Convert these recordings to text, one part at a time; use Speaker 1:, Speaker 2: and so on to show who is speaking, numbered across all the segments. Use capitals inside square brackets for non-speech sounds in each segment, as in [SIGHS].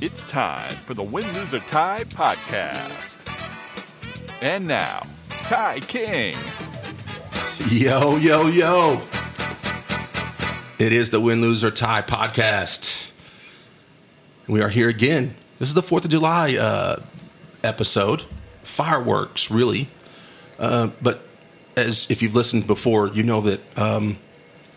Speaker 1: It's time for the Win, Lose, or Tie podcast. And now, Ty King.
Speaker 2: Yo, yo, yo. It is the Win, Lose, or Tie podcast. And we are here again. This is the 4th of July uh, episode. Fireworks, really. Uh, but as if you've listened before, you know that um,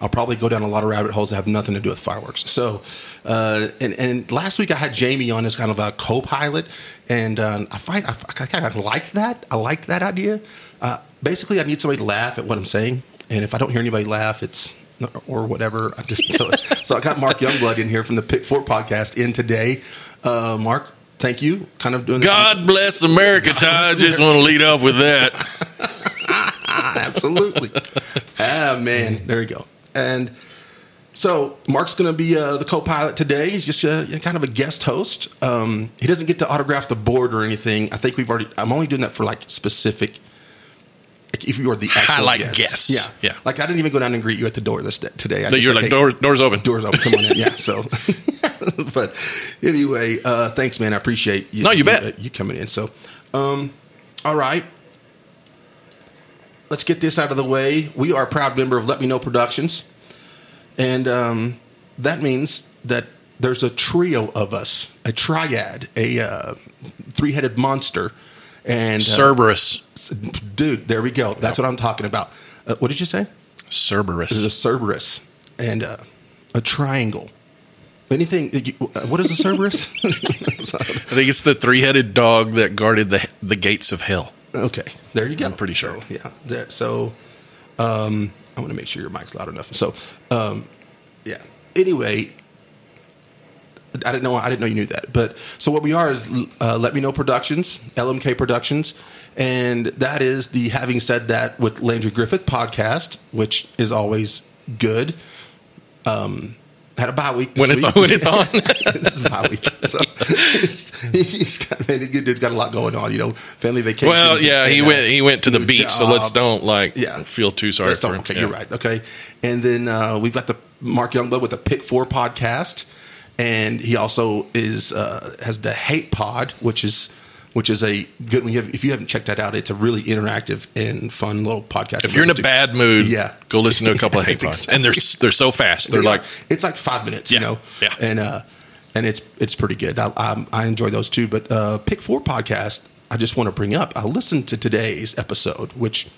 Speaker 2: I'll probably go down a lot of rabbit holes that have nothing to do with fireworks. So, uh, and, and last week I had Jamie on as kind of a co pilot, and um, I find I, I kind of like that. I like that idea. Uh, basically, I need somebody to laugh at what I'm saying, and if I don't hear anybody laugh, it's or whatever. I just [LAUGHS] so, so I got Mark Youngblood in here from the Pick Four podcast in today. Uh, Mark, thank you. Kind of doing this-
Speaker 3: God bless America, Ty. I just want to lead off with [LAUGHS] that.
Speaker 2: [LAUGHS] Absolutely. ah, man. There you go. And so Mark's going to be uh, the co-pilot today. He's just uh kind of a guest host. Um, he doesn't get to autograph the board or anything. I think we've already. I'm only doing that for like specific. Like if you are the actual
Speaker 3: Highlight
Speaker 2: guest.
Speaker 3: guests.
Speaker 2: yeah,
Speaker 3: Yeah.
Speaker 2: Like I didn't even go down and greet you at the door this day, today. I
Speaker 3: So
Speaker 2: just
Speaker 3: you're like,
Speaker 2: hey,
Speaker 3: doors, doors open.
Speaker 2: doors open. Come on in. Yeah. So, [LAUGHS] but anyway, uh, thanks, man. I appreciate you.
Speaker 3: No, you bet.
Speaker 2: uh, You, coming in. So, um, all right. Let's get this out of the way. We are a proud member of Let Me Know Productions. And um, that means that there's a trio of us, a triad, a uh, three headed monster. And uh,
Speaker 3: Cerberus.
Speaker 2: dude, there we go. That's what I'm talking about. Uh, what did you say? is a
Speaker 3: Cerberus.
Speaker 2: Cerberus and a, a triangle. Anything? that you- uh, What is a Cerberus?
Speaker 3: I think it's the three headed dog that guarded the, the gates of hell.
Speaker 2: okay, there you go.
Speaker 3: I'm pretty sure.
Speaker 2: Yeah. There, so, um, I want to make sure your mic's loud enough. So, um, yeah. Anyway, I didn't know. I didn't know you knew that. But so what we are is uh, Let Me Know Productions, LMK Productions, and that is the Having Said That with Landry Griffith podcast, which is always good. Um, had a bye week this
Speaker 3: When it's
Speaker 2: week.
Speaker 3: on, when it's on.
Speaker 2: [LAUGHS] this is my week. So [LAUGHS] he's, he's got man, he's got a lot going on. You know, family vacation.
Speaker 3: well, yeah, he went he went to the
Speaker 2: New
Speaker 3: beach, so let's
Speaker 2: job.
Speaker 3: don't like
Speaker 2: Yeah.
Speaker 3: feel too sorry
Speaker 2: Let's
Speaker 3: for
Speaker 2: don't-
Speaker 3: him.
Speaker 2: okay,
Speaker 3: Yeah.
Speaker 2: you're right. Okay, and then uh, we've got the Mark Youngblood with the Pick Four podcast, and he also is uh, has the Hate Pod, which is which is a good one. You have, if you haven't checked that out, it's a really interactive and fun little podcast.
Speaker 3: If you're in a bad mood,
Speaker 2: Yeah.
Speaker 3: go listen to a couple of [LAUGHS] hate pods. And they're they're so fast. They're
Speaker 2: Yeah.
Speaker 3: like
Speaker 2: it's like five minutes, you
Speaker 3: Yeah,
Speaker 2: know.
Speaker 3: yeah.
Speaker 2: And uh, and it's it's pretty good. I I, I enjoy those too. But uh, pick four podcast. I just want to bring up. I listened to today's episode, which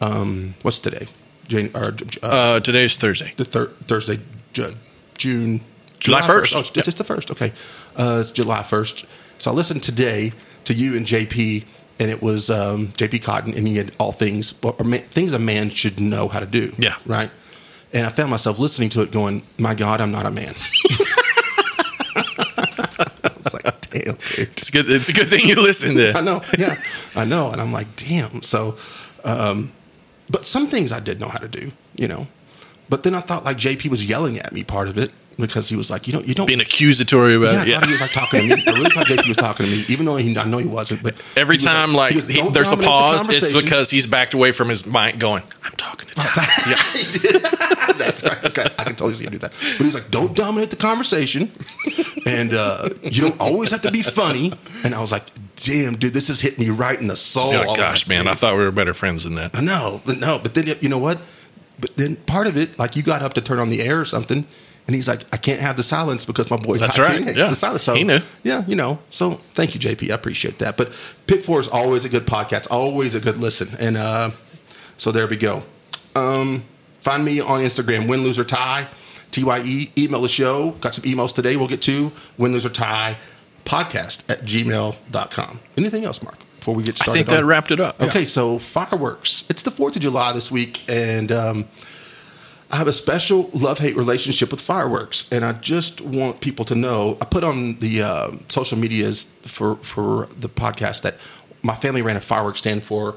Speaker 2: um, what's today? Jan- or, uh,
Speaker 3: uh, today's Thursday.
Speaker 2: the thir- Thursday, Ju- June,
Speaker 3: July 1st.
Speaker 2: Oh, it's,
Speaker 3: Yep.
Speaker 2: it's the first. Okay, uh, it's July first. So I listened today to you and JP, and it was um, JP Cotton, and he had all things or ma- things a man should know how to do.
Speaker 3: Yeah.
Speaker 2: right. And I found myself listening to it, going, "My God, I'm not a man." [LAUGHS] It's like, damn. dude.
Speaker 3: It's good it's a good thing you listened
Speaker 2: I
Speaker 3: [LAUGHS] to.
Speaker 2: know. Yeah, I know. And I'm like, damn. So, um, but some things I did know how to do, you know. But then I thought like JP was yelling at me part of it because he was like, you don't, you don't.
Speaker 3: Being accusatory about
Speaker 2: yeah,
Speaker 3: it.
Speaker 2: I thought he
Speaker 3: Yeah.
Speaker 2: was like talking to me. I really thought JP was talking to me, even though he, I know he wasn't. But
Speaker 3: Every
Speaker 2: he was
Speaker 3: time, like,
Speaker 2: he was,
Speaker 3: he-
Speaker 2: "Don't
Speaker 3: there's a
Speaker 2: dominate the
Speaker 3: pause, it's
Speaker 2: conversation."
Speaker 3: because he's backed away from his mic, going, "I'm talking to Ty."
Speaker 2: [LAUGHS] That's right. Okay, I can totally see him do that. But he's like, don't dominate the conversation, and uh, you don't always have to be funny. And I was like, damn, dude, this has hit me right in the soul. I
Speaker 3: Oh,
Speaker 2: was
Speaker 3: gosh,
Speaker 2: like,
Speaker 3: man, I
Speaker 2: dude.
Speaker 3: thought we were better friends than that.
Speaker 2: I know, but no, but then you know what? But then part of it, like you got up to turn on the air or something, and he's like, I can't have the silence because my boy.
Speaker 3: That's
Speaker 2: Ty
Speaker 3: right.
Speaker 2: King hates
Speaker 3: Yeah.
Speaker 2: the silence. So,
Speaker 3: He knew.
Speaker 2: Yeah, you know. So thank you, JP. I appreciate that. But Pick Four is always a good podcast, always a good listen, and uh, so there we go. Um, find me on Instagram, win, lose, or tie, T Y E. Email the show. Got some emails today we'll get to. Win, lose, or tie podcast at gmail.com. Anything else, Mark, before we get
Speaker 3: I
Speaker 2: started?
Speaker 3: think that
Speaker 2: on-
Speaker 3: wrapped it up.
Speaker 2: Okay, so fireworks. It's the 4th of July this week, and um, I have a special love hate relationship with fireworks. And I just want people to know I put on the um social medias for, for the podcast that my family ran a fireworks stand for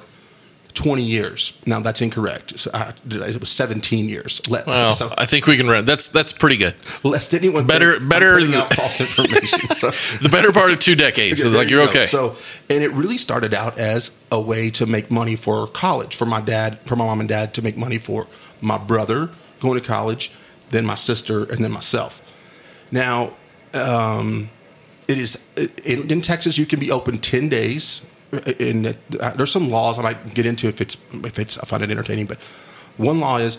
Speaker 2: 20 years. Now, that's incorrect. So I, it was 17 years. Let,
Speaker 3: Well,
Speaker 2: so
Speaker 3: I think we can run. That's that's pretty good.
Speaker 2: lest anyone
Speaker 3: better-
Speaker 2: think I'm
Speaker 3: better
Speaker 2: putting
Speaker 3: th-
Speaker 2: out false
Speaker 3: [LAUGHS]
Speaker 2: information. So.
Speaker 3: The better part of two decades. So
Speaker 2: Yeah,
Speaker 3: like
Speaker 2: there
Speaker 3: you're
Speaker 2: you go.
Speaker 3: okay.
Speaker 2: So, and it really started out as a way to make money for college for my dad, for my mom and dad to make money for my brother going to college, then my sister, and then myself. Now, um, it is in, in Texas. You can be open ten days, and uh, there's some laws I might get into if it's if it's I find it entertaining. But one law is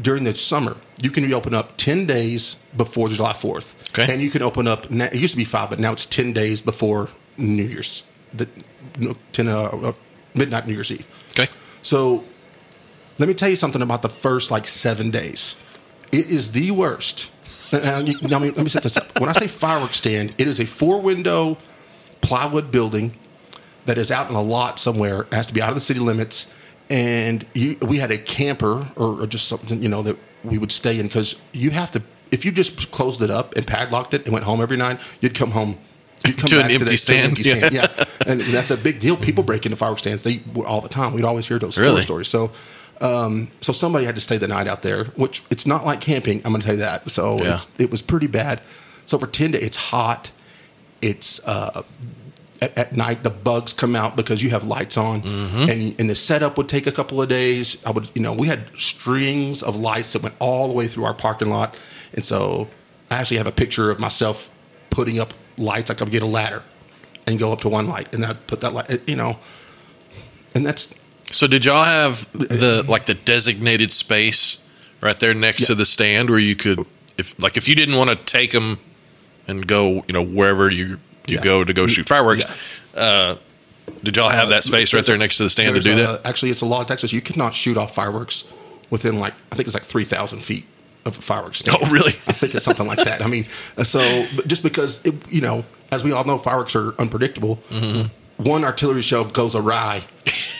Speaker 2: during the summer you can be open up ten days before July Fourth,
Speaker 3: Okay.
Speaker 2: and you can open up. now- It used to be five, but now it's ten days before New Year's, the no, ten uh, uh, midnight New Year's Eve.
Speaker 3: Okay.
Speaker 2: So let me tell you something about the first like seven days. It is the worst. Now, you- now, let me- let me set this up. When I say fireworks stand, it is a four window plywood building that is out in a lot somewhere. It has to be out of the city limits. And you, we had a camper or, or just something, you know, that we would stay in because you have to. If you just closed it up and padlocked it and went home every night, you'd come home. You'd come
Speaker 3: To an
Speaker 2: back
Speaker 3: empty
Speaker 2: that- to an
Speaker 3: stand, [LAUGHS] yeah.
Speaker 2: stand, yeah, and that's a big deal. People break into fireworks stands they all the time. We'd always hear those horror
Speaker 3: Really?
Speaker 2: stories. So, um, so somebody had to stay the night out there, which it's not like camping. I'm going to tell you that. So
Speaker 3: Yeah.
Speaker 2: it's, it was pretty bad. So for ten days, it's hot. It's uh, at, at night the bugs come out because you have lights on, and and the setup would take a couple of days. I would, you know, we had strings of lights that went all the way through our parking lot, and so I actually have a picture of myself putting up lights. Like I would get a ladder and go up to one light, and then I'd put that light, you know, and that's
Speaker 3: So did y'all have the like the designated space right there next to the stand where you could if like if you didn't want to take them and go, you know, wherever you you
Speaker 2: Yeah.
Speaker 3: go to go shoot fireworks, uh did y'all have that space right there next to the stand to do
Speaker 2: Uh, There's
Speaker 3: that? [LAUGHS]
Speaker 2: a- Actually, it's a law in Texas. You cannot shoot off fireworks within like I think it's like three thousand feet of a fireworks. stand.
Speaker 3: Oh, really?
Speaker 2: I think it's something like that. I mean, uh, so but just because it, you know, as we all know, fireworks are unpredictable.
Speaker 3: Mm-hmm.
Speaker 2: One artillery shell goes awry,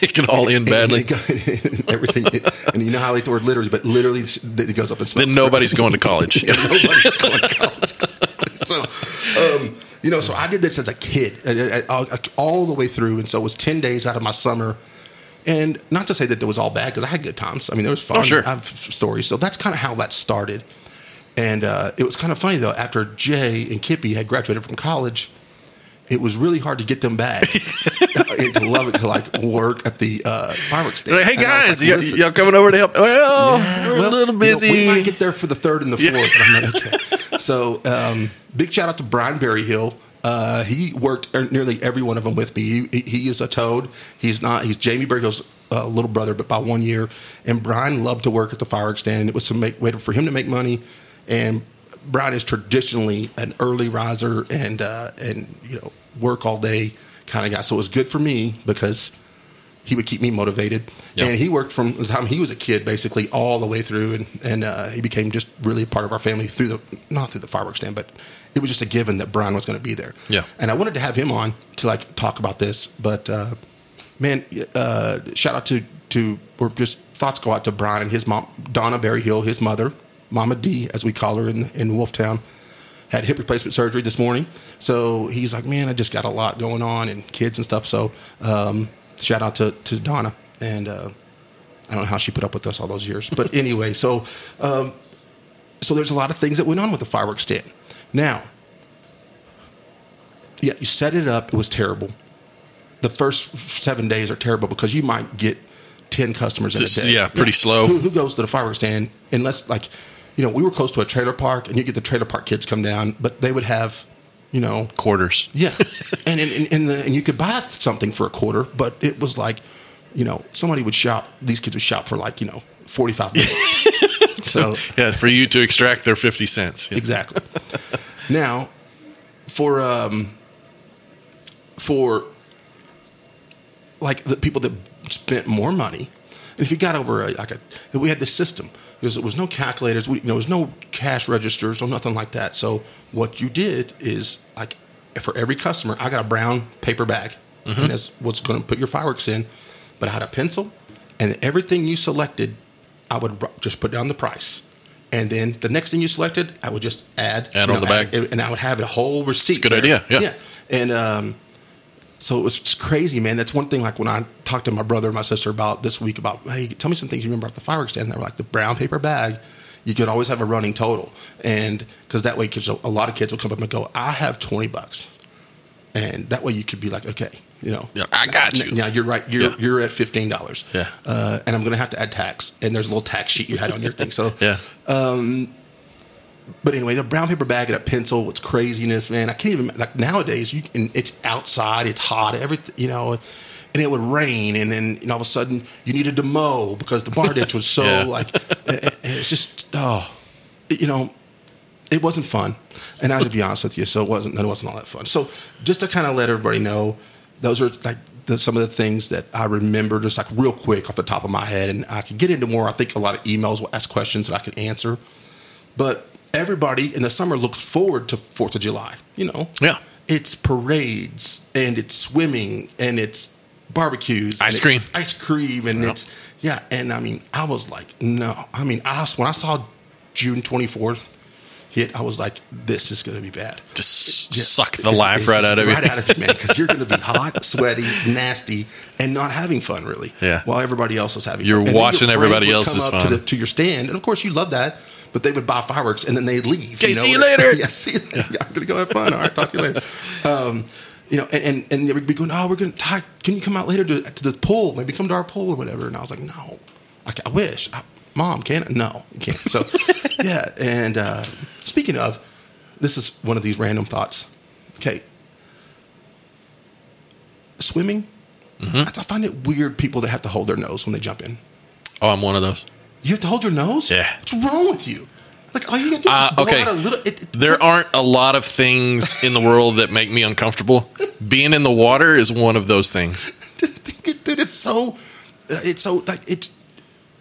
Speaker 3: it could all end badly.
Speaker 2: and, it- and [LAUGHS] everything. and you know how they throw it literally, but literally it goes up in smoke.
Speaker 3: Then nobody's going to [LAUGHS]
Speaker 2: [LAUGHS]
Speaker 3: college.
Speaker 2: Yeah, nobody's going to college. [LAUGHS] so, um, you know, so I did this as a kid, and I- I- I- all the way through, and so it was ten days out of my summer. And not to say that it was all bad because I had good times. I mean, there was fun.
Speaker 3: Oh, sure.
Speaker 2: I have f- stories. So that's kind of how that started. And uh, it was kind of funny though. After Jay and Kippy had graduated from college, it was really hard to get them back
Speaker 3: [LAUGHS]
Speaker 2: and to love it to like work at the uh, fireworks stand.
Speaker 3: Like, hey
Speaker 2: And I was
Speaker 3: guys,
Speaker 2: like,
Speaker 3: y-
Speaker 2: "Listen."
Speaker 3: y'all coming over to help? Well, we're
Speaker 2: Well,
Speaker 3: a little
Speaker 2: you know,
Speaker 3: busy.
Speaker 2: we might get there for the third and the fourth. And I'm like, okay. So, um, big shout out to Brian Berryhill. Uh, he worked er- nearly every one of them with me. He, he is a toad. He's not. He's Jamie Berryhill's uh, little brother, but by one year. And Brian loved to work at the fireworks stand, and it was some make, way for him to make money. And Brian is traditionally an early riser and uh, and you know work all day kind of guy. So it was good for me because he would keep me motivated.
Speaker 3: Yeah.
Speaker 2: And he worked from the time he was a kid, basically all the way through, and and uh, he became just really a part of our family through the not through the fireworks stand, but it was just a given that Brian was going to be there.
Speaker 3: Yeah.
Speaker 2: and I wanted to have him on to like talk about this, but uh, man, uh, shout out to to or just thoughts go out to Brian and his mom Donna Berryhill, his mother, Mama D, as we call her in in Wolftown. Had hip replacement surgery this morning, so he's like, "Man, I just got a lot going on and kids and stuff." So, um, shout out to to Donna, and uh, I don't know how she put up with us all those years, but [LAUGHS] anyway, so um, so there's a lot of things that went on with the fireworks stand. Now, yeah, you set it up; it was terrible the first seven days are terrible because you might get 10 customers
Speaker 3: Just-
Speaker 2: in a day.
Speaker 3: yeah, pretty slow.
Speaker 2: Who, who goes to the fireworks stand unless, like, you know, we were close to a trailer park and you get the trailer park kids come down, but they would have, you know,
Speaker 3: Quarters. [LAUGHS]
Speaker 2: yeah. and, and, and, and, the, and you could buy something for a quarter, but it was like, you know, somebody would shop, these kids would shop for like, you know, 45
Speaker 3: [LAUGHS]
Speaker 2: minutes. so
Speaker 3: Yeah, for you to extract their 50 cents. Yeah.
Speaker 2: exactly. now, for um, for like the people that spent more money, and if you got over a, like a, we had this system because there was no calculators, we, you know, there was no cash registers or nothing like that. So what you did is like for every customer, I got a brown paper bag,
Speaker 3: Mm-hmm.
Speaker 2: and that's what's going to put your fireworks in. But I had a pencil, and everything you selected, I would r- just put down the price. And then the next thing you selected, I would just add,
Speaker 3: Add
Speaker 2: you
Speaker 3: on the bag.
Speaker 2: and I would have a whole receipt.
Speaker 3: good
Speaker 2: there.
Speaker 3: idea, yeah.
Speaker 2: and um, so it was just crazy, man. That's one thing. Like when I talked to my brother and my sister about this week about, hey, tell me some things you remember about the fireworks stand. They were like the brown paper bag. You could always have a running total, and because that way, kids, a lot of kids will come up and go, I have twenty bucks, and that way you could be like, okay, you know,
Speaker 3: Yeah, I got
Speaker 2: N-
Speaker 3: you.
Speaker 2: Now you're right. You're
Speaker 3: Yeah.
Speaker 2: you're at fifteen dollars.
Speaker 3: Yeah. [LAUGHS]
Speaker 2: uh, and I'm gonna have to add tax, and there's a little tax sheet you had on your thing. So
Speaker 3: Yeah.
Speaker 2: But anyway, the brown paper bag and a pencil, it's craziness, man. I can't even like nowadays. You and it's outside, it's hot, everything, you know, and it would rain, and then you know, all of a sudden you needed to mow because the barn ditch was so
Speaker 3: Yeah.
Speaker 2: like it- it- it's just oh, you know, it wasn't fun. And I have to be honest with you, so it wasn't it wasn't all that fun. So just to kind of let everybody know, those are like the, some of the things that I remember just like real quick off the top of my head, and I could get into more. I think a lot of emails will ask questions that I could answer but everybody in the summer looks forward to Fourth of July. You know,
Speaker 3: Yeah.
Speaker 2: it's parades and it's swimming and it's barbecues,
Speaker 3: Ice
Speaker 2: and it's
Speaker 3: cream.
Speaker 2: ice cream, and it's yeah. And I mean, I was like, no. I mean, I when I saw June twenty fourth hit, I was like, this is going to be bad.
Speaker 3: Just
Speaker 2: Yeah.
Speaker 3: suck the
Speaker 2: It's-
Speaker 3: life
Speaker 2: it's
Speaker 3: right
Speaker 2: just
Speaker 3: out of you.
Speaker 2: Right out of you, man, because you're going
Speaker 3: [LAUGHS]
Speaker 2: to be hot, sweaty, nasty, and not having fun really.
Speaker 3: Yeah.
Speaker 2: While everybody else is having,
Speaker 3: You're
Speaker 2: fun. And then your
Speaker 3: watching
Speaker 2: friends
Speaker 3: everybody
Speaker 2: would
Speaker 3: else's
Speaker 2: come up To,
Speaker 3: fun.
Speaker 2: the, to your stand, and of course you love that, but they would buy fireworks and then they leave.
Speaker 3: Okay, see you
Speaker 2: [LAUGHS]
Speaker 3: later.
Speaker 2: yeah, see you later. Yeah, I'm going to go have fun. All right, talk to you later. Um, you know, and, and, and they would be going, oh, we're going to, can you come out later to, to the pool? Maybe come to our pool or whatever. And I was like, no, I, ca- I wish. I, Mom, can I? No, you can't.
Speaker 3: [LAUGHS]
Speaker 2: So, yeah. And uh, speaking of, this is one of these random thoughts. Okay. Swimming,
Speaker 3: Mm-hmm.
Speaker 2: I find it weird people that have to hold their nose when they jump in.
Speaker 3: Oh, I'm one of those.
Speaker 2: You have to hold your nose?
Speaker 3: Yeah.
Speaker 2: What's wrong with you? Like, all you got to do is
Speaker 3: Uh,
Speaker 2: just blow
Speaker 3: okay.
Speaker 2: out a little. It, it-
Speaker 3: There aren't a lot of things in the world that make me uncomfortable. Being in the water is one of those things.
Speaker 2: [LAUGHS] Just- dude, it's so, uh, it's so like it's,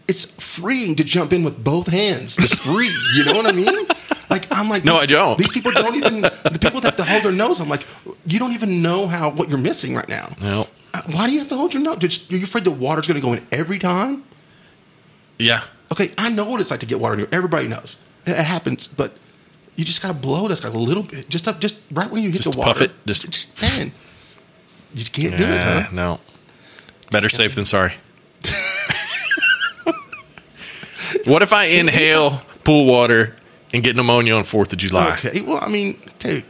Speaker 2: it's freeing to jump in with both hands. It's free, you know what I
Speaker 3: [LAUGHS]
Speaker 2: mean? Like I'm like,
Speaker 3: No, I don't.
Speaker 2: These people don't even the people that have to hold their nose. I'm like, you don't even know how what you're missing right now.
Speaker 3: No.
Speaker 2: Uh, Why do you have to hold your nose? Did you, are you afraid the water's going to go in every time?
Speaker 3: Yeah.
Speaker 2: Okay, I know what it's like to get water in your. Everybody knows it it happens, but you just gotta blow this like a little bit, just up, just right when you hit
Speaker 3: Just
Speaker 2: the
Speaker 3: puff
Speaker 2: water.
Speaker 3: it, just-
Speaker 2: just man, you can't do it.
Speaker 3: Yeah,
Speaker 2: Huh?
Speaker 3: Eh, no. Better safe than sorry. what if I inhale pool water and get pneumonia on 4th of July?
Speaker 2: Okay, well, I mean, dude,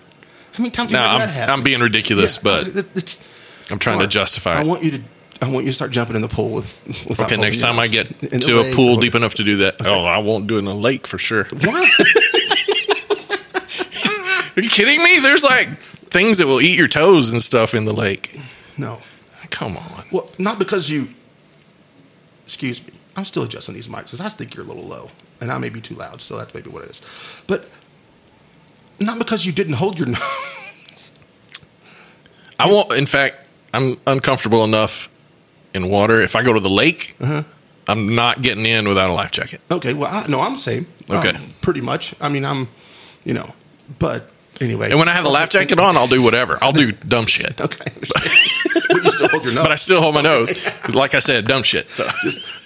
Speaker 2: how many times
Speaker 3: No,
Speaker 2: have you had that
Speaker 3: I'm,
Speaker 2: happen?
Speaker 3: I'm being ridiculous,
Speaker 2: Yeah,
Speaker 3: but
Speaker 2: it- it's,
Speaker 3: I'm trying to
Speaker 2: Mark,
Speaker 3: justify
Speaker 2: I
Speaker 3: it.
Speaker 2: want Oh, you to, I want you to start jumping in the pool with. with
Speaker 3: Okay, next time I get to a pool
Speaker 2: [LAUGHS]
Speaker 3: deep enough to do that, oh, I won't do it in the lake for sure. [LAUGHS]
Speaker 2: Why?
Speaker 3: Are you kidding me? There's like things that will eat your toes and stuff in the lake.
Speaker 2: no,
Speaker 3: Come on.
Speaker 2: well, not because you. Excuse me, I'm still adjusting these mics. 'cause I think you're a little low, and I may be too loud, so that's maybe what it is. But not because you didn't hold your nose.
Speaker 3: I won't. In fact, I'm uncomfortable enough in water. If I go to the lake,
Speaker 2: Uh-huh.
Speaker 3: I'm not getting in without a life jacket.
Speaker 2: [LAUGHS] Okay, well, I, no, I'm the same.
Speaker 3: Okay.
Speaker 2: Um, pretty much. I mean, I'm, you know, but anyway.
Speaker 3: And when I have a life jacket on, I'll do whatever. I'll do dumb shit.
Speaker 2: [LAUGHS] okay, I understand. but you still hold your nose.
Speaker 3: [LAUGHS] But I still hold my nose. Like I said, dumb shit. So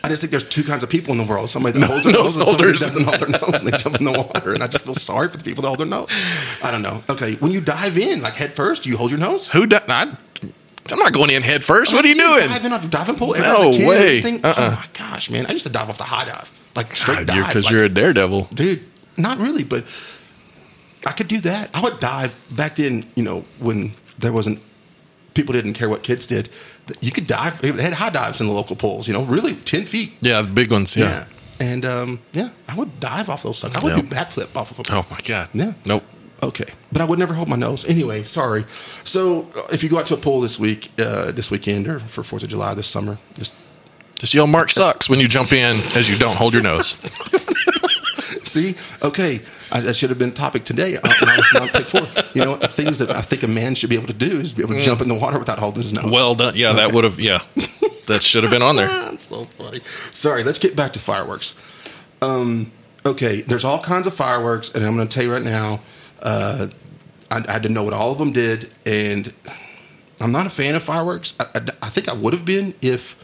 Speaker 2: I just think there's two kinds of people in the world: somebody that holds their nose
Speaker 3: nose
Speaker 2: and somebody that
Speaker 3: holders.
Speaker 2: doesn't hold their nose and they jump in the water. And I just feel sorry for the people that hold their nose. I don't know. Okay, when you dive in, like head first, do you hold your nose?
Speaker 3: who? Do, I, I'm not going in head first. What are you
Speaker 2: Dive
Speaker 3: doing?
Speaker 2: in off the diving pool.
Speaker 3: No
Speaker 2: Every kid,
Speaker 3: way.
Speaker 2: everything.
Speaker 3: Uh-uh.
Speaker 2: Oh my gosh, man! I used to dive off the high dive, like straight dive,
Speaker 3: Because
Speaker 2: like,
Speaker 3: you're a daredevil.
Speaker 2: dude. Not really, but I could do that. I would dive back then. You know, when there wasn't people didn't care what kids did. that You could dive. They had high dives in the local pools. You know, really ten feet.
Speaker 3: Yeah, the big ones.
Speaker 2: Yeah.
Speaker 3: Yeah.
Speaker 2: And um, yeah, I would dive off those suckers. I would
Speaker 3: Yeah.
Speaker 2: do backflip off of them.
Speaker 3: Oh my god.
Speaker 2: Yeah.
Speaker 3: Nope.
Speaker 2: Okay, but I would never hold my nose. Anyway, sorry. So uh, if you go out to a pool this week, uh, this weekend, or for Fourth of July this summer, just
Speaker 3: Just yell, "Mark sucks" when you jump in, as you don't hold your nose.
Speaker 2: see. Okay, I, that should have been topic today. Uh, and I was not picked for. it. You know, things that I think a man should be able to do is be able to jump in the water without holding his nose.
Speaker 3: [LAUGHS] Well done. Yeah, that would have. Yeah, that should have been on there.
Speaker 2: Ah, That's so funny. Sorry, let's get back to fireworks. Um, okay, there's all kinds of fireworks, and I'm going to tell you right now, uh, I, I had to know what all of them did, and I'm not a fan of fireworks. I, I, I think I would have been if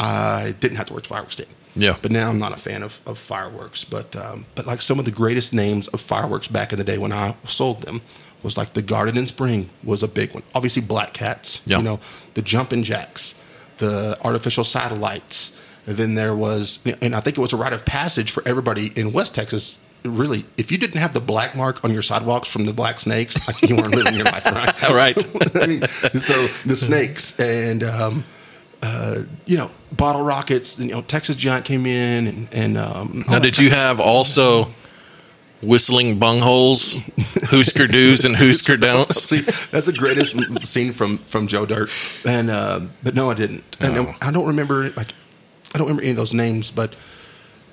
Speaker 2: I didn't have to work the fireworks stand.
Speaker 3: Yeah.
Speaker 2: but now I'm not a fan of, of fireworks. But um, but like some of the greatest names of fireworks back in the day when I sold them was like the Garden in Spring was a big one. Obviously, Black Cats.
Speaker 3: Yeah.
Speaker 2: You know, the jumping jacks, the artificial satellites. And then there was, and I think it was a rite of passage for everybody in West Texas. Really, if you didn't have the black mark on your sidewalks from the black snakes, like you weren't living your life, right?
Speaker 3: [LAUGHS] Right.
Speaker 2: [LAUGHS] I mean, so the snakes and um, uh, you know bottle rockets. You know, Texas Giant came in and, and um, [LAUGHS]
Speaker 3: Now, did you have also whistling [LAUGHS] bungholes, Hoosker do's and Hoosker don'ts.
Speaker 2: See, that's the greatest scene from from Joe Dirt. And uh, but no, I didn't. And
Speaker 3: No.
Speaker 2: I don't remember like I don't remember any of those names, but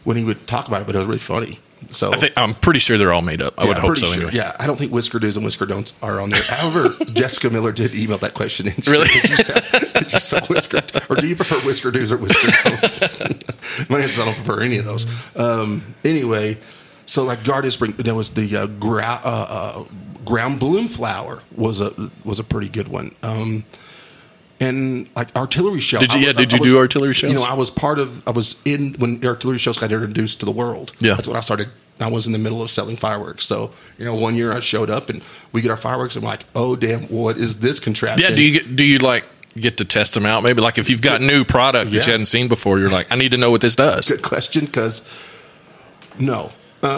Speaker 2: when he would talk about it, but it was really funny. So
Speaker 3: I think, I'm pretty sure they're all made up. I would
Speaker 2: Yeah,
Speaker 3: hope
Speaker 2: pretty
Speaker 3: so.
Speaker 2: sure.
Speaker 3: Anyway,
Speaker 2: Yeah, I don't think Whisker Do's and Whisker Don'ts are on there.
Speaker 3: [LAUGHS]
Speaker 2: However, Jessica Miller did email that question. In. She
Speaker 3: Really?
Speaker 2: said, Did you sell, did you sell Whisker? Or do you prefer Whisker Do's or Whisker Don'ts? [LAUGHS] My answer is I don't prefer any of those. Um, anyway, so like Garden Spring, there was the uh, gra- uh, uh, ground bloom flower was a was a pretty good one. Um, and like artillery shell.
Speaker 3: Did you-
Speaker 2: I
Speaker 3: yeah,
Speaker 2: was-
Speaker 3: did
Speaker 2: I
Speaker 3: you
Speaker 2: was-
Speaker 3: do artillery
Speaker 2: You know,
Speaker 3: shells?
Speaker 2: I was part of. I was in when the artillery shells got introduced to the world.
Speaker 3: Yeah.
Speaker 2: that's when I started. I was in the middle of selling fireworks. So you know, one year I showed up and we get our fireworks. and I'm like, oh damn, what is this contraption?
Speaker 3: yeah. Do you get, do you like get to test them out? Maybe like if you've got new product that
Speaker 2: Yeah.
Speaker 3: you hadn't seen before, you're like, I need to know what this does.
Speaker 2: good [LAUGHS] question? Because no. Um,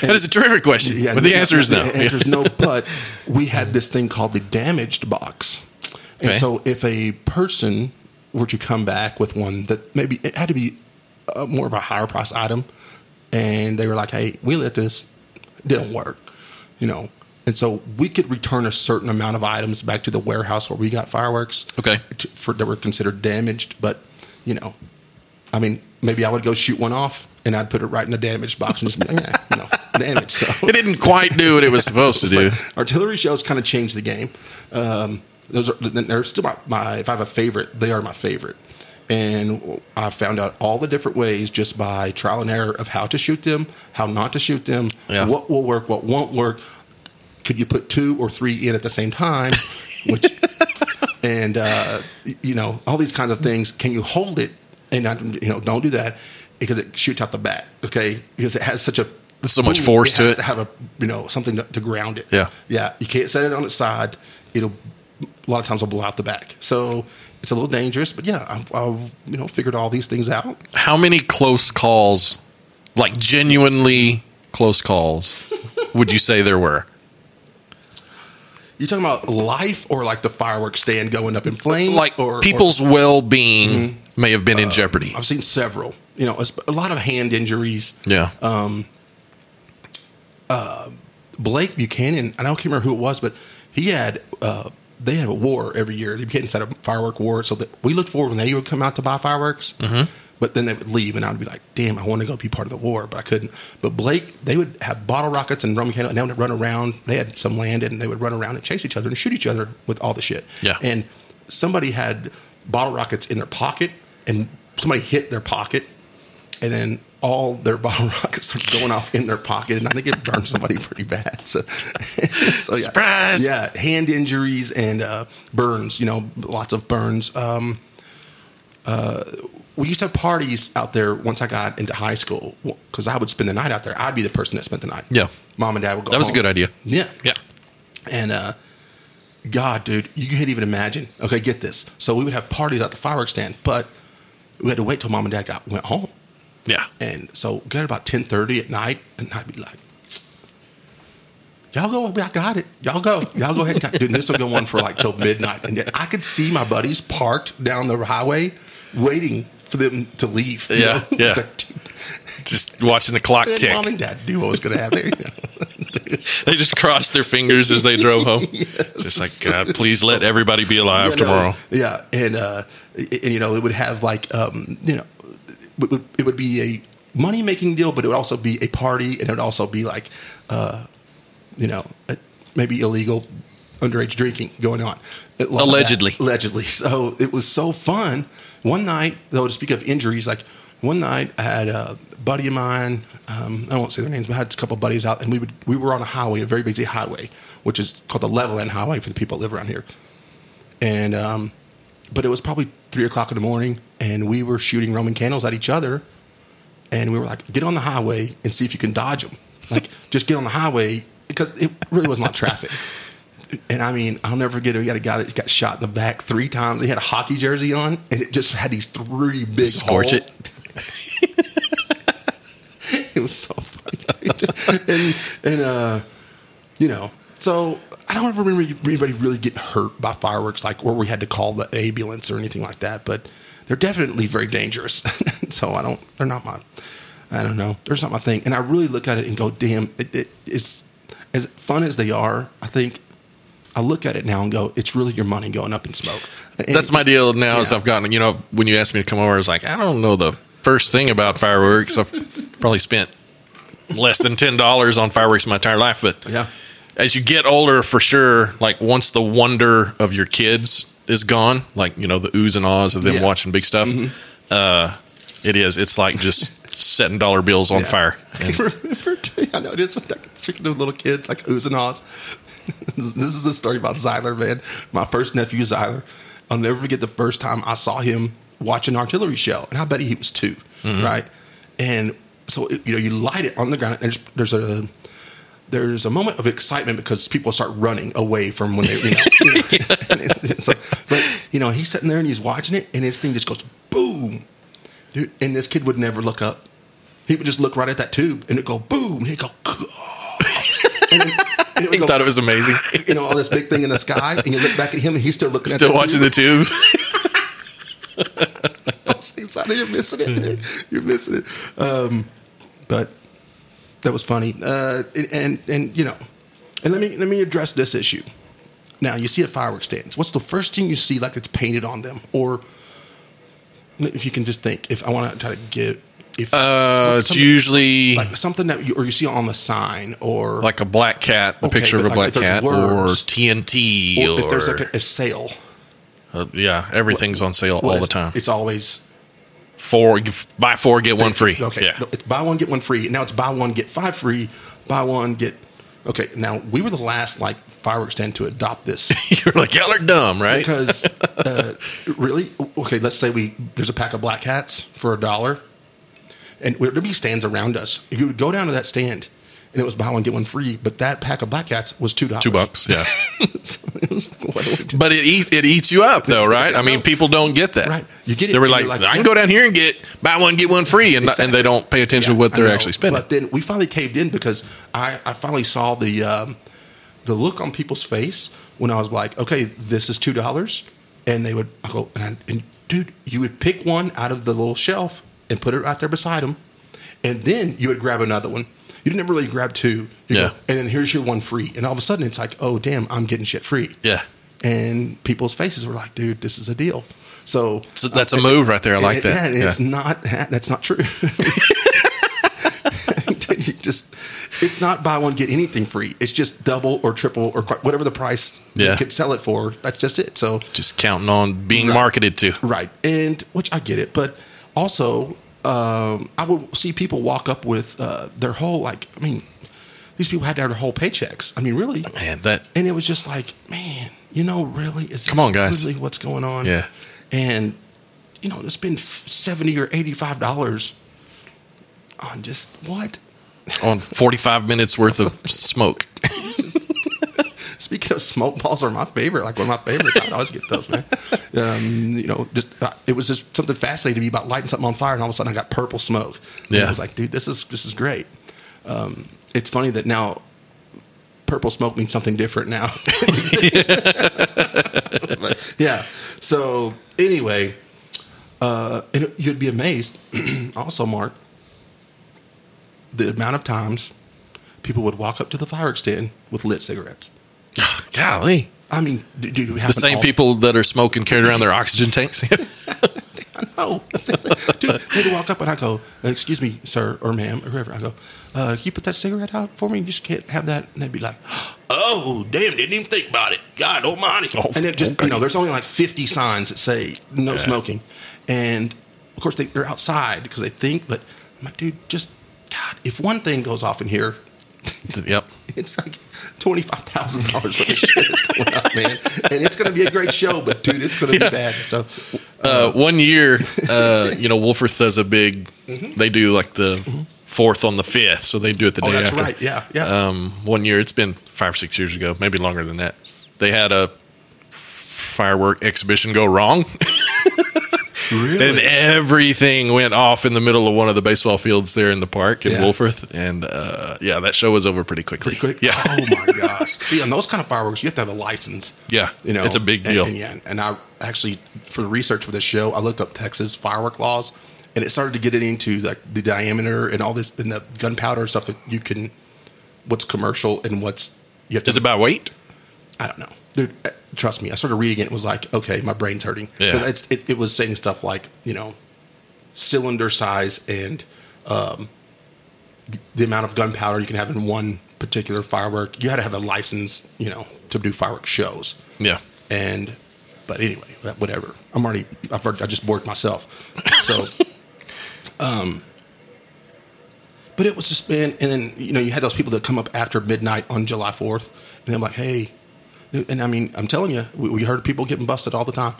Speaker 3: That is a terrific
Speaker 2: [LAUGHS]
Speaker 3: question,
Speaker 2: yeah,
Speaker 3: but the answer is no.
Speaker 2: The answer is no. But we had this thing called the damaged box, and
Speaker 3: Okay.
Speaker 2: so if a person were to come back with one that maybe it had to be uh more of a higher price item, and they were like, "Hey, we lit this, it didn't work," you know. And so we could return a certain amount of items back to the warehouse where we got fireworks.
Speaker 3: Okay.
Speaker 2: To, for, that were considered damaged, but you know, I mean, maybe I would go shoot one off and I'd put it right in the damaged box and just be like, yeah, you know, damaged. So
Speaker 3: It didn't quite do what it was supposed to
Speaker 2: [LAUGHS]
Speaker 3: do.
Speaker 2: artillery shells kind of changed the game. Um, those are they're still my, my if I have a favorite, they are my favorite. And I found out all the different ways just by trial and error of how to shoot them, how not to shoot them,
Speaker 3: Yeah.
Speaker 2: what will work, what won't work. Could you put two or three in at the same time? Which [LAUGHS] and uh, y- you know all these kinds of things. Can you hold it? And I, you know, don't do that because it shoots out the back. Okay, because it has such a
Speaker 3: So much force to
Speaker 2: has
Speaker 3: it.
Speaker 2: To have a you know something to, to ground it.
Speaker 3: Yeah.
Speaker 2: yeah. You can't set it on its side. It'll a lot of times will blow out the back. So it's a little dangerous. But yeah, I've, I've you know figured all these things out.
Speaker 3: How many close calls, like genuinely close calls, would you say there were?
Speaker 2: You talking about life or like the fireworks stand going up in flames?
Speaker 3: Like
Speaker 2: or or-
Speaker 3: people's well-being may have been in jeopardy.
Speaker 2: Mm-hmm. Uh, I've seen several. You know, a lot of hand injuries.
Speaker 3: Yeah.
Speaker 2: Uh, Blake Buchanan, and I don't remember who it was, but he had uh, they have a war every year. They Buchanan set up a firework war, so that we looked forward when they would come out to buy fireworks. But then they would leave, and I'd be like, "Damn, I want to go be part of the war," but I couldn't. But Blake, they would have bottle rockets and rum candles, and they would run around. They had some land, and they would run around and chase each other and shoot each other with all the shit.
Speaker 3: Yeah.
Speaker 2: And somebody had bottle rockets in their pocket, and somebody hit their pocket, and then all their bottle [LAUGHS] rockets are going off in their pocket, and I think it burned somebody [LAUGHS] pretty bad. So, so, yeah.
Speaker 3: Surprise!
Speaker 2: Yeah, hand injuries and uh, burns. You know, lots of burns. Um, uh, we used to have parties out there once I got into high school because I would spend the night out there. I'd be the person that spent the night.
Speaker 3: Yeah.
Speaker 2: mom and dad would go.
Speaker 3: That was a
Speaker 2: home.
Speaker 3: good idea.
Speaker 2: Yeah,
Speaker 3: yeah.
Speaker 2: and uh, God, dude, you can't even imagine. Okay, get this. So we would have parties at the fireworks stand, but we had to wait till mom and dad got went home.
Speaker 3: Yeah.
Speaker 2: And so got it about ten thirty at night, and I'd be like, "Y'all go, I got it. Y'all go, y'all go ahead." And got, dude, this will go on for like till midnight, and then I could see my buddies parked down the highway, waiting for them to leave. you
Speaker 3: Yeah,
Speaker 2: know? It's
Speaker 3: yeah.
Speaker 2: like, dude,
Speaker 3: Just watching the clock
Speaker 2: man,
Speaker 3: tick.
Speaker 2: mom and dad knew what was going to happen.
Speaker 3: [LAUGHS] They just crossed their fingers as they
Speaker 2: [LAUGHS]
Speaker 3: drove home. It's like, God, please let everybody be alive
Speaker 2: Yeah, no,
Speaker 3: tomorrow.
Speaker 2: Yeah, and uh, and you know it would have like um, you know it would, it would be a money making deal, but it would also be a party, and it would also be like uh, you know uh, maybe illegal underage drinking going on A lot of that.
Speaker 3: Allegedly.
Speaker 2: allegedly. So it was so fun. One night, though, to speak of injuries, like one night I had a buddy of mine. Um, I won't say their names, but I had a couple of buddies out, and we would we were on a highway, a very busy highway, which is called the Level End Highway for the people that live around here and um, but it was probably three o'clock in the morning, and we were shooting Roman candles at each other, and we were like, "Get on the highway and see if you can dodge them.
Speaker 3: [LAUGHS]
Speaker 2: Like, just get on the highway because it really was not traffic." And I mean, I'll never forget. it. We had a guy that got shot in the back three times. He had a hockey jersey on, and it just had these three big
Speaker 3: Scorch
Speaker 2: holes.
Speaker 3: it.
Speaker 2: [LAUGHS] it was so funny, and and uh, you know. So I don't ever remember anybody really getting hurt by fireworks, like where we had to call the [LAUGHS] ambulance or anything like that. But they're definitely very dangerous. so I don't. They're not my. I don't know. There's not my thing, and I really look at it and go, "Damn, it, it, it's as fun as they are." I think I look at it now and go, "It's really your money going up in smoke." And
Speaker 3: That's my deal now. Is
Speaker 2: Yeah.
Speaker 3: I've gotten you know when you asked me to come over, I was like, I don't know the first thing about fireworks. I've probably spent less than ten dollars on fireworks my entire life, but
Speaker 2: Yeah.
Speaker 3: as you get older, for sure, like once the wonder of your kids is gone, like you know the oohs and ahs of them
Speaker 2: Yeah. Mm-hmm.
Speaker 3: watching big stuff, uh, it is. It's like just setting dollar bills on
Speaker 2: Yeah. [LAUGHS]
Speaker 3: fire.
Speaker 2: I
Speaker 3: And
Speaker 2: remember, too, I know it is. Like, speaking of little kids, like oohs and ahs. [LAUGHS] this this is a story about Zyler, man. My first nephew, Zyler. I'll never forget the first time I saw him watch an artillery shell, and I bet he was 2 right? And so it- you know, you light it on the ground, and there's, there's a there's a moment of excitement because people start running away from when they, you know. You know. [LAUGHS] And it's- so- but you know, he's sitting there and he's watching it, and his thing just goes boom, dude. And this kid would never look up. He would just look right at that tube, and it would go boom, and he'd go. [LAUGHS] And then- and it would
Speaker 3: he
Speaker 2: go,
Speaker 3: thought it was amazing.
Speaker 2: you know all this big thing in the sky, and you look back at him, and he's [LAUGHS] still looking.
Speaker 3: Still
Speaker 2: at
Speaker 3: watching the tube.
Speaker 2: He's out there, You're missing
Speaker 3: [LAUGHS]
Speaker 2: it. You're missing it. Um, but that was funny. Uh, and, and and you know, and let me let me address this issue. Now you see at fireworks stands. What's the first thing you see like it's painted on them, or if you can just think, if I want to try to get if
Speaker 3: [LAUGHS] Uh,
Speaker 2: what's
Speaker 3: it's
Speaker 2: something-
Speaker 3: usually
Speaker 2: like something that you, or you see on the sign or
Speaker 3: like a black cat, the
Speaker 2: Okay,
Speaker 3: picture of a
Speaker 2: but like
Speaker 3: black
Speaker 2: if there's
Speaker 3: cat,
Speaker 2: words,
Speaker 3: or TNT,
Speaker 2: or
Speaker 3: or,
Speaker 2: if there's like a, a sale
Speaker 3: uh, yeah, everything's on sale
Speaker 2: Well,
Speaker 3: all the
Speaker 2: it's-
Speaker 3: time.
Speaker 2: It's always
Speaker 3: Four, buy four, get one free.
Speaker 2: Okay.
Speaker 3: yeah.
Speaker 2: No, it's buy one, get one free. Now it's buy one, get five free. Buy one, get. Okay. Now we were the last like fireworks stand to adopt
Speaker 3: [LAUGHS]
Speaker 2: this
Speaker 3: [LAUGHS] You're like y'all are dumb, right?
Speaker 2: because uh, really, okay, let's say we there's a pack of black hats for a dollar, and there'd be stands around us. You would go down to that stand, and it was buy one, get one free. But that pack of black hats was two dollars.
Speaker 3: Two
Speaker 2: [LAUGHS]
Speaker 3: bucks, yeah.
Speaker 2: It was- what do we do?
Speaker 3: But it eats it eats you up though, right?
Speaker 2: [LAUGHS]
Speaker 3: I mean, people don't get that.
Speaker 2: Right. You get it
Speaker 3: They were
Speaker 2: and
Speaker 3: like,
Speaker 2: you're like,
Speaker 3: I can
Speaker 2: what?
Speaker 3: go down here and get buy one get one free, and not- and they don't pay attention to
Speaker 2: Yeah,
Speaker 3: what
Speaker 2: I
Speaker 3: they're
Speaker 2: know.
Speaker 3: actually spending.
Speaker 2: But then we finally caved in because I, I finally saw the um, the look on people's face when I was like, okay, this is two dollars, and they would I go and, I, and dude, you would pick one out of the little shelf and put it right there beside them, and then you would grab another one. You didn't really grab two, You
Speaker 3: Yeah.
Speaker 2: go, and then here's your one free, and all of a sudden it's like, oh damn, I'm getting shit free.
Speaker 3: yeah.
Speaker 2: and people's faces were like, dude, this is a deal. So uh,
Speaker 3: So that's a move right there. I like
Speaker 2: and-
Speaker 3: that.
Speaker 2: and
Speaker 3: Yeah.
Speaker 2: it's not that's not
Speaker 3: [LAUGHS]
Speaker 2: true. [LAUGHS] you just it's not buy one get anything free. It's just double or triple or qu- whatever the price
Speaker 3: Yeah.
Speaker 2: you could sell it for. That's just it. So
Speaker 3: Just counting on being marketed to.
Speaker 2: right, and which I get it, but also um, I would see people walk up with uh, their whole like. I mean, these people had their whole paychecks. I mean, really,
Speaker 3: Man, that
Speaker 2: and it was just like, man, you know, really, is
Speaker 3: Come on, guys.
Speaker 2: really what's going on?
Speaker 3: Yeah.
Speaker 2: and you know, to spend seventy or eighty-five dollars on just what?
Speaker 3: on forty five minutes worth of
Speaker 2: [LAUGHS]
Speaker 3: smoke.
Speaker 2: Speaking of smoke balls, are my favorite. Like one of my favorites. I would always get those, man. Um, you know, just uh, it was just something fascinating to me about lighting something on fire, and all of a sudden I got purple smoke. And
Speaker 3: Yeah.
Speaker 2: I was like, dude, this is this is great. Um, it's funny that now purple smoke means something different now. [LAUGHS] But, yeah. So anyway, uh, and you'd be amazed, [CLEARS THROAT] also, Mark, the amount of times people would walk up to the fireworks stand with lit cigarettes.
Speaker 3: Golly.
Speaker 2: I mean, do, do you have
Speaker 3: The same people that are smoking carried around their
Speaker 2: [LAUGHS]
Speaker 3: oxygen tanks. [LAUGHS]
Speaker 2: No, dude, they'd walk up and I go, "Excuse me, sir or ma'am or whoever." I go, uh, "Can you put that cigarette out for me? You just can't have that." And they'd be like, "Oh, damn! Didn't even think about it. God almighty!"
Speaker 3: Oh,
Speaker 2: and it just
Speaker 3: okay.
Speaker 2: you know, there's only like 50 signs that say no smoking, and of course they, they're outside because they think. But my dude, just God, if one thing goes off in here,
Speaker 3: yep.
Speaker 2: it's like twenty five thousand dollars worth of shit is going up, man. And it's going to be a great show, but dude, it's going to be bad. So
Speaker 3: uh, one year,
Speaker 2: [LAUGHS]
Speaker 3: uh, you know, Wolfrith does a big. They do like the fourth on the fifth, so they do it the
Speaker 2: Mm-hmm. Oh,
Speaker 3: day
Speaker 2: that's
Speaker 3: after.
Speaker 2: right. Yeah, yeah.
Speaker 3: Um, one year, it's been five or six years ago, maybe longer than that. They had a firework exhibition go wrong, [LAUGHS]
Speaker 2: really,
Speaker 3: and everything went off in the middle of one of the baseball fields there in the park in
Speaker 2: Yeah.
Speaker 3: Wolfrith. And uh, yeah, that show was over pretty quickly.
Speaker 2: quick.
Speaker 3: [LAUGHS] Yeah,
Speaker 2: Oh my gosh. See, on those kind of fireworks, you have to have a license.
Speaker 3: Yeah.
Speaker 2: You know,
Speaker 3: It's a big
Speaker 2: and-
Speaker 3: deal.
Speaker 2: And, yeah, and I actually for the research for this show, I looked up Texas firework laws, and it started to get into like the diameter and all this and the gunpowder stuff that you can what's commercial and what's you have to
Speaker 3: Is it by weight?
Speaker 2: I don't know. Dude, uh, trust me. I started reading it and was like, okay, my brain's hurting.
Speaker 3: Yeah.
Speaker 2: 'Cause It's, it, it was saying stuff like, you know, cylinder size and um, the amount of gunpowder you can have in one particular firework. You had to have a license, you know, to do firework shows.
Speaker 3: Yeah.
Speaker 2: And, but anyway, that- whatever. I'm already, I've already, I just bored myself. So, um, but it was just been, and then, you know, you had those people that come up after midnight on July 4th, and I'm like, hey, and I mean, I'm telling you, we, we heard people getting busted all the time.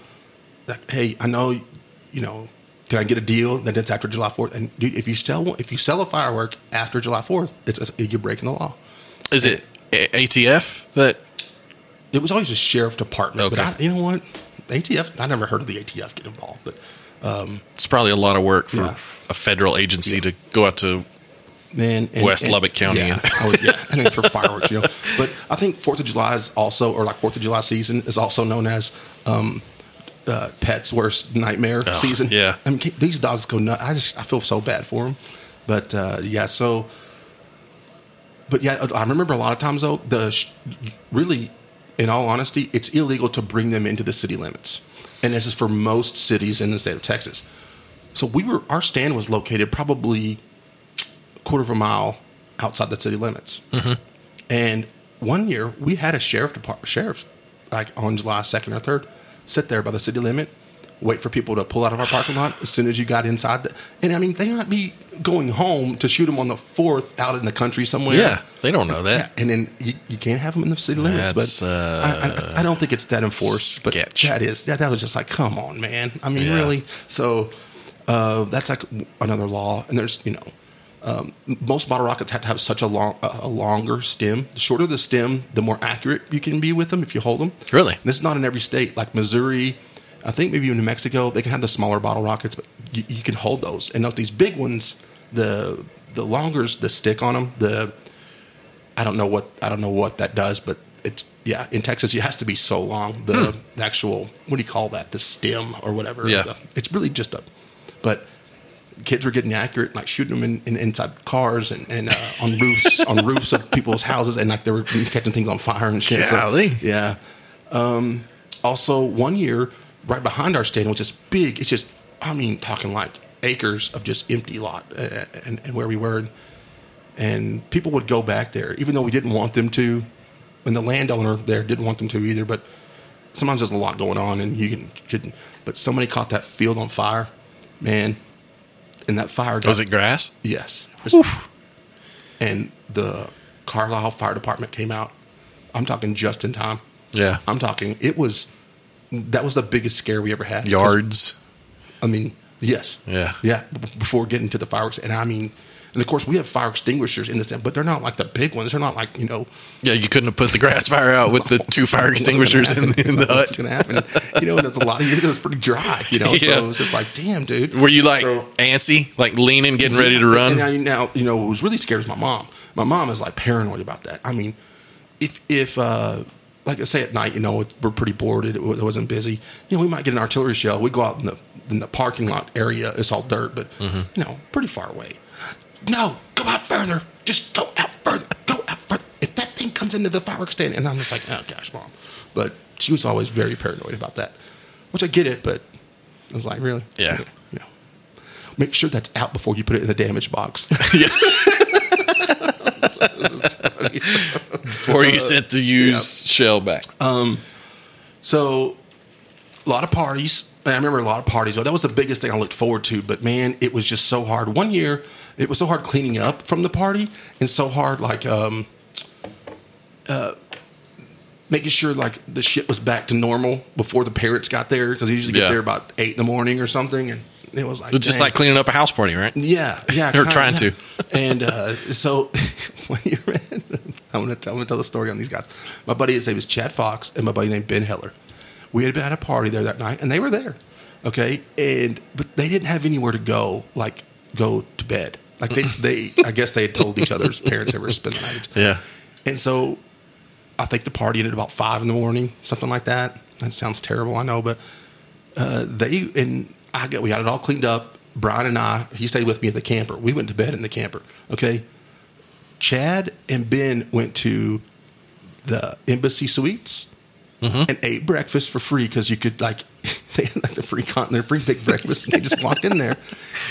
Speaker 2: Like, hey, I know, you know, can I get a deal? And it's after July 4th. And dude, if you sell, if you sell a firework after July 4th, it's, it's you're breaking the law.
Speaker 3: Is it A- ATF that?
Speaker 2: It was always a sheriff department. But I,
Speaker 3: Okay.
Speaker 2: you know what? ATF, I never heard of the ATF get involved, but
Speaker 3: It's probably a lot of work for
Speaker 2: Yeah.
Speaker 3: a federal agency to go out to.
Speaker 2: man, and-
Speaker 3: West
Speaker 2: and-
Speaker 3: Lubbock County.
Speaker 2: Yeah, I would- yeah, [LAUGHS] I think for fireworks, you know. But I think Fourth of July is also, or like Fourth of July season is also known as um, uh, pets' worst nightmare season.
Speaker 3: Oh, yeah.
Speaker 2: I mean ca- these dogs go nuts. I just I feel so bad for them, but uh, yeah, so. But yeah, I remember a lot of times though the sh- really, in all honesty, it's illegal to bring them into the city limits, and this is for most cities in the state of Texas. So we were our stand was located probably quarter of a mile outside the city limits. And one year we had a sheriff department, sheriff, like on July 2nd or 3rd, sit there by the city limit, wait for people to pull out of our parking lot as soon as you got inside. The, and I mean, they might be going home to shoot them on the 4th out in the country somewhere.
Speaker 3: Yeah, they don't know that.
Speaker 2: And then you, you can't have them in the city limits.
Speaker 3: That's,
Speaker 2: but
Speaker 3: uh,
Speaker 2: I, I, I don't think it's that enforced.
Speaker 3: sketch.
Speaker 2: But that is that, that was just like, come on, man. I mean,
Speaker 3: Yeah.
Speaker 2: really. So uh, that's like another law. And there's you know, um, most bottle rockets have to have such a long a a longer stem. The shorter the stem, the more accurate you can be with them if you hold them.
Speaker 3: Really?
Speaker 2: This is not in every state. Like Missouri, I think maybe in New Mexico, they can have the smaller bottle rockets, but you, you can hold those. And of these big ones, the the longer's the stick on them. The I don't know what I don't know what that does, but it's yeah. In Texas, it has to be so long. The, the actual what do you call that? The stem or whatever.
Speaker 3: Hmm. Yeah.
Speaker 2: The- it's really just a. But kids were getting accurate, like shooting them in, in inside cars and, and uh, on
Speaker 3: [LAUGHS]
Speaker 2: roofs on roofs of people's houses, and like they were catching things on fire and shit. So-
Speaker 3: Golly.
Speaker 2: yeah. Um, also, one year right behind our stand was just big. It's just, I mean, talking like acres of just empty lot uh, and, and where we were. And, and people would go back there, even though we didn't want them to. And the landowner there didn't want them to either. But sometimes there's a lot going on and you can, shouldn't. But somebody caught that field on fire, man. And that fire got
Speaker 3: Was it grass?
Speaker 2: Yes. And the Carlisle Fire Department came out. I'm talking just in time.
Speaker 3: Yeah.
Speaker 2: I'm talking it was that was the biggest scare we ever had.
Speaker 3: Yards.
Speaker 2: I mean, yes.
Speaker 3: Yeah.
Speaker 2: Yeah. b- Before getting to the fireworks. And I mean and of course we have fire extinguishers in this end, but they're not like the big ones. They're not like, you know,
Speaker 3: Yeah, you couldn't have put the grass [LAUGHS] fire out with the two fire
Speaker 2: what's gonna
Speaker 3: extinguishers in the,
Speaker 2: happen?
Speaker 3: in the
Speaker 2: What's [LAUGHS]
Speaker 3: hut.
Speaker 2: gonna happen. You know, and it's a lot [LAUGHS] of it was pretty dry, you know.
Speaker 3: [LAUGHS] Yeah.
Speaker 2: So it was just like, damn dude.
Speaker 3: Were you like
Speaker 2: So-
Speaker 3: antsy, like leaning, getting ready to
Speaker 2: And
Speaker 3: run?
Speaker 2: now, now, you know, what was really scared was my mom. My mom is like paranoid about that. I mean, if if uh, like I say at night, you know, it- we're pretty bored. It, it wasn't busy. You know, we might get an artillery shell. We go out in the in the parking lot area. It's all dirt, but
Speaker 3: Mm-hmm.
Speaker 2: you know, pretty far away. No, go out further. Just go out further. Go out further. If that thing comes into the fireworks stand, and I'm just like, oh gosh, mom. But she was always very paranoid about that, which I get it. But I was like, really?
Speaker 3: Yeah.
Speaker 2: Yeah. Make sure that's out before you put it in the damage box.
Speaker 3: [LAUGHS]
Speaker 2: [LAUGHS]
Speaker 3: Yeah. Before you sent the used shell back.
Speaker 2: Oh, So, a lot of parties. And I remember a lot of parties. That was the biggest thing I looked forward to. But man, it was just so hard. One year, it was so hard cleaning up from the party, and so hard like um, uh, making sure like the shit was back to normal before the parents got there because they usually get
Speaker 3: Yeah.
Speaker 2: there about eight in the morning or something, and it was like
Speaker 3: It's just
Speaker 2: dang.
Speaker 3: like cleaning up a house party, right?
Speaker 2: Yeah, yeah,
Speaker 3: They were trying to.
Speaker 2: And uh, so [LAUGHS] one year, man, I'm gonna tell, I'm gonna tell the story on these guys. My buddy, his name is Chad Fox, and my buddy named Ben Heller. We had been at a party there that night, and they were there, okay. And but they didn't have anywhere to go, like go to bed. Like they, they, I guess they had told each other's parents they were gonna spend the night.
Speaker 3: Yeah.
Speaker 2: And so I think the party ended about five in the morning, something like that. That sounds terrible, I know, but uh, they and I got we got it all cleaned up, Brian and I, he stayed with me at the camper. We went to bed in the camper. Okay. Chad and Ben went to the embassy suites and ate breakfast for free because you could like [LAUGHS] they had like the free con their free big breakfast. and they just walked in there.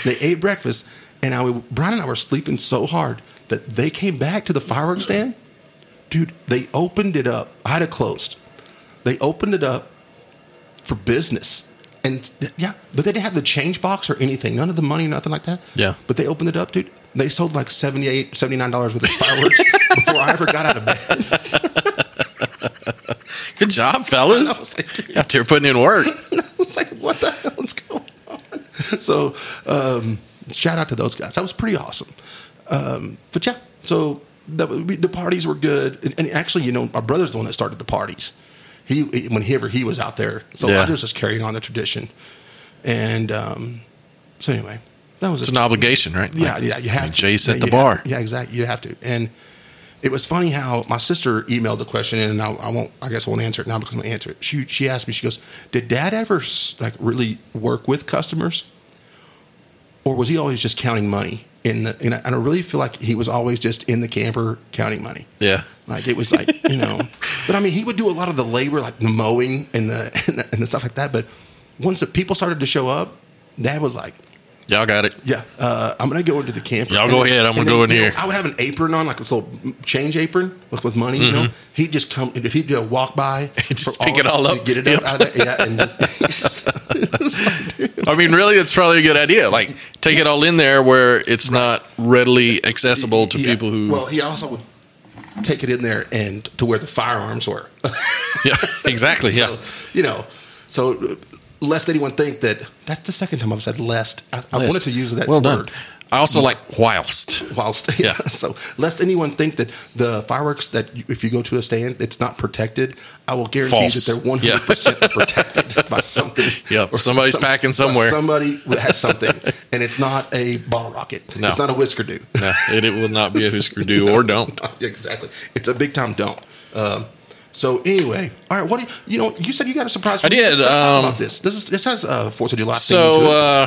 Speaker 2: They ate breakfast, and I Brian and I were sleeping so hard that they came back to the fireworks stand. Dude, they opened it up. I had it closed. They opened it up for business. And yeah, but they didn't have the change box or anything. None of the money, nothing like that.
Speaker 3: Yeah.
Speaker 2: But they opened it up, dude. They sold like 78 $79 worth of fireworks before I ever got out of bed.
Speaker 3: Good
Speaker 2: [LAUGHS]
Speaker 3: job, fellas. Out there putting in work.
Speaker 2: I was like, what the hell is going on? [LAUGHS] So, um, shout out to those guys. That was pretty awesome. Um, but yeah, so that, would be- the parties were good. And, and actually, you know, my brother's the one that started the parties. He, whenever he was out there. So
Speaker 3: Yeah.
Speaker 2: I was just carrying on the tradition. And, um, so anyway, that was
Speaker 3: It's an obligation, right?
Speaker 2: yeah,
Speaker 3: Like,
Speaker 2: yeah, you have
Speaker 3: I mean,
Speaker 2: to.
Speaker 3: Jace
Speaker 2: Yeah,
Speaker 3: at the
Speaker 2: you
Speaker 3: bar.
Speaker 2: have- yeah, exactly. You have to. And it was funny how my sister emailed the question, and I, I won't. I guess I won't answer it now because I'm gonna answer it. She she asked me. She goes, "Did Dad ever s- like really work with customers, or was he always just counting money?" In the, and I, and I really feel like he was always just in the camper counting money.
Speaker 3: Yeah.
Speaker 2: Like it was like you
Speaker 3: [LAUGHS]
Speaker 2: know, but I mean, he would do a lot of the labor, like the mowing and the and the, and the stuff like that. But once the people started to show up, Dad was like,
Speaker 3: Y'all got it.
Speaker 2: yeah, uh, I'm gonna go into the camper.
Speaker 3: Y'all go
Speaker 2: And-
Speaker 3: ahead, I'm gonna
Speaker 2: and
Speaker 3: go
Speaker 2: then,
Speaker 3: in
Speaker 2: you know,
Speaker 3: here.
Speaker 2: I would have an apron on, like this little change apron with, with money. You know, he'd just come if he'd do a walk by,
Speaker 3: Mm-hmm. [LAUGHS] just
Speaker 2: for
Speaker 3: pick it all up.
Speaker 2: get it
Speaker 3: Yep.
Speaker 2: up out of there, yeah, and just, [LAUGHS] it was like, dude,
Speaker 3: I mean, really, it's probably a good idea. Like, take it all in there where it's not readily accessible to
Speaker 2: yeah.
Speaker 3: people who.
Speaker 2: Well, he also would take it in there and to where the firearms were.
Speaker 3: [LAUGHS]
Speaker 2: [LAUGHS]
Speaker 3: yeah, exactly. Yeah.
Speaker 2: So, you know, so uh, lest anyone think that that's the second time I've said lest. I, I wanted to use that
Speaker 3: Well
Speaker 2: word.
Speaker 3: done. I also like whilst.
Speaker 2: whilst [LAUGHS]
Speaker 3: Yeah.
Speaker 2: yeah. so lest anyone think that the fireworks that you, if you go to a stand it's not protected i will guarantee
Speaker 3: False.
Speaker 2: that they're 100% [LAUGHS] protected by something
Speaker 3: [LAUGHS] Yep. Somebody's packing
Speaker 2: by
Speaker 3: somewhere. [LAUGHS]
Speaker 2: somebody has something and it's not a ball rocket
Speaker 3: No.
Speaker 2: it's not a whisker do
Speaker 3: No, it, it will
Speaker 2: [LAUGHS]
Speaker 3: not be a Husker do or don't.
Speaker 2: exactly it's a big time don't um, so anyway all right what do you, you know you said you got a surprise for
Speaker 3: I
Speaker 2: me.
Speaker 3: did,
Speaker 2: Let's talk
Speaker 3: um,
Speaker 2: about this this, is, this has a fourth of july thing
Speaker 3: So
Speaker 2: to it.
Speaker 3: uh,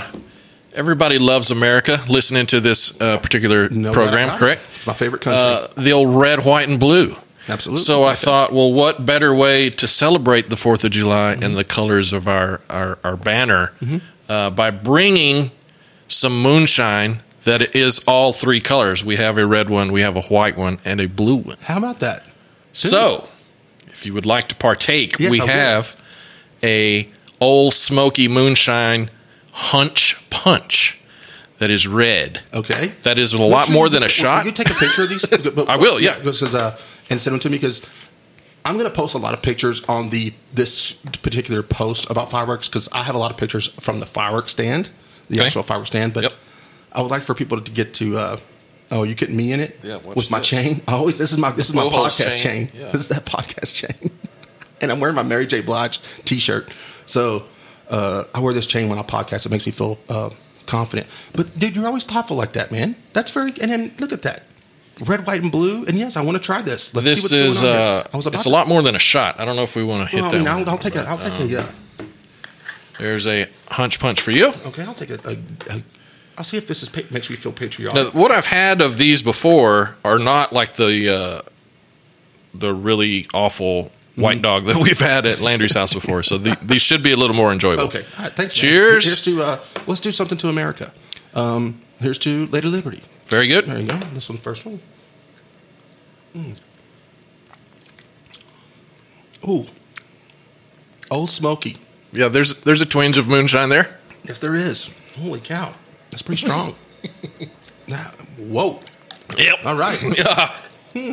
Speaker 3: everybody loves America. Listening to this uh, particular
Speaker 2: No doubt
Speaker 3: program,
Speaker 2: about it.
Speaker 3: correct?
Speaker 2: it's my favorite country
Speaker 3: Uh, the old red, white, and blue.
Speaker 2: Absolutely.
Speaker 3: So I
Speaker 2: Okay.
Speaker 3: thought, well, what better way to celebrate the Fourth of July and the colors of our our, our banner
Speaker 2: Mm-hmm.
Speaker 3: uh, by bringing some moonshine that is all three colors. We have a red one, we have a white one, and a blue one.
Speaker 2: how about that
Speaker 3: So, if you would like to partake,
Speaker 2: Yes,
Speaker 3: we
Speaker 2: I would.
Speaker 3: have a old smoky moonshine hunch punch that is red.
Speaker 2: Okay.
Speaker 3: That is a lot
Speaker 2: Would you-
Speaker 3: more than a
Speaker 2: would
Speaker 3: shot.
Speaker 2: You take a picture of these.
Speaker 3: [LAUGHS]
Speaker 2: But-
Speaker 3: I will, yeah.
Speaker 2: This is, uh, and send them to me because I'm going to post a lot of pictures on the this particular post about fireworks because I have a lot of pictures from the fireworks stand, the
Speaker 3: Okay.
Speaker 2: actual fireworks stand. But
Speaker 3: Yep.
Speaker 2: I would like for people to get to. Uh, oh, you kidding me in it?
Speaker 3: Yeah, watch
Speaker 2: With my
Speaker 3: this.
Speaker 2: chain. I always. This is my. This is my
Speaker 3: Blowhole's
Speaker 2: podcast
Speaker 3: chain,
Speaker 2: chain. [LAUGHS]
Speaker 3: yeah.
Speaker 2: This is that podcast chain. [LAUGHS] and I'm wearing my Mary J. Blige T-shirt. So uh, I wear this chain when I podcast. It makes me feel uh, confident. But dude, you're always thoughtful like that, man. That's very. And then look at that, red, white, and blue. And yes, I want to try this. Let's
Speaker 3: this is
Speaker 2: here.
Speaker 3: uh,
Speaker 2: I was about
Speaker 3: it's
Speaker 2: to,
Speaker 3: a lot more than a shot. I don't know if we want to hit
Speaker 2: Well, I
Speaker 3: that.
Speaker 2: mean,
Speaker 3: one,
Speaker 2: I'll, I'll take
Speaker 3: but,
Speaker 2: a. I'll take
Speaker 3: um,
Speaker 2: a. Yeah.
Speaker 3: There's a hunch punch for you.
Speaker 2: Okay, I'll take a. a, a I'll see if this is pa- makes me feel patriotic.
Speaker 3: Now, what I've had of these before are not like the uh, the really awful
Speaker 2: Mm-hmm.
Speaker 3: white dog that we've had at Landry's house before. So the, these should be a little more enjoyable.
Speaker 2: Okay. All right, thanks. man.
Speaker 3: Cheers.
Speaker 2: Here's to uh, let's do something to America. Um, here's to Lady Liberty.
Speaker 3: Very good.
Speaker 2: There you go. This one, first one. Mm. Ooh, Old Smoky.
Speaker 3: Yeah, there's there's a twinge of moonshine there.
Speaker 2: Yes, there is. Holy cow, that's pretty strong. [LAUGHS] Nah, whoa!
Speaker 3: Yep.
Speaker 2: All right. Hmm.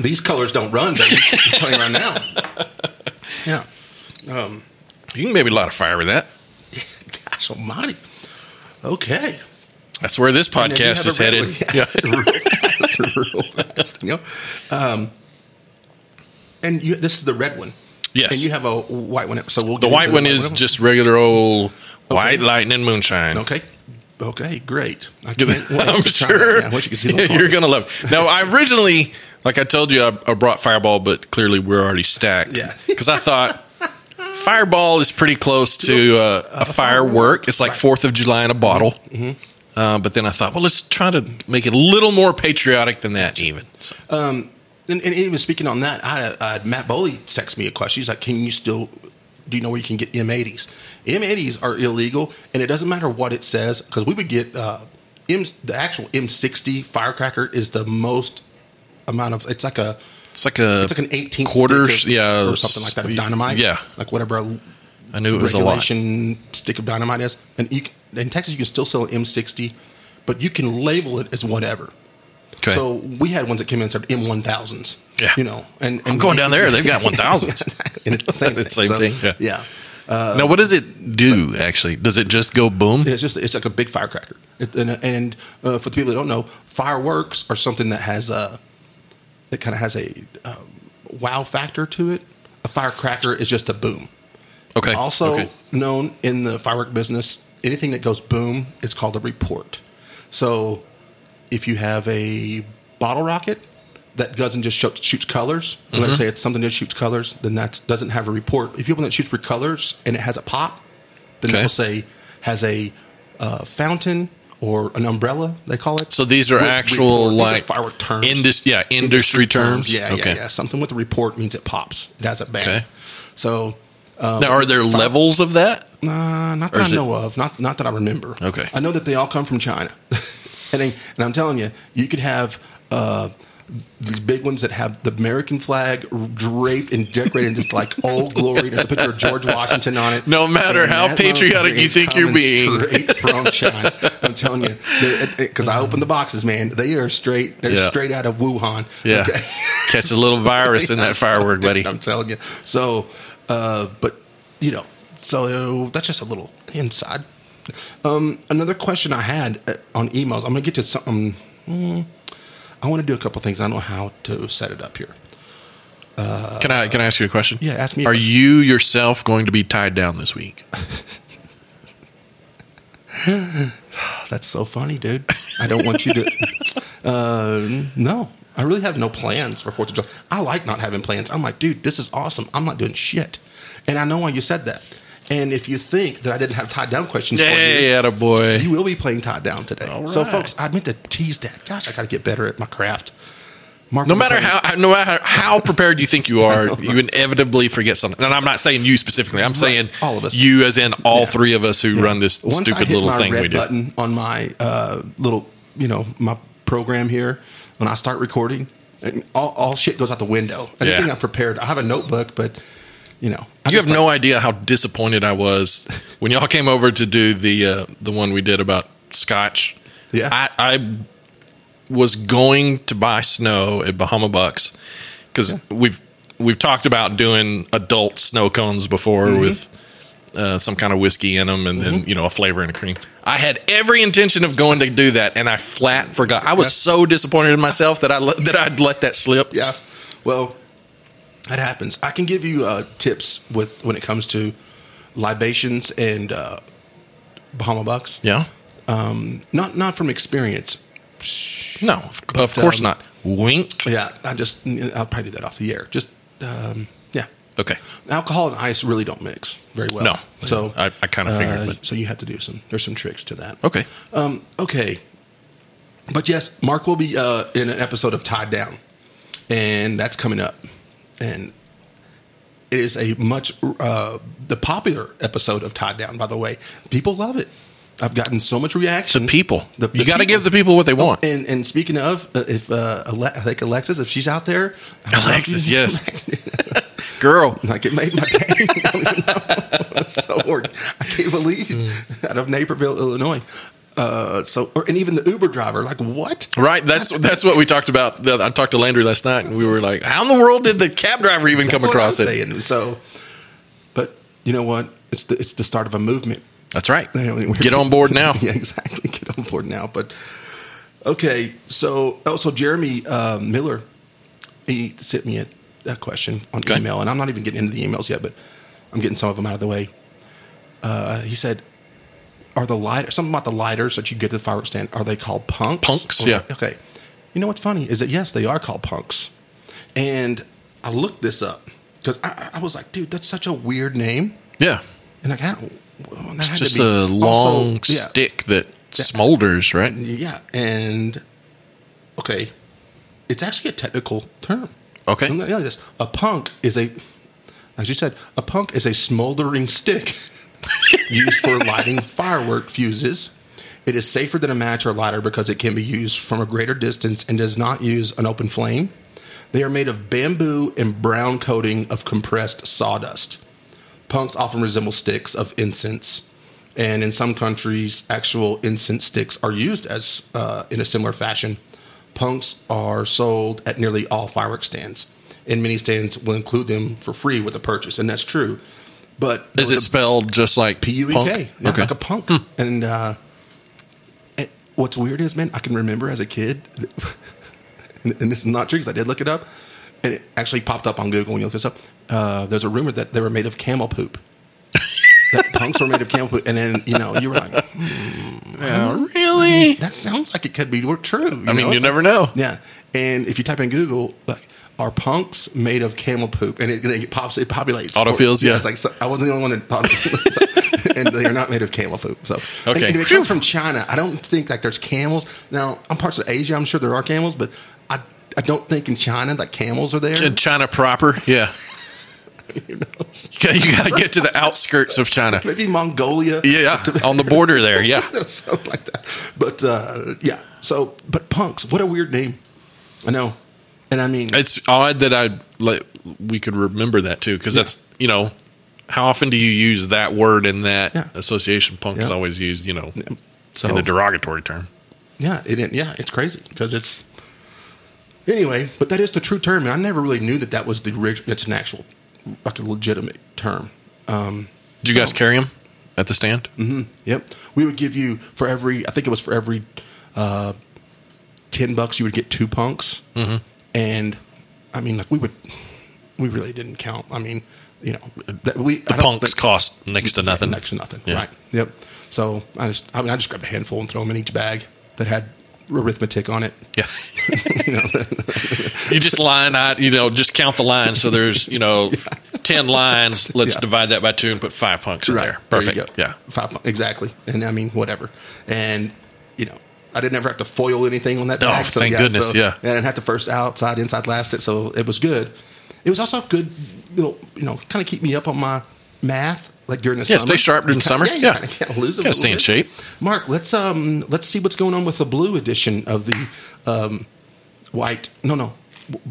Speaker 2: [LAUGHS] These colors don't run, baby. I'm telling you right now. Yeah. Um,
Speaker 3: [LAUGHS] You can maybe light a fire with that.
Speaker 2: gosh almighty. Okay.
Speaker 3: That's where this
Speaker 2: [LAUGHS] And then you
Speaker 3: podcast
Speaker 2: have
Speaker 3: is
Speaker 2: a red
Speaker 3: headed.
Speaker 2: one.
Speaker 3: Yeah.
Speaker 2: real fast, you know. Um, and you, this is the red one.
Speaker 3: Yes.
Speaker 2: And you have a white one. So we'll
Speaker 3: The
Speaker 2: get
Speaker 3: white
Speaker 2: into
Speaker 3: one is
Speaker 2: one.
Speaker 3: just regular old white
Speaker 2: Okay.
Speaker 3: lightning moonshine.
Speaker 2: okay. Okay, great.
Speaker 3: [LAUGHS]
Speaker 2: I can't wait
Speaker 3: I'm
Speaker 2: to try that.
Speaker 3: sure
Speaker 2: Yeah, I wish you
Speaker 3: [LAUGHS]
Speaker 2: could see the
Speaker 3: you're gonna love. It. Now, I originally, [LAUGHS] like I told you, I, I brought Fireball, but clearly we're already stacked.
Speaker 2: Yeah.
Speaker 3: because I thought Fireball is pretty close to uh, a firework. It's like Fourth of July in a bottle.
Speaker 2: Mm-hmm.
Speaker 3: Uh, but then I thought, well, let's try to make it a little more patriotic than that, even. So,
Speaker 2: And, and even speaking on that, I, I, Matt Boley texted me a question. He's like, "Can you still? Do you know where you can get M80s? M80s are illegal, and it doesn't matter what it says because we would get uh, M. The actual M60 firecracker is the most amount of. It's like a.
Speaker 3: it's like a
Speaker 2: It's like an 18
Speaker 3: Uh, quarters,
Speaker 2: stick of-
Speaker 3: yeah,
Speaker 2: or something like that of
Speaker 3: s-
Speaker 2: dynamite.
Speaker 3: Yeah,
Speaker 2: like whatever a
Speaker 3: I knew it was a lot.
Speaker 2: regulation stick of dynamite is. And you, c- in Texas, you can still sell an M60, but you can label it as whatever.
Speaker 3: Okay.
Speaker 2: So we had ones that came in and said M1000s.
Speaker 3: Yeah.
Speaker 2: You know, and, and
Speaker 3: I'm going down there.
Speaker 2: [LAUGHS]
Speaker 3: They've got 1000s.
Speaker 2: and it's the same thing.
Speaker 3: [LAUGHS] It's same
Speaker 2: So,
Speaker 3: thing, yeah.
Speaker 2: yeah. uh,
Speaker 3: now, what does it do? Actually, does it just go boom?
Speaker 2: It's just it's like a big firecracker. It, and and uh, for the people that don't know, fireworks are something that has a that kind of has a um, wow factor to it. A firecracker is just a boom.
Speaker 3: Okay.
Speaker 2: Also
Speaker 3: Okay.
Speaker 2: known in the firework business, anything that goes boom, it's called a report. So if you have a bottle rocket that doesn't just shoot, shoots colors,
Speaker 3: Mm-hmm.
Speaker 2: let's say it's something that shoots colors, then that doesn't have a report. If you have one that shoots for colors and it has a pop, then
Speaker 3: Okay.
Speaker 2: it'll say has a uh, fountain or an umbrella. They call it.
Speaker 3: So these are
Speaker 2: With
Speaker 3: actual
Speaker 2: report. These are
Speaker 3: like
Speaker 2: firework terms.
Speaker 3: indus- yeah, industry, terms.
Speaker 2: Yeah,
Speaker 3: okay.
Speaker 2: yeah, yeah. Something with a report means it pops. It has a bang.
Speaker 3: Okay.
Speaker 2: So
Speaker 3: Now, are there levels of that?
Speaker 2: Uh, not
Speaker 3: Or
Speaker 2: that
Speaker 3: is
Speaker 2: I
Speaker 3: it-
Speaker 2: know of. Not not that I remember.
Speaker 3: Okay.
Speaker 2: I know that they all come from China, [LAUGHS] and they, and I'm telling you, you could have uh, these big ones that have the American flag draped and decorated in just
Speaker 3: [LAUGHS]
Speaker 2: like old glory. There's a picture of George Washington on it.
Speaker 3: No matter
Speaker 2: And
Speaker 3: how
Speaker 2: that
Speaker 3: patriotic
Speaker 2: motherfucker
Speaker 3: you
Speaker 2: is
Speaker 3: think you're
Speaker 2: coming
Speaker 3: being.
Speaker 2: straight
Speaker 3: [LAUGHS]
Speaker 2: from China. I'm telling you, because I opened the boxes, man. They are straight. They're
Speaker 3: Yeah.
Speaker 2: straight out of Wuhan.
Speaker 3: Yeah. [LAUGHS]
Speaker 2: Okay?
Speaker 3: Catch a little
Speaker 2: [LAUGHS]
Speaker 3: virus in that firework, buddy.
Speaker 2: I'm telling you. So, uh, but you know, so that's just a little inside. Um, another question I had uh, on emails. I'm gonna get to something. mm, I want to do a couple things. I don't know how to set it up here.
Speaker 3: Can I can I ask you a question?
Speaker 2: Yeah, ask me a
Speaker 3: Are
Speaker 2: question.
Speaker 3: you yourself going to be tied down
Speaker 2: [LAUGHS]
Speaker 3: this week?
Speaker 2: Oh, that's so funny, dude. I don't want you to. [LAUGHS] Uh, no, I really have no plans for Fourth of July. I like not having plans. I'm like, dude, this is awesome. I'm not doing shit, and I know why you said that. And if you think that I didn't have tied down questions for you,
Speaker 3: yeah, boy.
Speaker 2: You will be playing Todd Down today.
Speaker 3: All
Speaker 2: So,
Speaker 3: right.
Speaker 2: folks, I meant to tease that. Gosh, I got to get better at my craft. Mark,
Speaker 3: No matter how no matter how prepared you think you are, [LAUGHS] you inevitably forget something. And I'm not saying you specifically. I'm saying
Speaker 2: All of us.
Speaker 3: You as in all three of us who run this
Speaker 2: Once I
Speaker 3: stupid
Speaker 2: hit
Speaker 3: little
Speaker 2: my
Speaker 3: thing
Speaker 2: red
Speaker 3: we do.
Speaker 2: button on my uh, little, you know, my program here, when I start recording, and all, all shit goes out the window. Anything
Speaker 3: Yeah.
Speaker 2: I've prepared, I have a notebook, but, you know. I
Speaker 3: You have
Speaker 2: just
Speaker 3: no idea how disappointed I was when y'all came over to do the uh, the one we did about scotch.
Speaker 2: Yeah.
Speaker 3: I, I was going to buy snow at Bahama Bucks because we've we've talked about doing adult snow cones before
Speaker 2: Mm-hmm.
Speaker 3: with uh, some kind of whiskey in them and then you know a flavor and a cream. I had every intention of going to do that and I flat forgot. I was so disappointed in myself that I le- that I'd let that slip.
Speaker 2: yeah. Well, that happens. I can give you uh, tips with when it comes to libations and uh, Bahama Bucks.
Speaker 3: Yeah.
Speaker 2: Not, not from experience,
Speaker 3: No, of, of course
Speaker 2: um,
Speaker 3: not. Wink.
Speaker 2: Yeah, I just I'll probably do that off the air. Just um, yeah,
Speaker 3: Okay.
Speaker 2: alcohol and ice really don't mix very well.
Speaker 3: No.
Speaker 2: so uh,
Speaker 3: I- I kinda figured, but- Oh.
Speaker 2: so you have to do some. There's some tricks to that.
Speaker 3: Okay.
Speaker 2: Um, okay, but yes, Mark will be uh, in an episode of Tied Down, and that's coming up, and it is a much uh, the popular episode of Tied Down. By the way, people love it. I've gotten so much reaction.
Speaker 3: The people.
Speaker 2: The- the
Speaker 3: you got to
Speaker 2: people.
Speaker 3: give the people what they want.
Speaker 2: [LAUGHS] And and speaking of, uh, if uh, Ale- I think Alexis, if she's out there,
Speaker 3: Alexis, yes. [LAUGHS] Girl.
Speaker 2: [LAUGHS] like it made my day. I don't even know. [LAUGHS] It's so hard. I can't believe
Speaker 3: Mm.
Speaker 2: out of Naperville, Illinois. Uh, so or and even the Uber driver, like what?
Speaker 3: Right, that's that's what we talked about. The- I talked to Landry last night, and we were like, "How in the world did the cab driver even come
Speaker 2: That's what
Speaker 3: across
Speaker 2: I'm
Speaker 3: it?"
Speaker 2: saying. So, but you know what? It's the it's the start of a movement.
Speaker 3: That's right.
Speaker 2: [LAUGHS] You know, we're-
Speaker 3: Get on board now.
Speaker 2: [LAUGHS] yeah, exactly. Get on board now. But okay, so oh, so Jeremy uh, Miller, he sent me a, a question on
Speaker 3: Okay.
Speaker 2: email, and I'm not even getting into the emails yet, but I'm getting some of them out of the way. Uh, he said, "Are the lighters something about the lighters that you get at the fireworks stand? Are they called punks?
Speaker 3: Punks, yeah.
Speaker 2: Okay. You know what's funny is that yes, they are called punks, and I looked this up. because I, I was like, dude, that's such a weird name.
Speaker 3: Yeah.
Speaker 2: And like, I don't. well, that
Speaker 3: It's
Speaker 2: had to
Speaker 3: just
Speaker 2: be-
Speaker 3: a
Speaker 2: also-
Speaker 3: long
Speaker 2: yeah,
Speaker 3: stick that smolders, right?
Speaker 2: Yeah, and okay, it's actually a technical term.
Speaker 3: Okay.
Speaker 2: I'm not- yeah, this- a punk is a, as you said, a punk is a smoldering stick [LAUGHS] used for lighting firework fuses. It is safer than a match or lighter because it can be used from a greater distance and does not use an open flame. They are made of bamboo and brown coating of compressed sawdust. Punks often resemble sticks of incense, and in some countries, actual incense sticks are used as uh, in a similar fashion. Punks are sold at nearly all fireworks stands, and many stands will include them for free with a purchase, and that's true. But
Speaker 3: Is it spelled just like
Speaker 2: P U E
Speaker 3: punk?
Speaker 2: K. Yeah,
Speaker 3: Okay. Oh, Hmm.
Speaker 2: like a punk. And uh, it- what's weird is, man, I can remember as a kid, [LAUGHS] and, and this is not true because I did look it up, and it actually popped up on Google when you look this up. Uh, there's a rumor that they were made of camel poop.
Speaker 3: [LAUGHS]
Speaker 2: that punks were made of camel poop, and then you know you were like, "Hmm,
Speaker 3: Oh, really?
Speaker 2: that sounds like it could be true.
Speaker 3: I mean, you
Speaker 2: never.
Speaker 3: never know.
Speaker 2: Yeah, and if you type in Google, like, are punks made of camel poop? And it, it pops, it populates.
Speaker 3: Autofills, yeah.
Speaker 2: It's like so, I wasn't the only one that thought. [LAUGHS] so- and they are not made of camel poop. So and-
Speaker 3: Okay.
Speaker 2: and if it comes from China, I don't think like there's camels. Now, I'm parts of Asia. I'm sure there are camels, but I I don't think in China like camels are there. [LAUGHS]
Speaker 3: In China proper, yeah. [LAUGHS] you got to get to the outskirts
Speaker 2: [LAUGHS]
Speaker 3: of China.
Speaker 2: Maybe Mongolia.
Speaker 3: Yeah,
Speaker 2: [LAUGHS]
Speaker 3: on the border there. Yeah.
Speaker 2: something like that. But uh, yeah, so but punks, what a weird name. I know, and I mean,
Speaker 3: It's odd that I like, we could remember that too, because that's you know how often do you use that word in that
Speaker 2: Yeah.
Speaker 3: association? Punk is
Speaker 2: Yeah.
Speaker 3: always used, you know,
Speaker 2: so
Speaker 3: in the derogatory term.
Speaker 2: Yeah, it didn't. Yeah, it's crazy because it's. Anyway, but that is the true term, and I never really knew that that was the rig- It's an actual, like a legitimate term. Um,
Speaker 3: Did you guys carry them at the stand?
Speaker 2: Mm, yep, we would give you for every. I think it was for every uh, ten bucks you would get two punks, mm-hmm. and I mean, like we would, we really didn't count. I mean, you know, that we
Speaker 3: The punks cost next to
Speaker 2: Yeah,
Speaker 3: nothing.
Speaker 2: Next to nothing.
Speaker 3: Yeah.
Speaker 2: Right. Yep. So I just, I mean, I just grabbed a handful and throw them in each bag that had arithmetic on it. [LAUGHS]
Speaker 3: Yeah. [LAUGHS] you just line out, you know, just count the lines. So there's,
Speaker 2: [LAUGHS]
Speaker 3: you know, 10 lines. Let's
Speaker 2: Yeah.
Speaker 3: divide that by two and put five punks in there. Perfect.
Speaker 2: you go.
Speaker 3: Yeah.
Speaker 2: Five bu- exactly. And I mean, whatever. And you know, I didn't ever have to foil anything on that.
Speaker 3: Oh,
Speaker 2: bag,
Speaker 3: thank goodness,
Speaker 2: so-
Speaker 3: yeah.
Speaker 2: And I didn't have to first outside, inside, last it. So it was good. It was also good. You know, you know kind of keep me up on my math. Like during the
Speaker 3: Yeah,
Speaker 2: summer.
Speaker 3: stay sharp during
Speaker 2: You
Speaker 3: the
Speaker 2: kinda-
Speaker 3: summer.
Speaker 2: Yeah, you
Speaker 3: Yeah.
Speaker 2: Kinda, can't lose it.
Speaker 3: Gotta stay in shape.
Speaker 2: Mark, let's um, let's see what's going on with the blue edition of the um, white. No, no,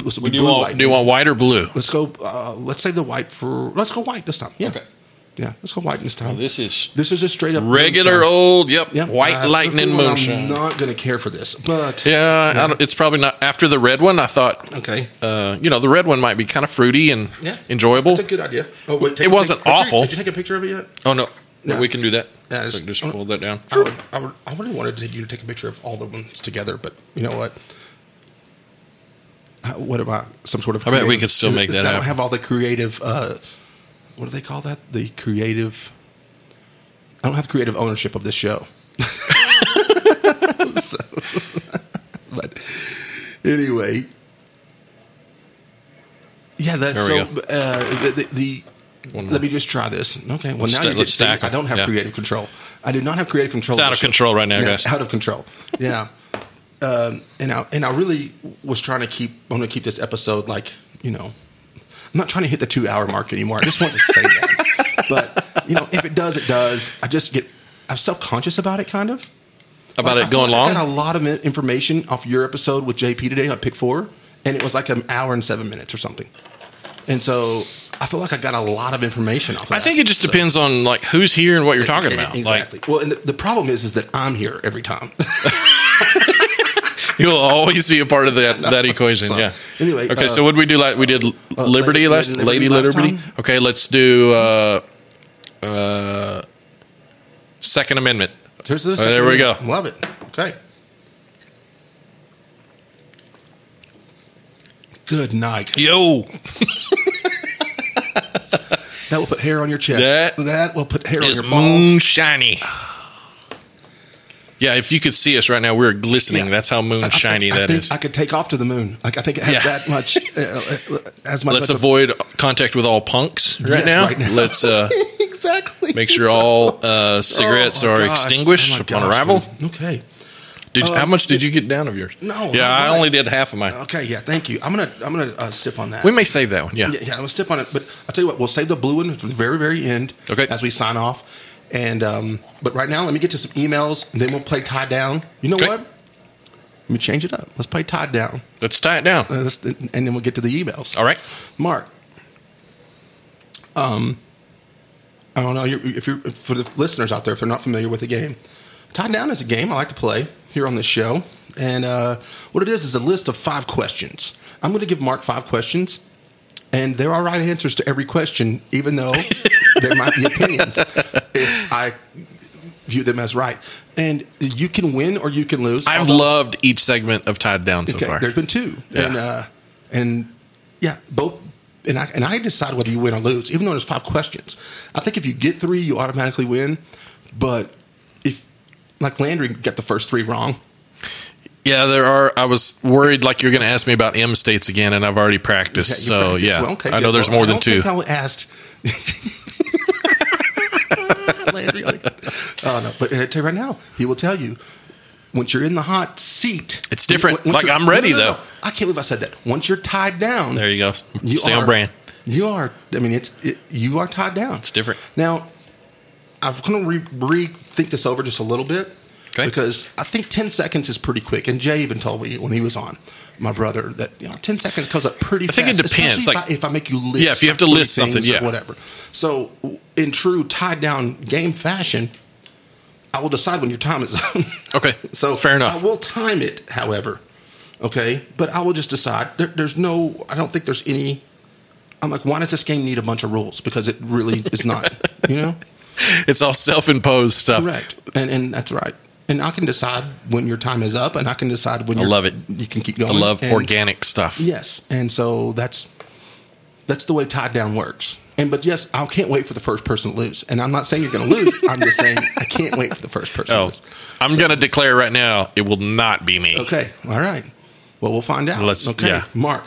Speaker 2: we
Speaker 3: Do you, want, do you want white or blue?
Speaker 2: Let's go. Uh, let's save the white for. Let's go white this time. Yeah.
Speaker 3: Okay.
Speaker 2: Yeah, let's go white this time.
Speaker 3: This is
Speaker 2: This is just straight up
Speaker 3: regular
Speaker 2: moonshine.
Speaker 3: old, yep,
Speaker 2: Yeah,
Speaker 3: white
Speaker 2: I have a
Speaker 3: lightning
Speaker 2: feeling
Speaker 3: moonshine.
Speaker 2: Uh, I'm not going to care for this, but
Speaker 3: yeah, I don't, it's probably not. After the red one, I thought,
Speaker 2: okay,
Speaker 3: uh, you know, the red one might be kind of fruity and
Speaker 2: yeah,
Speaker 3: enjoyable.
Speaker 2: It's a good idea. Oh, wait,
Speaker 3: It
Speaker 2: a
Speaker 3: wasn't
Speaker 2: pic- did you-
Speaker 3: awful.
Speaker 2: Did you, take a picture of it yet?
Speaker 3: oh, no.
Speaker 2: Yeah.
Speaker 3: We can do that.
Speaker 2: Yeah, it's-
Speaker 3: So just fold that down.
Speaker 2: I would, I would, I would have wanted you to take a picture of all the ones together, but you know what? How- Uh, What about some sort of?
Speaker 3: I bet we could still make that
Speaker 2: I don't
Speaker 3: happen.
Speaker 2: have all the creative. Uh, what do they call that? The creative. I don't have creative ownership of this show. [LAUGHS] so, but anyway, yeah, that's
Speaker 3: There
Speaker 2: so.
Speaker 3: we go.
Speaker 2: Uh, the, the, the
Speaker 3: One more.
Speaker 2: let me just try this. Okay, well
Speaker 3: Let's
Speaker 2: now
Speaker 3: sta-
Speaker 2: you
Speaker 3: let's
Speaker 2: get to-
Speaker 3: stack 'em.
Speaker 2: I don't have
Speaker 3: Yeah.
Speaker 2: creative control. I do not have creative control.
Speaker 3: It's out of control right now,
Speaker 2: Yeah,
Speaker 3: guys.
Speaker 2: It's out of control. Yeah. um, and I and I really was trying to keep. I'm going to keep this episode like you know. I'm not trying to hit the two hour mark anymore. I just want to say
Speaker 3: [LAUGHS]
Speaker 2: that. But you know, if it does, it does. I just get. I'm self conscious about it, kind of.
Speaker 3: About
Speaker 2: Like,
Speaker 3: it
Speaker 2: I
Speaker 3: going
Speaker 2: thought-
Speaker 3: long?
Speaker 2: I got a lot of information off your episode with JP today on pick four, and it was like an hour and seven minutes or something. And so I feel like I got a lot of information off. Of
Speaker 3: I
Speaker 2: that.
Speaker 3: think it just
Speaker 2: So-
Speaker 3: depends on like who's here and what you're talking about.
Speaker 2: E-, Exactly. well, and the, the problem is, is that I'm here every time. [LAUGHS]
Speaker 3: Like [LAUGHS] you'll always be a part of
Speaker 2: [LAUGHS]
Speaker 3: that that equation.
Speaker 2: So,
Speaker 3: yeah.
Speaker 2: anyway,
Speaker 3: Okay.
Speaker 2: uh,
Speaker 3: so what did we do? Like we did L-
Speaker 2: uh, Lady-
Speaker 3: Liberty last, Lady
Speaker 2: Lady Liberty
Speaker 3: Liberty.
Speaker 2: last time?
Speaker 3: Okay. Let's do uh, uh, Second Amendment.
Speaker 2: Here's the
Speaker 3: Oh, there we go.
Speaker 2: Love it. Okay. Good night.
Speaker 3: Yo.
Speaker 2: That will put hair on your chest.
Speaker 3: That
Speaker 2: that will put hair on
Speaker 3: It's
Speaker 2: your balls.
Speaker 3: moonshiny. Yeah, if you could see us right now, we're glistening.
Speaker 2: Yeah.
Speaker 3: That's how moon shiny
Speaker 2: I
Speaker 3: that
Speaker 2: think
Speaker 3: is.
Speaker 2: I could take off to the moon. Like I think it has
Speaker 3: Yeah.
Speaker 2: that
Speaker 3: [LAUGHS]
Speaker 2: much. Uh, uh, as much.
Speaker 3: Let's
Speaker 2: of-
Speaker 3: avoid contact with all punks right,
Speaker 2: Yes,
Speaker 3: now.
Speaker 2: right now. [LAUGHS]
Speaker 3: Let's uh,
Speaker 2: exactly.
Speaker 3: make
Speaker 2: [LAUGHS]
Speaker 3: sure all uh, cigarettes
Speaker 2: Oh, my
Speaker 3: are
Speaker 2: gosh.
Speaker 3: extinguished
Speaker 2: Oh, my
Speaker 3: upon
Speaker 2: gosh,
Speaker 3: arrival.
Speaker 2: dude. Okay.
Speaker 3: Did you, how
Speaker 2: Um,
Speaker 3: much did you get down of yours?
Speaker 2: No,
Speaker 3: Yeah,
Speaker 2: not
Speaker 3: I
Speaker 2: much.
Speaker 3: only did half of mine.
Speaker 2: Okay. Yeah. Thank you. I'm gonna. I'm gonna uh, sip on that.
Speaker 3: We may save that one. Yeah.
Speaker 2: Yeah, yeah, I'm gonna sip on it. But I'll tell you what, we'll save the blue one for the very, very end.
Speaker 3: Okay.
Speaker 2: As we sign off. And um, but right now, let me get to some emails, and then we'll play tie down. You know
Speaker 3: Okay.
Speaker 2: what? Let me change it up. Let's play tie down,
Speaker 3: Let's tie it down.
Speaker 2: Uh, let's- and then we'll get to the emails.
Speaker 3: All right.
Speaker 2: Mark. Um, I don't know you're, if you're for the listeners out there if they're not familiar with the game. Tie down is a game I like to play here on this show, and uh, what it is is a list of five questions. I'm going to give Mark five questions, and there are right answers to every question, even
Speaker 3: [LAUGHS]
Speaker 2: though there might be opinions if I view them as right. And you can win or you can lose.
Speaker 3: I've
Speaker 2: Although-
Speaker 3: loved each segment of tied down so
Speaker 2: Okay,
Speaker 3: far.
Speaker 2: there's been two,
Speaker 3: Yeah.
Speaker 2: and uh, and yeah, both. And I and I decide whether you win or lose, even though there's five questions. I think if you get three, you automatically win. But if like Landry got the first three wrong,
Speaker 3: Yeah, there are. I was worried like you're going to ask me about M states again, and I've already practiced.
Speaker 2: you
Speaker 3: so
Speaker 2: practiced.
Speaker 3: yeah,
Speaker 2: Well, okay,
Speaker 3: I know
Speaker 2: good.
Speaker 3: there's
Speaker 2: Well,
Speaker 3: more
Speaker 2: I
Speaker 3: than
Speaker 2: don't
Speaker 3: two.
Speaker 2: Think I would
Speaker 3: [LAUGHS]
Speaker 2: asked. [LAUGHS] Landry, like, oh no! But I tell you right now, he will tell you. Once you're in the hot seat,
Speaker 3: It's different.
Speaker 2: Once
Speaker 3: Like,
Speaker 2: you're-
Speaker 3: I'm ready, though.
Speaker 2: I can't believe I said that. Once you're tied down,
Speaker 3: There you go.
Speaker 2: you
Speaker 3: Stay
Speaker 2: are-
Speaker 3: on brand.
Speaker 2: You are. I mean, it's it, you are tied down. It's
Speaker 3: different.
Speaker 2: Now, I'm going to re- rethink this over just a little bit
Speaker 3: Okay.
Speaker 2: because I think 10 seconds is pretty quick. And Jay even told me when he was on, my brother, that you know, 10 seconds comes up pretty.
Speaker 3: think it
Speaker 2: fast,
Speaker 3: depends,
Speaker 2: especially
Speaker 3: like-
Speaker 2: if I, if I make you list,
Speaker 3: Yeah, if you have to
Speaker 2: three
Speaker 3: list something,
Speaker 2: things or
Speaker 3: yeah.
Speaker 2: whatever. So, w- in true tied down game fashion, I will decide when your time is up.
Speaker 3: Okay.
Speaker 2: So
Speaker 3: Fair enough.
Speaker 2: I will time it, however. Okay, but I will just decide. There, there's no. I don't think there's any. I'm like, why does this game need a bunch of rules? Because it really is not. You
Speaker 3: [LAUGHS]
Speaker 2: know,
Speaker 3: It's all self-imposed stuff.
Speaker 2: correct. And and that's right. And I can decide when your time is up, and I can decide when I
Speaker 3: love it.
Speaker 2: You can keep
Speaker 3: I
Speaker 2: going.
Speaker 3: love
Speaker 2: And-
Speaker 3: organic stuff.
Speaker 2: Yes, and so that's that's the way tied down works. And but yes, I can't wait for the first person to lose. And I'm not saying you're going to
Speaker 3: [LAUGHS]
Speaker 2: lose. I'm just saying I can't wait for the first person. to
Speaker 3: Oh,
Speaker 2: lose.
Speaker 3: I'm going to declare right now it will not be me.
Speaker 2: Okay. All right. Well, we'll find out.
Speaker 3: Let's-
Speaker 2: okay.
Speaker 3: yeah.
Speaker 2: Mark,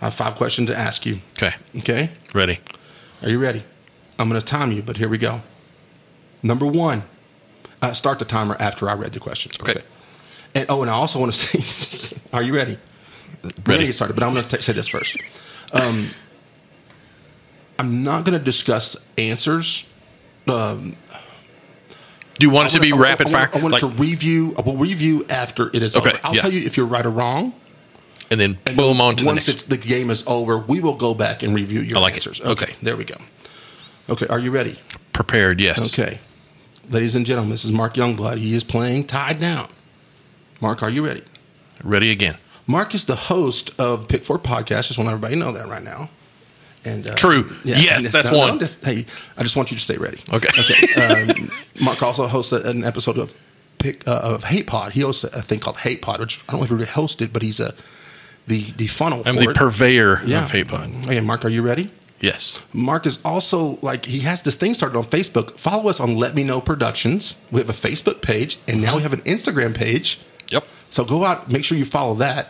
Speaker 2: I have five questions to ask you.
Speaker 3: Okay.
Speaker 2: Okay.
Speaker 3: Ready?
Speaker 2: Are you ready? I'm going to time you, but here we go. Number one, uh, start the timer after I read the questions.
Speaker 3: Okay.
Speaker 2: And oh, and I also want to [LAUGHS] say, are you ready? We're gonna
Speaker 3: Ready?
Speaker 2: get started, but I'm going to say this first. Um, I'm not going to discuss answers.
Speaker 3: Do you want it to be
Speaker 2: I wanna-
Speaker 3: rapid
Speaker 2: I wanna-
Speaker 3: fire?
Speaker 2: I want
Speaker 3: Like,
Speaker 2: to review. I will review after it is
Speaker 3: Okay,
Speaker 2: over. I'll
Speaker 3: yeah.
Speaker 2: tell you if you're right or wrong.
Speaker 3: and then boom on to the
Speaker 2: Once
Speaker 3: next.
Speaker 2: it's the game is over, we will go back and review your
Speaker 3: I like it.
Speaker 2: answers. Okay, there we go. Okay, are you ready?
Speaker 3: Prepared, yes.
Speaker 2: Okay, ladies and gentlemen, this is Mark Youngblood. He is playing tied down. Mark, are you ready?
Speaker 3: Ready again.
Speaker 2: Mark is the host of Pick Four Podcast. Just want everybody to know that right now. And uh,
Speaker 3: True. Yes,
Speaker 2: and
Speaker 3: that's
Speaker 2: [LAUGHS] no, no,
Speaker 3: one.
Speaker 2: I'm just- hey, I just want you to stay ready.
Speaker 3: Okay.
Speaker 2: um, Mark also hosts a- an episode of Pick, uh, of Hate Pod. He hosts a thing called Hate Pod, which I don't know if he really hosted, but he's a the the funnel.
Speaker 3: [LAUGHS] I'm
Speaker 2: for
Speaker 3: the
Speaker 2: it.
Speaker 3: purveyor
Speaker 2: Yeah.
Speaker 3: of hate pod.
Speaker 2: Okay, Mark, are you ready?
Speaker 3: Yes.
Speaker 2: Mark is also like he has this thing started on Facebook. Follow us on Let Me Know Productions. We have a Facebook page, and now we have an Instagram page.
Speaker 3: Yep.
Speaker 2: So go out, make sure you follow that.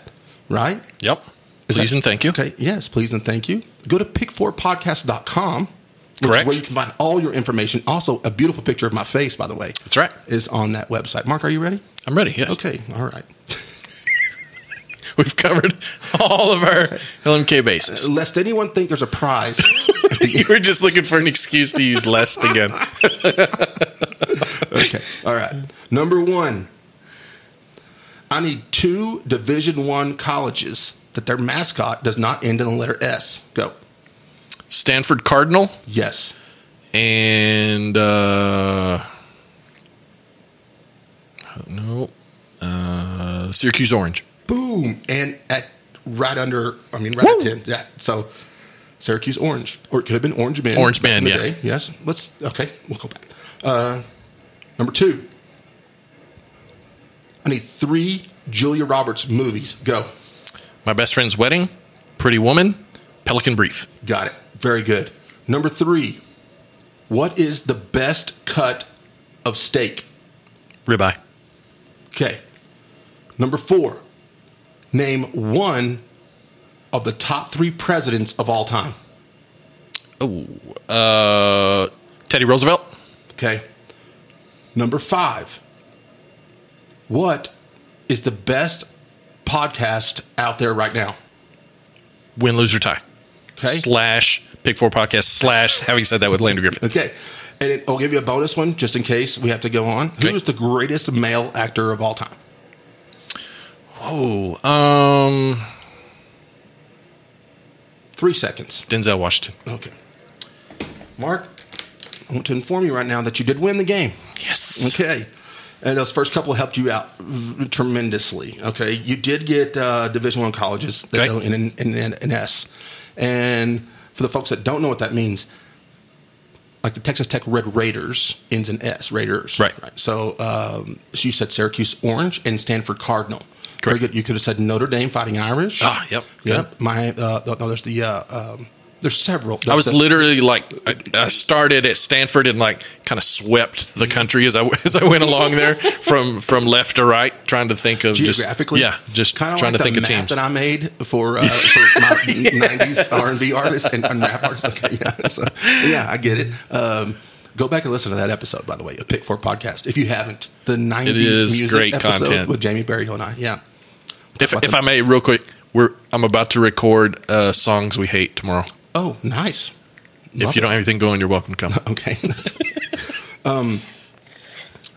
Speaker 2: Right?
Speaker 3: Yep.
Speaker 2: Is
Speaker 3: Please
Speaker 2: that-
Speaker 3: and thank you.
Speaker 2: Okay. Yes, please and thank you. Go to pick4podcast.com. Which
Speaker 3: Correct.
Speaker 2: Is where you can find all your information. Also, a beautiful picture of my face, by the way.
Speaker 3: That's right.
Speaker 2: Is on that website. Mark, are you ready?
Speaker 3: I'm ready. Yes.
Speaker 2: Okay. All right.
Speaker 3: [LAUGHS] We've covered all of our LMK bases.
Speaker 2: Lest anyone think there's a prize. at the
Speaker 3: [LAUGHS] You were just looking for an excuse to use less again.
Speaker 2: [LAUGHS] okay. All right. Number one, I need two Division One colleges that their mascot does not end in the letter S. Go.
Speaker 3: Stanford Cardinal
Speaker 2: Yes.
Speaker 3: and uh no uh Syracuse Orange.
Speaker 2: Boom. And at right under, I mean, right
Speaker 3: Woo.
Speaker 2: at ten. Yeah. So Syracuse Orange, or it could have been Orange Man.
Speaker 3: Orange
Speaker 2: back in
Speaker 3: Man,
Speaker 2: the
Speaker 3: yeah.
Speaker 2: day. Yes. Let's. Okay. We'll go back. Uh, number two, I need three Julia Roberts movies. Go.
Speaker 3: My best friend's wedding, Pretty Woman, Pelican Brief.
Speaker 2: Got it. Very good. Number three, what is the best cut of steak?
Speaker 3: Ribeye.
Speaker 2: Okay. Number four, name one of the top three presidents of all time.
Speaker 3: Uh, Teddy Roosevelt.
Speaker 2: Okay. Number five, what is the best podcast out there right now?
Speaker 3: Win, lose, or tie.
Speaker 2: Okay.
Speaker 3: Slash Pick Four Podcast. Slash Having said that with Landry Griffith.
Speaker 2: Okay. And it, I'll give you a bonus one just in case we have to go on.
Speaker 3: Okay.
Speaker 2: Who is the greatest male actor of all time?
Speaker 3: Oh, um,
Speaker 2: Three seconds.
Speaker 3: Denzel Washington.
Speaker 2: Okay. Mark, I want to inform you right now that you did win the game.
Speaker 3: Yes.
Speaker 2: Okay. And those first couple helped you out v- tremendously. Okay. You did get uh, Division One colleges that
Speaker 3: Okay.
Speaker 2: go in an in, in, in S. And for the folks that don't know what that means, like the Texas Tech Red Raiders ends in S, Raiders.
Speaker 3: Right.
Speaker 2: So, um, so you said Syracuse Orange and Stanford Cardinal. Very
Speaker 3: Correct.
Speaker 2: good. You could have said Notre Dame Fighting Irish.
Speaker 3: Ah, yep.
Speaker 2: Yep. My, uh, no, no, there's the, uh, um, there's several.
Speaker 3: I was
Speaker 2: There's the-
Speaker 3: literally like, I, I started at Stanford and like kind of swept the country as I [LAUGHS] as I went along there from from left to right, trying to think of just
Speaker 2: geographically.
Speaker 3: yeah, just
Speaker 2: kind of
Speaker 3: trying
Speaker 2: like
Speaker 3: to think
Speaker 2: the
Speaker 3: of
Speaker 2: map
Speaker 3: teams.
Speaker 2: that I made for, uh,
Speaker 3: [LAUGHS]
Speaker 2: for my '90s R&B artists and, and rap artists. Okay, yeah, [LAUGHS] so, yeah, I get it. Um, go back and listen to that episode, by the way, a Pick Four podcast, if you haven't. The '90s
Speaker 3: is
Speaker 2: music
Speaker 3: great
Speaker 2: episode
Speaker 3: content.
Speaker 2: with Jamie Berryhill and I. Yeah,
Speaker 3: if if I may, real quick, we're I'm about to record uh, songs we hate tomorrow.
Speaker 2: Oh, nice.
Speaker 3: If you
Speaker 2: Love
Speaker 3: don't have anything going, you're welcome
Speaker 2: [LAUGHS]
Speaker 3: to come.
Speaker 2: it. okay. um,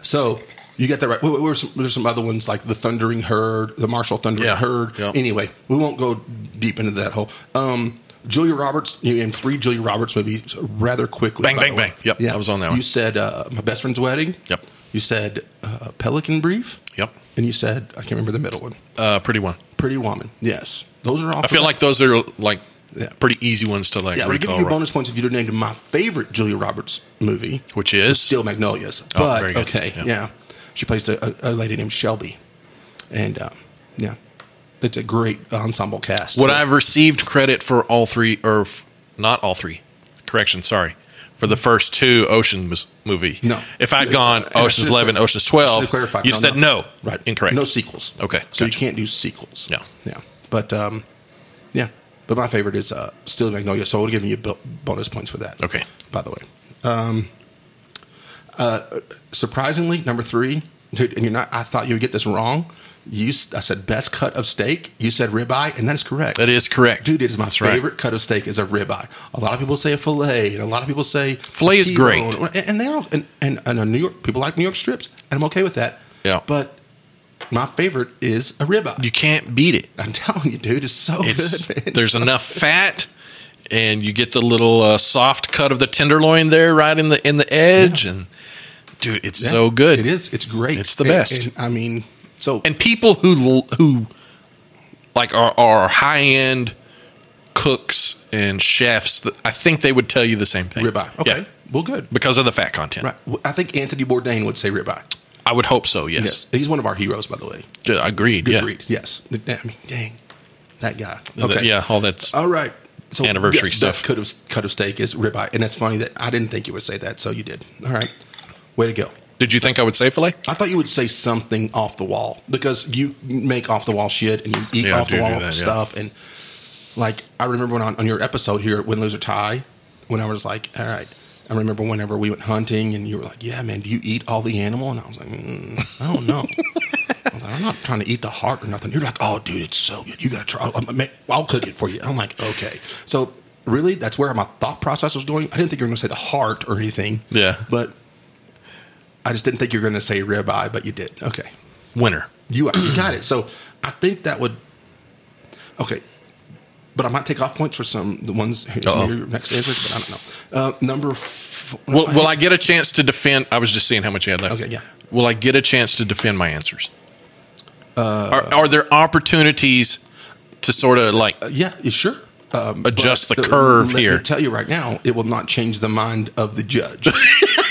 Speaker 2: so. You get that right. Well, there's some, there's some other ones like the Thundering Herd, the Marshall Thundering
Speaker 3: Yeah,
Speaker 2: Herd.
Speaker 3: yeah.
Speaker 2: Anyway, we won't go deep into that whole. Um, Julia Roberts, you named three Julia Roberts movies rather quickly.
Speaker 3: Bang,
Speaker 2: by the
Speaker 3: bang,
Speaker 2: way.
Speaker 3: bang. Yep, I was on that
Speaker 2: You
Speaker 3: one.
Speaker 2: said uh, My Best Friend's Wedding.
Speaker 3: Yep.
Speaker 2: You said uh, Pelican Brief.
Speaker 3: Yep.
Speaker 2: And you said, I can't remember the middle one,
Speaker 3: Uh, pretty one.
Speaker 2: Pretty Woman. Yes. Those are all.
Speaker 3: I feel like those are like
Speaker 2: Yeah.
Speaker 3: pretty easy ones to like
Speaker 2: Yeah, we're giving
Speaker 3: recall,
Speaker 2: you
Speaker 3: right?
Speaker 2: bonus points if you'd have named my favorite Julia Roberts movie.
Speaker 3: which is
Speaker 2: Steel Magnolias.
Speaker 3: Oh,
Speaker 2: But
Speaker 3: very good.
Speaker 2: okay,
Speaker 3: Yeah.
Speaker 2: yeah. she plays a, a a lady named Shelby, and uh, yeah, it's a great ensemble cast.
Speaker 3: Would
Speaker 2: Yeah.
Speaker 3: I have received credit for all three, or f- not all three? Correction, sorry. For the first two Ocean mis- movie.
Speaker 2: No.
Speaker 3: If I'd gone
Speaker 2: And I
Speaker 3: Ocean's
Speaker 2: should've
Speaker 3: 11,
Speaker 2: clar- I
Speaker 3: Ocean's
Speaker 2: should
Speaker 3: 12,
Speaker 2: have clarified.
Speaker 3: you'd said no.
Speaker 2: Right.
Speaker 3: Incorrect.
Speaker 2: No sequels.
Speaker 3: Okay,
Speaker 2: So you
Speaker 3: gotcha.
Speaker 2: can't do sequels.
Speaker 3: Yeah.
Speaker 2: Yeah. But um, yeah. But my favorite is uh, Steel Magnolia. So I would have given you bo- bonus points for that.
Speaker 3: Okay.
Speaker 2: By the way. Um, uh, surprisingly, number three, dude, and you're not, I thought you would get this wrong. You, s- I said best cut of steak. You said ribeye, and that is correct.
Speaker 3: That is correct.
Speaker 2: Dude, it is my
Speaker 3: That's right.
Speaker 2: favorite cut of steak is a ribeye. A lot of people say a fillet, and a lot of people say
Speaker 3: Filet is
Speaker 2: T-bone.
Speaker 3: great.
Speaker 2: And- and they all and, and and uh, New York people like New York strips, and I'm okay with that.
Speaker 3: Yeah.
Speaker 2: but my favorite is a ribeye.
Speaker 3: You can't beat
Speaker 2: [LAUGHS]
Speaker 3: it.
Speaker 2: I'm telling you, dude, it's so
Speaker 3: It's
Speaker 2: good. man.
Speaker 3: [LAUGHS] There's enough fat. And you get the little uh, soft cut of the tenderloin there, right in the in the edge, and dude, it's
Speaker 2: Yeah,
Speaker 3: so good.
Speaker 2: It is. It's great.
Speaker 3: It's the
Speaker 2: And-
Speaker 3: best.
Speaker 2: and, I mean, so
Speaker 3: and people who l- who like are, are high end cooks and chefs, th- I think they would tell you the same thing.
Speaker 2: ribeye. Okay,
Speaker 3: Yeah.
Speaker 2: well, good.
Speaker 3: because of the fat content.
Speaker 2: Right. Well, I think Anthony Bourdain would say ribeye.
Speaker 3: I would hope so.
Speaker 2: Yes,
Speaker 3: Yes,
Speaker 2: he's one of our heroes, by the way.
Speaker 3: Yeah, agreed.
Speaker 2: Good
Speaker 3: yeah,
Speaker 2: read. Yes. I mean, dang, that guy.
Speaker 3: Th- yeah. All that's
Speaker 2: All right. So
Speaker 3: Anniversary stuff.
Speaker 2: best Cut of, cut of steak is ribeye, and that's funny that I didn't think you would say that, so you did. All right, way to go.
Speaker 3: Did you think I would say fillet?
Speaker 2: I thought you would say something off the wall because you make off the wall shit and you eat
Speaker 3: Yeah, I
Speaker 2: off the
Speaker 3: do
Speaker 2: wall
Speaker 3: do that, yeah.
Speaker 2: stuff and like I remember when on, on your episode here at Win Lose or Tie when I was like, all right. I remember whenever we went hunting and you were like, yeah, man, do you eat all the animal? And I was like, mm, I don't know.
Speaker 3: [LAUGHS]
Speaker 2: I was like, I'm not trying to eat the heart or nothing. You're like, oh, dude, it's so good. You got to try. I'll, make- I'll cook it for you. I'm like, okay. So really, that's where my thought process was going. I didn't think you were going to say the heart or anything.
Speaker 3: Yeah.
Speaker 2: But I just didn't think you were going to say ribeye, but you did. Okay.
Speaker 3: Winner.
Speaker 2: You, you got it. So I think that would. Okay. But I might take off points for some the ones here-
Speaker 3: Uh-oh.
Speaker 2: your next answers, but I don't know. Uh, number four.
Speaker 3: Will, will I get a chance to defend? I was just seeing how much you had left.
Speaker 2: Okay, yeah.
Speaker 3: Will I get a chance to defend my answers?
Speaker 2: Uh,
Speaker 3: are, are there opportunities to sort of like
Speaker 2: Yeah, you sure. Um,
Speaker 3: Adjust
Speaker 2: but
Speaker 3: the curve
Speaker 2: let me
Speaker 3: here.
Speaker 2: tell you right now, it will not change the mind of the judge.
Speaker 3: [LAUGHS]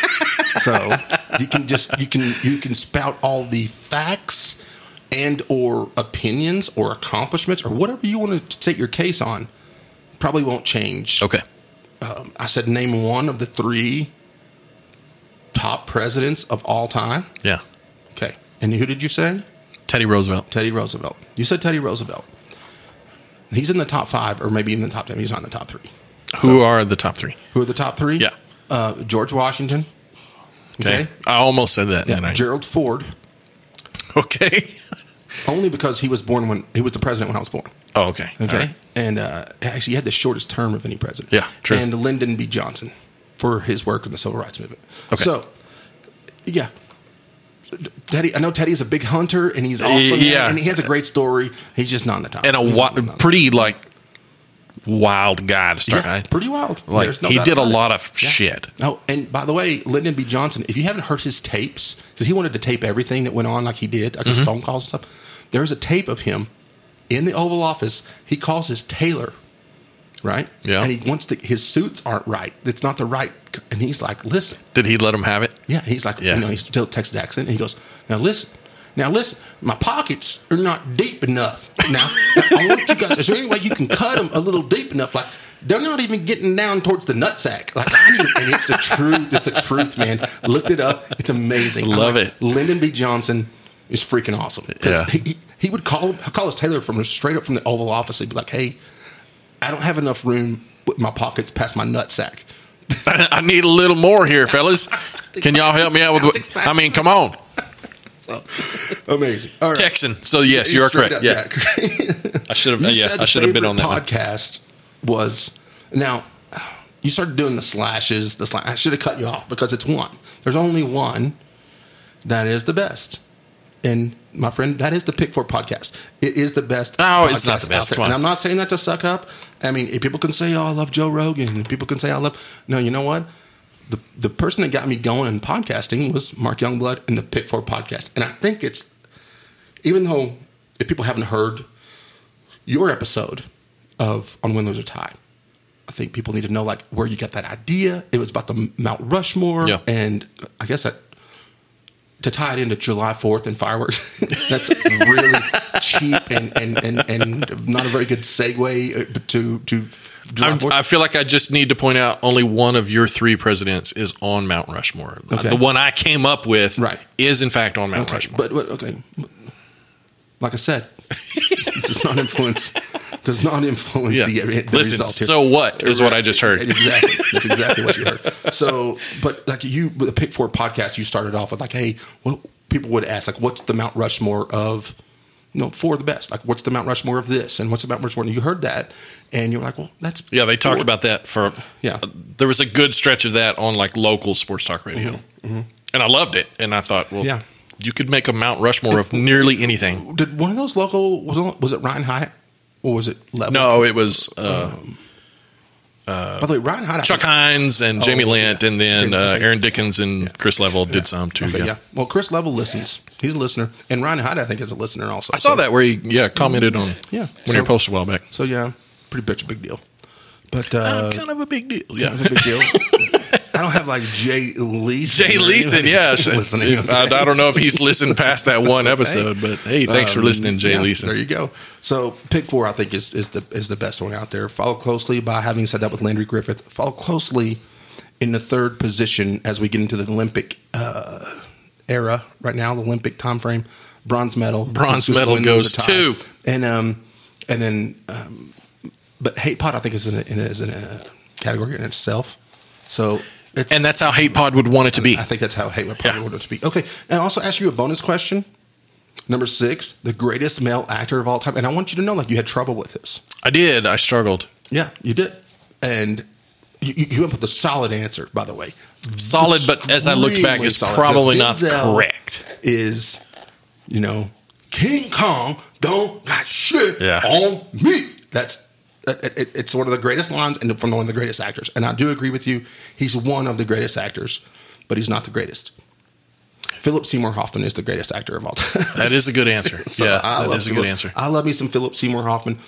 Speaker 2: so you can just you can you can spout all the facts and or opinions or accomplishments or whatever you want to take your case on. Probably won't change.
Speaker 3: okay?
Speaker 2: Um, I said name one of the three top presidents of all time.
Speaker 3: Yeah.
Speaker 2: And who did you say?
Speaker 3: Teddy Roosevelt.
Speaker 2: Teddy Roosevelt. You said Teddy Roosevelt. He's in the top five, or maybe even the top ten. He's not in the top three.
Speaker 3: Who are the top three?
Speaker 2: Who are the top three?
Speaker 3: Yeah.
Speaker 2: Uh, George Washington.
Speaker 3: Okay. I almost said that.
Speaker 2: Yeah.
Speaker 3: didn't I?
Speaker 2: Gerald Ford.
Speaker 3: [LAUGHS] Okay. [LAUGHS]
Speaker 2: Only because he was born when he was the president when I was born.
Speaker 3: Oh, okay. All
Speaker 2: Okay.
Speaker 3: right.
Speaker 2: And uh, actually, he had the shortest term of any president.
Speaker 3: Yeah, true.
Speaker 2: And Lyndon B. Johnson for his work in the civil rights movement.
Speaker 3: Okay.
Speaker 2: So, yeah. Teddy, I know Teddy's a big hunter and he's awesome.
Speaker 3: Yeah.
Speaker 2: And he has a great story. He's just not in the top.
Speaker 3: And a
Speaker 2: He's
Speaker 3: wi-
Speaker 2: not in the top.
Speaker 3: pretty like wild guy to start.
Speaker 2: Yeah,
Speaker 3: I-
Speaker 2: pretty wild.
Speaker 3: Like
Speaker 2: There's no
Speaker 3: he
Speaker 2: doubt
Speaker 3: did a
Speaker 2: about it.
Speaker 3: lot of
Speaker 2: Yeah.
Speaker 3: shit.
Speaker 2: Oh, and by the way, Lyndon B. Johnson, if you haven't heard his tapes, because he wanted to tape everything that went on like he did, like his phone calls and stuff, there's a tape of him in the Oval Office. He calls his tailor, right?
Speaker 3: Yeah.
Speaker 2: And he wants to, his suits aren't right. It's not the right. c- And he's like, listen.
Speaker 3: Did he let him have it? [LAUGHS]
Speaker 2: Yeah. He's like,
Speaker 3: Yeah.
Speaker 2: you know, he's still Texas accent. And he goes, now listen. Now listen, my pockets are not deep enough. Now, now I want you guys. Is there any way you can cut them a little deep enough? Like they're not even getting down towards the nutsack. Like I need, and it's the truth. It's the truth, man. Looked it up. It's amazing. I'm
Speaker 3: Love it.
Speaker 2: Lyndon B. Johnson is freaking awesome. 'Cause
Speaker 3: Yeah.
Speaker 2: He, he- he would call call his tailor from straight up from the Oval Office. He'd be like, "Hey, I don't have enough room with my pockets past my nutsack."
Speaker 3: I, I need a little
Speaker 2: [LAUGHS]
Speaker 3: more here, fellas. Can y'all help me out with? What, I mean, come on,
Speaker 2: So [LAUGHS] amazing. All right.
Speaker 3: Texan. So yes, you are
Speaker 2: Straight up,
Speaker 3: correct. Yeah, I should
Speaker 2: You
Speaker 3: have. [LAUGHS] Yeah,
Speaker 2: said
Speaker 3: I
Speaker 2: the
Speaker 3: should have been
Speaker 2: favorite
Speaker 3: on that. one.
Speaker 2: podcast was now. [SIGHS] You started doing the slashes. The slash. I should have cut you off because it's one. There's only one that is the best. And my friend, that is the pick for podcast. It is the best.
Speaker 3: No, it's not
Speaker 2: podcast
Speaker 3: the best.
Speaker 2: out there.
Speaker 3: Come on.
Speaker 2: And I'm not saying that to suck up. I mean, if people can say, "Oh, I love Joe Rogan," and people can say, "I love," no, you know what? The the person that got me going in podcasting was Mark Youngblood and the Pick Four podcast. And I think it's even though if people haven't heard your episode of on win lose or tie i think people need to know like where you got that idea it was about the mount rushmore
Speaker 3: Yeah.
Speaker 2: and i guess that to tie it into july 4th and fireworks [LAUGHS] that's really cheap and, and and and not a very good segue uh, to to july
Speaker 3: I'm,
Speaker 2: 4th.
Speaker 3: I feel like I just need to point out only one of your three presidents is on Mount Rushmore.
Speaker 2: Okay.
Speaker 3: The one I came up with
Speaker 2: Right.
Speaker 3: is in fact on Mount
Speaker 2: okay
Speaker 3: Rushmore.
Speaker 2: but, but okay like i said [LAUGHS] it does not influence does not influence
Speaker 3: yeah.
Speaker 2: the, the
Speaker 3: Listen,
Speaker 2: result here.
Speaker 3: so what is what I just heard.
Speaker 2: Exactly. That's exactly what you
Speaker 3: [LAUGHS]
Speaker 2: heard. So, but like you, with the Pick Four podcast, you started off with like, hey, well, people would ask, like, what's the Mount Rushmore of, you know, four of the best? Like, what's the Mount Rushmore of this? And what's the Mount Rushmore? And you heard that. And you're like, well, that's.
Speaker 3: Yeah, they talked
Speaker 2: four.
Speaker 3: about that for uh,
Speaker 2: Yeah.
Speaker 3: There was a good stretch of that on like local sports talk radio, and I loved it. And I thought, well,
Speaker 2: Yeah.
Speaker 3: you could make a Mount Rushmore of nearly anything.
Speaker 2: Did one of those local, was it, was it Ryan Hyatt? Or was it Level?
Speaker 3: No, it was uh,
Speaker 2: By the way, Ryan Hyatt. I
Speaker 3: Chuck
Speaker 2: think-
Speaker 3: Hines and Oh, Jamie
Speaker 2: yeah.
Speaker 3: Lent, and then
Speaker 2: Didn't-
Speaker 3: uh,
Speaker 2: okay.
Speaker 3: Aaron Dickens and Chris Level did some too.
Speaker 2: Okay,
Speaker 3: yeah.
Speaker 2: yeah. Well, Chris Level listens. He's a listener. And Ryan Hyatt, I think, is a listener also.
Speaker 3: I saw that where he yeah commented on
Speaker 2: Yeah.
Speaker 3: when you
Speaker 2: So-
Speaker 3: posted a while back.
Speaker 2: So, yeah, pretty much a big deal. But, uh,
Speaker 3: kind of a big deal. Yeah.
Speaker 2: That's a big deal. [LAUGHS] I don't have like Jay Leeson.
Speaker 3: Jay
Speaker 2: or
Speaker 3: Leeson,
Speaker 2: anybody
Speaker 3: yeah.
Speaker 2: who's listening.
Speaker 3: If- I, I don't know if he's listened past that one episode, but hey, thanks for
Speaker 2: Um,
Speaker 3: listening, Jay
Speaker 2: yeah,
Speaker 3: Leeson.
Speaker 2: There you go. So pick four, I think, is, is the is the best one out there. Follow closely by having said that with Landry Griffith. Follow closely in the third position as we get into the Olympic uh, era right now, the Olympic time frame. Bronze medal.
Speaker 3: Bronze
Speaker 2: Who's
Speaker 3: medal
Speaker 2: win, lose,
Speaker 3: goes
Speaker 2: or tie.
Speaker 3: to-
Speaker 2: and um and then um, but hate pot I think is in a, in a, is in a category in itself. So it's
Speaker 3: And that's how Hate Pod would want it to be.
Speaker 2: I think that's how Hate would probably
Speaker 3: Yeah.
Speaker 2: want it to be. Okay. And I also ask you a bonus question. Number six, the greatest male actor of all time. And I want you to know, like, you had trouble with this.
Speaker 3: I did. I struggled.
Speaker 2: Yeah, you did. And you, you came up with a solid answer, by the way.
Speaker 3: Solid, but as I looked back, it's
Speaker 2: Extremely solid.
Speaker 3: probably not
Speaker 2: Because Denzel
Speaker 3: correct.
Speaker 2: Is, you know, King Kong don't got shit
Speaker 3: Yeah.
Speaker 2: on me. That's. uh, it- it- It's one of the greatest lines and from one of the greatest actors. And I do agree with you. He's one of the greatest actors, but he's not the greatest. Philip Seymour Hoffman is the greatest actor of all time.
Speaker 3: That is a good answer.
Speaker 2: [LAUGHS] So
Speaker 3: yeah,
Speaker 2: I
Speaker 3: that
Speaker 2: love
Speaker 3: is a
Speaker 2: Philip-
Speaker 3: good answer.
Speaker 2: I love me some Philip Seymour Hoffman.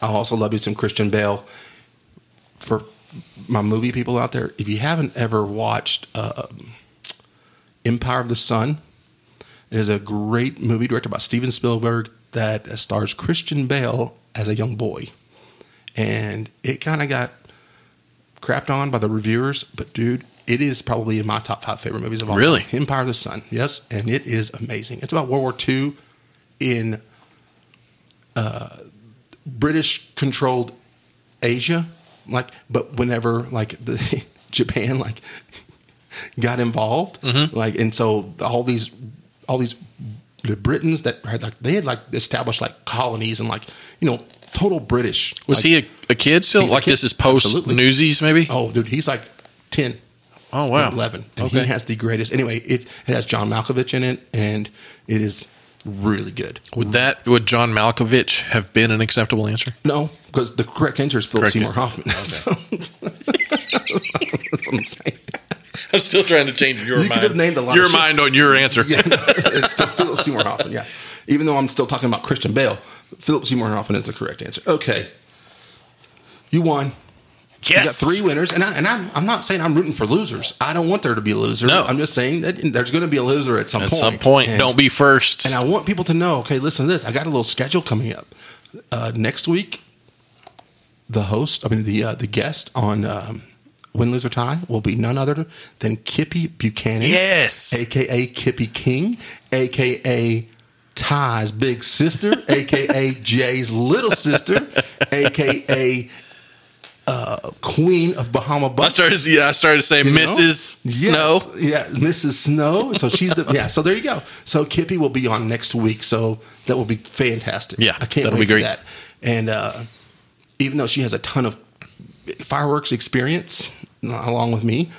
Speaker 2: I also love me some Christian Bale. For my movie people out there, if you haven't ever watched uh, Empire of the Sun, it is a great movie directed by Steven Spielberg that stars Christian Bale as a young boy, and it kind of got crapped on by the reviewers, but dude, it is probably in my top five favorite movies of all.
Speaker 3: Really?
Speaker 2: time. Empire of the Sun. Yes, and it is amazing. It's about World War II in uh, British controlled Asia, like, but whenever like the [LAUGHS] Japan like got involved,
Speaker 3: Mm-hmm.
Speaker 2: like, and so all these all these the Britons that had like they had like established like colonies and like you know total British.
Speaker 3: Was
Speaker 2: like,
Speaker 3: he a, a kid still?
Speaker 2: He's a
Speaker 3: Like
Speaker 2: kid.
Speaker 3: this is post
Speaker 2: Absolutely.
Speaker 3: Newsies, maybe?
Speaker 2: Oh, dude, he's like ten.
Speaker 3: Oh, wow.
Speaker 2: eleven. And
Speaker 3: Okay.
Speaker 2: he has the greatest. Anyway, it, it has John Malkovich in it, and it is really good.
Speaker 3: Would that would John Malkovich have been an acceptable
Speaker 2: [LAUGHS]
Speaker 3: answer?
Speaker 2: No, because the correct answer is Philip
Speaker 3: Correct.
Speaker 2: Seymour Hoffman. So- [LAUGHS] that's what I'm saying.
Speaker 3: I'm still trying to change your
Speaker 2: You could have named a lot
Speaker 3: your
Speaker 2: of shit.
Speaker 3: mind on your answer.
Speaker 2: [LAUGHS] Yeah, no, it's still Philip Seymour Hoffman. Yeah, even though I'm still talking about Christian Bale, Philip Seymour Hoffman is the correct answer. Okay, you won. You got
Speaker 3: Yes.
Speaker 2: three winners, and I, and I'm I'm not saying I'm rooting for losers. I don't want there to be a loser.
Speaker 3: No.
Speaker 2: I'm just saying that there's going to be a loser at some
Speaker 3: At
Speaker 2: point.
Speaker 3: some point,
Speaker 2: And-
Speaker 3: don't be first.
Speaker 2: And I want people to know, okay, listen to this. I got a little schedule coming up. Uh, next week, the host, I mean, the uh, the guest on um, Win, Lose, or Tie will be none other than Kippy Buchanan.
Speaker 3: yes.
Speaker 2: AKA Kippy King, AKA Ty's big sister, AKA Jay's little sister, AKA uh, Queen of Bahama
Speaker 3: I
Speaker 2: Bucks.
Speaker 3: started. Yeah, I started to say
Speaker 2: You know?
Speaker 3: Mrs.
Speaker 2: Yes.
Speaker 3: Snow.
Speaker 2: Yeah, Mrs. Snow. So she's the yeah. So there you go. So Kippy will be on next week. So that will be fantastic.
Speaker 3: Yeah,
Speaker 2: I can't
Speaker 3: that'll
Speaker 2: wait
Speaker 3: be great.
Speaker 2: for that. And uh, even though she has a ton of fireworks experience not along with me,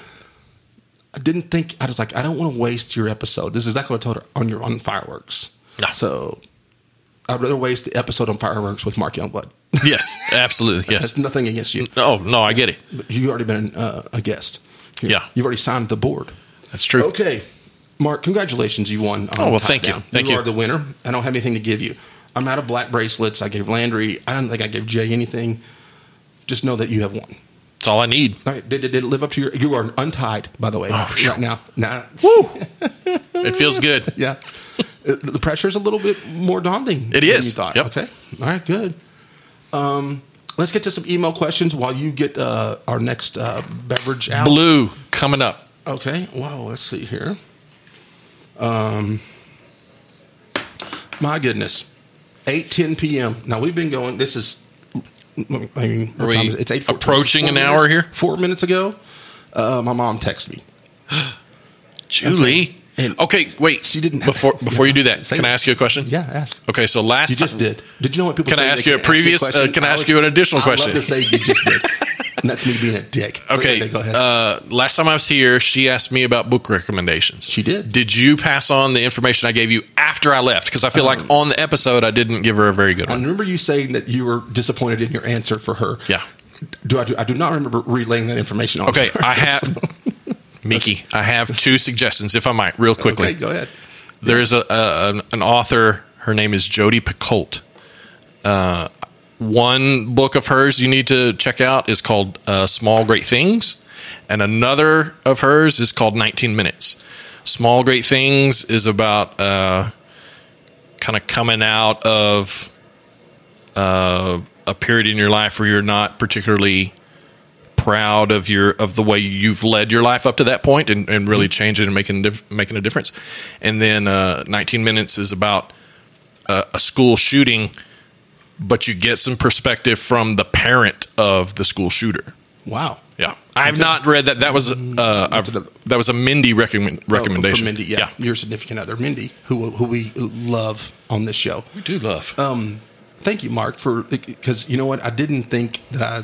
Speaker 2: I didn't think I was like I don't want to waste your episode. This is exactly what I told her on your on fireworks.
Speaker 3: No.
Speaker 2: So I'd rather waste the episode on fireworks with Mark Youngblood.
Speaker 3: Yes, absolutely.
Speaker 2: [LAUGHS] That's
Speaker 3: Yes.
Speaker 2: nothing against you.
Speaker 3: Oh no, I get it.
Speaker 2: But you've already been uh, a guest.
Speaker 3: Yeah.
Speaker 2: You've already signed the board.
Speaker 3: That's true.
Speaker 2: Okay, Mark, congratulations, you won. on
Speaker 3: Oh, well,
Speaker 2: Top
Speaker 3: thank you.
Speaker 2: Down.
Speaker 3: Thank
Speaker 2: you,
Speaker 3: you.
Speaker 2: are the winner. I don't have anything to give you. I'm out of black bracelets. I gave Landry. I don't think I gave Jay anything. Just know that you have won.
Speaker 3: That's all I need.
Speaker 2: All right, did, did it live up to your? You are untied, by the way,
Speaker 3: Oh, phew.
Speaker 2: right now. Nah,
Speaker 3: Woo. it feels good.
Speaker 2: yeah, Uh, the pressure's a little bit more daunting.
Speaker 3: It
Speaker 2: than
Speaker 3: is.
Speaker 2: You thought.
Speaker 3: Yep.
Speaker 2: Okay. All right. Good. Um, let's get to some email questions while you get uh, our next uh, beverage out.
Speaker 3: Blue coming up.
Speaker 2: Okay. Wow. Let's see here. Um, my goodness, eight ten p.m. Now we've been going. This is. I mean, what
Speaker 3: Are we
Speaker 2: time is it? it's eight
Speaker 3: approaching
Speaker 2: four
Speaker 3: an hour
Speaker 2: minutes-
Speaker 3: here?
Speaker 2: Four minutes ago, uh, my mom texted me.
Speaker 3: Julie.
Speaker 2: And-
Speaker 3: okay, wait.
Speaker 2: She didn't-
Speaker 3: Before before you do that,
Speaker 2: Say
Speaker 3: can I
Speaker 2: it.
Speaker 3: ask you a question?
Speaker 2: Yeah, ask.
Speaker 3: Okay, so last
Speaker 2: You just
Speaker 3: time-
Speaker 2: did. Did you know what people?
Speaker 3: Can
Speaker 2: say
Speaker 3: I
Speaker 2: they
Speaker 3: ask you a
Speaker 2: can you
Speaker 3: previous- uh,
Speaker 2: question?
Speaker 3: can I ask
Speaker 2: would-
Speaker 3: you an additional
Speaker 2: I'd love
Speaker 3: question?
Speaker 2: to say you just did.
Speaker 3: [LAUGHS]
Speaker 2: and that's me being a dick. But
Speaker 3: Okay.
Speaker 2: go ahead.
Speaker 3: Uh, last time I was here, she asked me about book recommendations.
Speaker 2: She did.
Speaker 3: Did you pass on the information I gave you after I left? Because I feel like on the episode I didn't give her a very good
Speaker 2: Uh-huh. I
Speaker 3: one.
Speaker 2: remember you saying that you were disappointed in your answer for her.
Speaker 3: Yeah.
Speaker 2: Do I do? I do not remember relaying that information. On
Speaker 3: Okay,
Speaker 2: her. [LAUGHS]
Speaker 3: I have Miki. I have two suggestions, if I might, real quickly.
Speaker 2: Okay, go ahead.
Speaker 3: There's a, a an, an author. Her name is Jodi Picoult. Uh, one book of hers you need to check out is called uh, Small Great Things, and another of hers is called 19 Minutes. Small Great Things is about uh, kind of coming out of uh, a period in your life where you're not particularly proud of your of the way you've led your life up to that point and, and
Speaker 2: Mm-hmm.
Speaker 3: really changing and making dif- making a difference. And then uh, 19 minutes is about uh, a school shooting, but you get some perspective from the parent of the school shooter.
Speaker 2: Wow.
Speaker 3: Yeah, I've not read that. That was uh, I've,
Speaker 2: Mm-hmm. another-
Speaker 3: that was a Mindy recommend, recommendation.
Speaker 2: From Mindy, yeah, Your significant other, Mindy, who who we love on this show.
Speaker 3: we do love.
Speaker 2: Um, thank you, Mark, for because you know what? I didn't think that I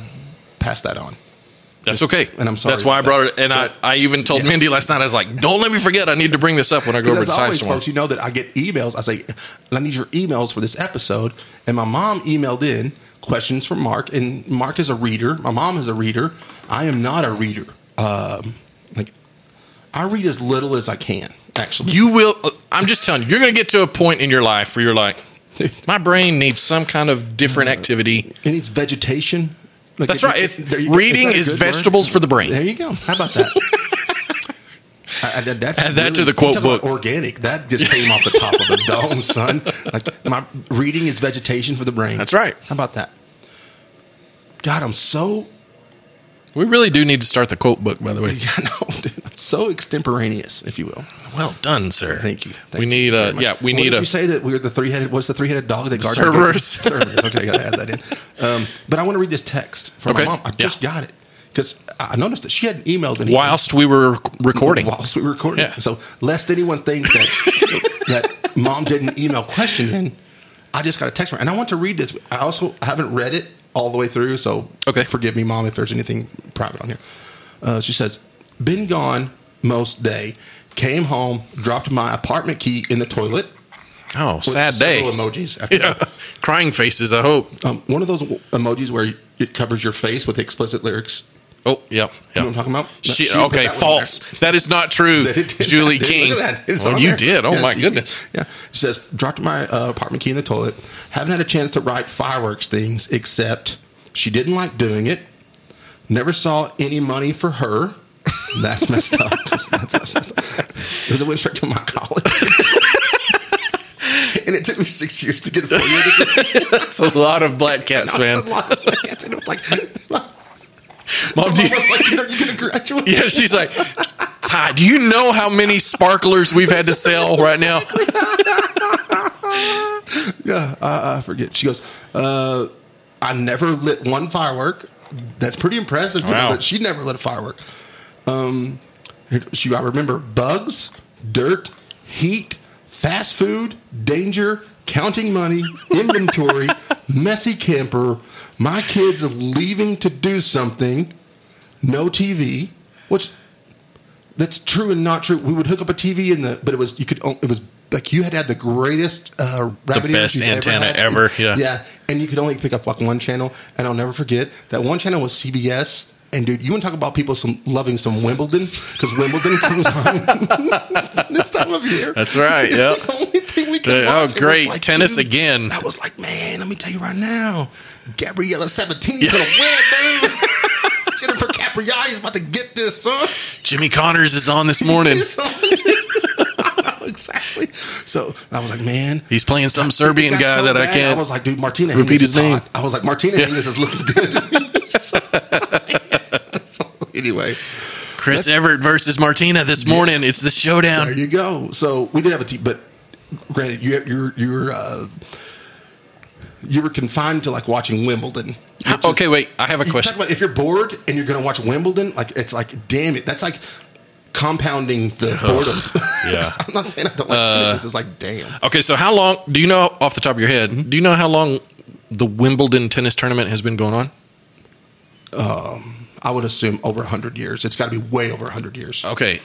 Speaker 2: passed that on.
Speaker 3: That's okay,
Speaker 2: and I'm sorry
Speaker 3: That's why I
Speaker 2: about
Speaker 3: brought it. And I, I even told
Speaker 2: yeah.
Speaker 3: Mindy last night. I was like, "Don't let me forget. I need to bring this up when I go over
Speaker 2: As
Speaker 3: to Science
Speaker 2: always,
Speaker 3: tomorrow."
Speaker 2: folks, you know that I get emails. I say, I need your emails for this episode. And my mom emailed in questions from Mark. And Mark is a reader. My mom is a reader. I am not a reader. Um, like, I read as little as I can, actually.
Speaker 3: you will i'm just telling you you're going to get to a point in your life where you're like
Speaker 2: [LAUGHS]
Speaker 3: my brain needs some kind of different activity
Speaker 2: and it's vegetation. Like,
Speaker 3: That's
Speaker 2: Uh, it-
Speaker 3: right.
Speaker 2: it-
Speaker 3: It's-
Speaker 2: there you go.
Speaker 3: reading
Speaker 2: Is that a
Speaker 3: is
Speaker 2: good word?
Speaker 3: vegetables for the brain.
Speaker 2: There you go. How about that?
Speaker 3: [LAUGHS]
Speaker 2: I, I, that's
Speaker 3: Add that to the quote
Speaker 2: you talk about
Speaker 3: book.
Speaker 2: Organic. That just came off the top of
Speaker 3: [LAUGHS]
Speaker 2: the dome, son. Like my reading is vegetation for the brain.
Speaker 3: That's right.
Speaker 2: How about that? God, I'm so
Speaker 3: We really do need to start the quote book, by the way.
Speaker 2: [LAUGHS] Yeah, no, dude, I'm so extemporaneous, if you will.
Speaker 3: Well done, sir.
Speaker 2: Thank you. Thank
Speaker 3: we
Speaker 2: you
Speaker 3: need
Speaker 2: very
Speaker 3: a
Speaker 2: much.
Speaker 3: yeah. We
Speaker 2: What
Speaker 3: need
Speaker 2: did
Speaker 3: a
Speaker 2: You say that we're the three headed. What's the three headed dog that guards the
Speaker 3: Servers.
Speaker 2: [LAUGHS] gates? Servers. Okay, I gotta add that in. Um, but I want to read this text from
Speaker 3: Okay.
Speaker 2: my mom. I
Speaker 3: Yeah.
Speaker 2: just got it because I noticed that she hadn't emailed anything
Speaker 3: whilst we were recording.
Speaker 2: whilst we were recording.
Speaker 3: Yeah.
Speaker 2: So lest anyone thinks
Speaker 3: [LAUGHS]
Speaker 2: that that mom didn't email question in, I just got a text from her, and I want to read this. I also haven't read it all the way through, so
Speaker 3: Okay.
Speaker 2: forgive me, mom, if there's anything private on here. Uh, she says, "Been gone most day, came home, dropped my apartment key in the toilet."
Speaker 3: Oh, sad day.
Speaker 2: Several emojis. After that.
Speaker 3: [LAUGHS] Crying faces. I hope.
Speaker 2: Um, one of those emojis where it covers your face with explicit lyrics.
Speaker 3: Oh, yep.
Speaker 2: You
Speaker 3: yep.
Speaker 2: know what I'm talking about?
Speaker 3: She,
Speaker 2: She put
Speaker 3: okay,
Speaker 2: that one
Speaker 3: false. That is not true,
Speaker 2: They did that,
Speaker 3: Julie
Speaker 2: dude.
Speaker 3: King.
Speaker 2: Look at that. It's
Speaker 3: well,
Speaker 2: on
Speaker 3: you
Speaker 2: there.
Speaker 3: did. Oh
Speaker 2: Yeah,
Speaker 3: my
Speaker 2: she-
Speaker 3: goodness.
Speaker 2: Yeah. She says, dropped my uh, apartment key in the toilet. Haven't had a chance to write fireworks things except she didn't like doing it. Never saw any money for her. That's messed up. [LAUGHS] That's, that's messed up. Because it went straight to my college. [LAUGHS] and it took me six years to get a four-year
Speaker 3: [LAUGHS]
Speaker 2: degree.
Speaker 3: That's a lot of
Speaker 2: [LAUGHS]
Speaker 3: black cats, man.
Speaker 2: It's a lot of kids. And it was like, my mom
Speaker 3: Mom, Oh, do you-
Speaker 2: was
Speaker 3: [LAUGHS]
Speaker 2: like, are you going to graduate?
Speaker 3: yeah, she's like, Ty, do you know how many sparklers we've had to sell right now?
Speaker 2: Yeah, I, I forget. She goes, uh, I never lit one firework. That's pretty impressive to
Speaker 3: Wow.
Speaker 2: me that she never lit a firework. Um, she, I remember bugs, dirt, heat, fast food, danger, counting money, [LAUGHS] inventory, messy camper, my kids leaving to do something, no TV, which that's true and not true. We would hook up a TV in the, but it was you could. on- It was like you had to have the greatest, uh, rabbit ears
Speaker 3: best
Speaker 2: you've
Speaker 3: antenna
Speaker 2: had.
Speaker 3: ever, yeah.
Speaker 2: yeah, and you could only pick up like one channel. And I'll never forget that one channel was CBS. And dude, you want to talk about people some loving some Wimbledon because Wimbledon comes on [LAUGHS] this time of year.
Speaker 3: That's right,
Speaker 2: It's
Speaker 3: yep.
Speaker 2: the only thing we could watch.
Speaker 3: oh,
Speaker 2: It was
Speaker 3: great.
Speaker 2: like,
Speaker 3: Tennis
Speaker 2: dude,
Speaker 3: again.
Speaker 2: I was like, man, let me tell you right now, Gabriella Sabatini's gonna win, dude. [LAUGHS] Jennifer Capriati is about to get this, son.
Speaker 3: Jimmy Connors is on
Speaker 2: [LAUGHS]
Speaker 3: this morning.
Speaker 2: exactly. So I was like, man.
Speaker 3: He's playing some
Speaker 2: it
Speaker 3: Serbian
Speaker 2: got
Speaker 3: guy
Speaker 2: so
Speaker 3: that I
Speaker 2: bad,
Speaker 3: can't.
Speaker 2: I was like, dude, Martina
Speaker 3: repeat
Speaker 2: Hingis
Speaker 3: his
Speaker 2: is
Speaker 3: name.
Speaker 2: hot. I was like, Martina Hingis is looking good. so, [LAUGHS] so anyway,
Speaker 3: Chris Everett versus Martina this morning. It's the
Speaker 2: there
Speaker 3: showdown.
Speaker 2: you go. So we did have a team, but granted, you you you were uh, you were confined to like watching Wimbledon. which is-
Speaker 3: Okay, wait. I have a
Speaker 2: You talk
Speaker 3: question.
Speaker 2: about if you're bored and you're going to watch Wimbledon, like it's like, damn it, that's like compounding the boredom.
Speaker 3: [LAUGHS] Yeah.
Speaker 2: [LAUGHS]
Speaker 3: Uh,
Speaker 2: I'm not saying I don't like tennis. It's just like, damn.
Speaker 3: Okay, so how long do you know off the top of your head?
Speaker 2: Mm-hmm.
Speaker 3: Do you know how long the Wimbledon tennis tournament has been going on?
Speaker 2: I would assume over 100 years. It's got to be way over 100 years.
Speaker 3: Okay.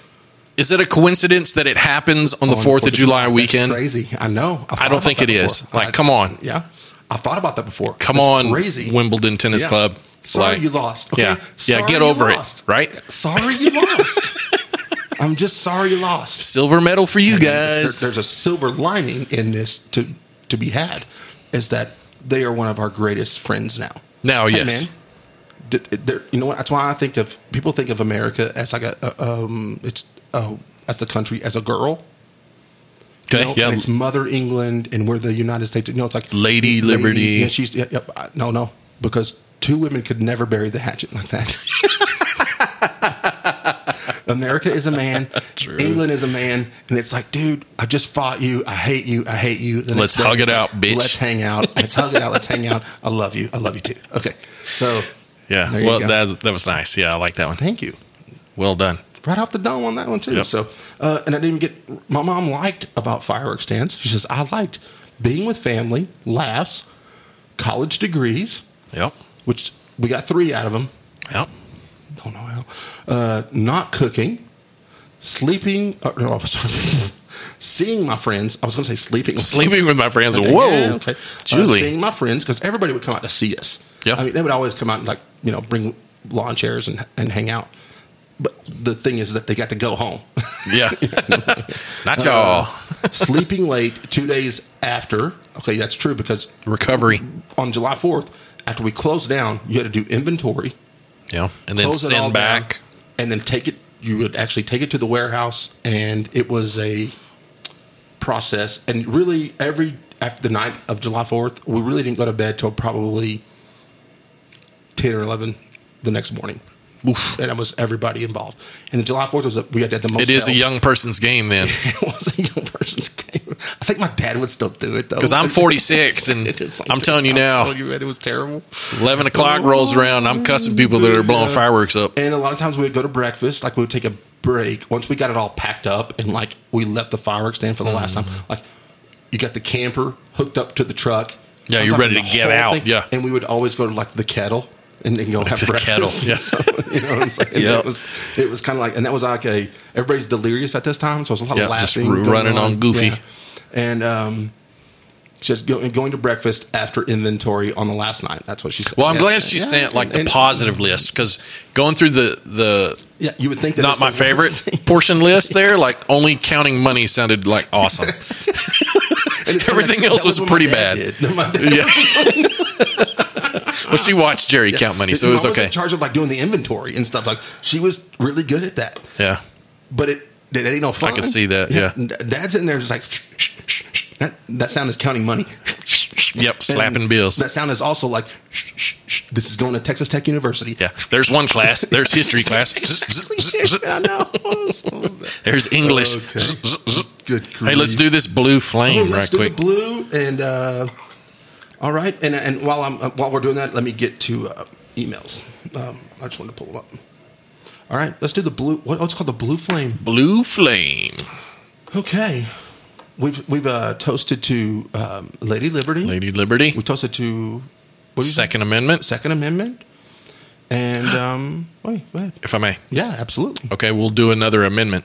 Speaker 3: Is it a coincidence that it happens on the
Speaker 2: On
Speaker 3: 4th of July
Speaker 2: That's
Speaker 3: weekend?
Speaker 2: Crazy. I know.
Speaker 3: I don't think
Speaker 2: it
Speaker 3: it
Speaker 2: is.
Speaker 3: is. Like, come on.
Speaker 2: Yeah. I thought about that before.
Speaker 3: Come
Speaker 2: That's
Speaker 3: on,
Speaker 2: Crazy.
Speaker 3: Wimbledon Tennis
Speaker 2: Yeah.
Speaker 3: Club.
Speaker 2: Sorry
Speaker 3: Like,
Speaker 2: you lost. Okay?
Speaker 3: Yeah.
Speaker 2: Sorry
Speaker 3: yeah, get
Speaker 2: you
Speaker 3: over
Speaker 2: lost.
Speaker 3: it, right?
Speaker 2: Sorry you
Speaker 3: [LAUGHS]
Speaker 2: lost. I'm just sorry you lost.
Speaker 3: Silver medal for you guys.
Speaker 2: There- there's a silver lining in this to to be had is that they are one of our greatest friends now.
Speaker 3: Now, Oh, yes.
Speaker 2: D- they're- you know what? That's why I think of people think of America as like a, a um, it's uh, as a country as a girl. you
Speaker 3: Okay,
Speaker 2: know,
Speaker 3: yeah.
Speaker 2: and it's Mother England, and we're the United States. You know, it's like
Speaker 3: Lady Liberty.
Speaker 2: Yeah, she's yeah, yeah, I- no, no, because two women could never bury the hatchet like that.
Speaker 3: [LAUGHS]
Speaker 2: America is a man. England is a man, and it's like, dude, I just fought you. I hate you. I hate you. The next
Speaker 3: Let's
Speaker 2: day,
Speaker 3: hug it
Speaker 2: it's
Speaker 3: out, bitch.
Speaker 2: Let's hang out. Let's hug it out. Let's hang out. I love you. I love you too. Okay, so
Speaker 3: Yeah.
Speaker 2: There you
Speaker 3: Well,
Speaker 2: go.
Speaker 3: that, that was nice. Yeah, I like that one.
Speaker 2: thank you.
Speaker 3: Well done.
Speaker 2: Right off the dome on that one too.
Speaker 3: Yep.
Speaker 2: So, uh, and I didn't even get. My mom liked about fireworks stands. She says I liked being with family, laughs, college degrees,
Speaker 3: Yep.
Speaker 2: which we got three out of them.
Speaker 3: Yep.
Speaker 2: Don't know how. Uh, not cooking, sleeping. Uh, no, I'm sorry. [LAUGHS] seeing my friends. I was going to say sleeping.
Speaker 3: Sleeping with my friends.
Speaker 2: Okay,
Speaker 3: Whoa.
Speaker 2: yeah, okay. Uh,
Speaker 3: Julie.
Speaker 2: seeing my friends because everybody would come out to see us.
Speaker 3: Yeah.
Speaker 2: I mean, they would always come out and like you know bring lawn chairs and and hang out. But the thing is that they got to go home. [LAUGHS]
Speaker 3: yeah. Not y'all.
Speaker 2: Uh, sleeping late two days after. Okay, that's true because
Speaker 3: Recovery.
Speaker 2: on July 4th, after we closed down, you had to do inventory,
Speaker 3: Yeah. And then
Speaker 2: close it all
Speaker 3: send
Speaker 2: down,
Speaker 3: back.
Speaker 2: and then take it. You would actually take it to the warehouse, and it was a process. And really, every after the night of July 4th, we really didn't go to bed till probably 10 or 11 the next morning. Oof, and it was everybody involved. And the July Fourth was a, we had the most.
Speaker 3: It is a
Speaker 2: held-
Speaker 3: young person's
Speaker 2: [LAUGHS]
Speaker 3: game then,
Speaker 2: it was a young person's game. I think my dad would still do [LAUGHS] it though.
Speaker 3: because I'm 46 and
Speaker 2: It is like-
Speaker 3: I'm telling you now,
Speaker 2: telling you, man, it was terrible.
Speaker 3: 11 o'clock rolls around, I'm cussing people that are blowing fireworks up.
Speaker 2: And a lot of times we would go to breakfast, like we would take a break. Once we got it all packed up and like we left the fireworks stand for the last time,
Speaker 3: Mm.
Speaker 2: like you got the camper hooked up to the truck.
Speaker 3: Yeah,
Speaker 2: I'm
Speaker 3: you're
Speaker 2: talking
Speaker 3: ready to
Speaker 2: the
Speaker 3: get
Speaker 2: whole
Speaker 3: out, yeah.
Speaker 2: And we would always go to like the kettle and then go have
Speaker 3: The
Speaker 2: breakfast.
Speaker 3: kettle,
Speaker 2: [LAUGHS]
Speaker 3: yeah.
Speaker 2: So, you know what I'm saying?
Speaker 3: Yep.
Speaker 2: It was it was kind of like, and that was like a everybody's delirious at this time, so it was a lot
Speaker 3: Yeah,
Speaker 2: of
Speaker 3: just
Speaker 2: laughing,
Speaker 3: ru-
Speaker 2: going
Speaker 3: running on goofy.
Speaker 2: and um. Just go, going to breakfast after inventory on the last night. That's what she said.
Speaker 3: Well, I'm
Speaker 2: Yeah.
Speaker 3: glad she
Speaker 2: Yeah,
Speaker 3: sent like
Speaker 2: and-
Speaker 3: the
Speaker 2: and-
Speaker 3: positive list because going through the the
Speaker 2: Yeah, you would think that
Speaker 3: not
Speaker 2: it's
Speaker 3: my
Speaker 2: the
Speaker 3: favorite
Speaker 2: worst thing.
Speaker 3: portion list there, like only counting money sounded like
Speaker 2: [LAUGHS]
Speaker 3: awesome.
Speaker 2: [LAUGHS] And it's
Speaker 3: Everything
Speaker 2: like,
Speaker 3: else
Speaker 2: that
Speaker 3: was
Speaker 2: what
Speaker 3: pretty
Speaker 2: my dad
Speaker 3: bad.
Speaker 2: did. [LAUGHS] No, my dad-
Speaker 3: yeah. [LAUGHS] well, she watched Jerry count money, so it
Speaker 2: Mom
Speaker 3: was okay.
Speaker 2: in charge of like doing the inventory and stuff. Like she was really good at that,
Speaker 3: Yeah.
Speaker 2: but it it ain't no fun.
Speaker 3: could see that, yeah.
Speaker 2: N- Dad's in there just like [LAUGHS] that. That sound is counting money.
Speaker 3: [LAUGHS] Yep. Slapping
Speaker 2: And
Speaker 3: bills.
Speaker 2: That sound is also like [LAUGHS] this is going to Texas Tech University.
Speaker 3: Yeah. There's one class. There's history class.
Speaker 2: [LAUGHS] [LAUGHS] I know.
Speaker 3: There's English.
Speaker 2: Okay. Good. Grief.
Speaker 3: Hey, let's do this blue
Speaker 2: Ooh,
Speaker 3: flame
Speaker 2: let's
Speaker 3: right
Speaker 2: do
Speaker 3: quick.
Speaker 2: the blue and uh, all right. And and while I'm uh, while we're doing that, let me get to uh, emails. Um, I just wanted to pull them up. All right, let's do the blue. What, oh, it's called the blue flame.
Speaker 3: Blue flame.
Speaker 2: Okay, we've we've uh, toasted to um, Lady Liberty.
Speaker 3: Lady Liberty.
Speaker 2: We toasted to what do you say?
Speaker 3: Second Amendment,
Speaker 2: Second Amendment.
Speaker 3: [GASPS]
Speaker 2: And um, wait, wait.
Speaker 3: if I may.
Speaker 2: Yeah, absolutely.
Speaker 3: Okay, we'll do another amendment,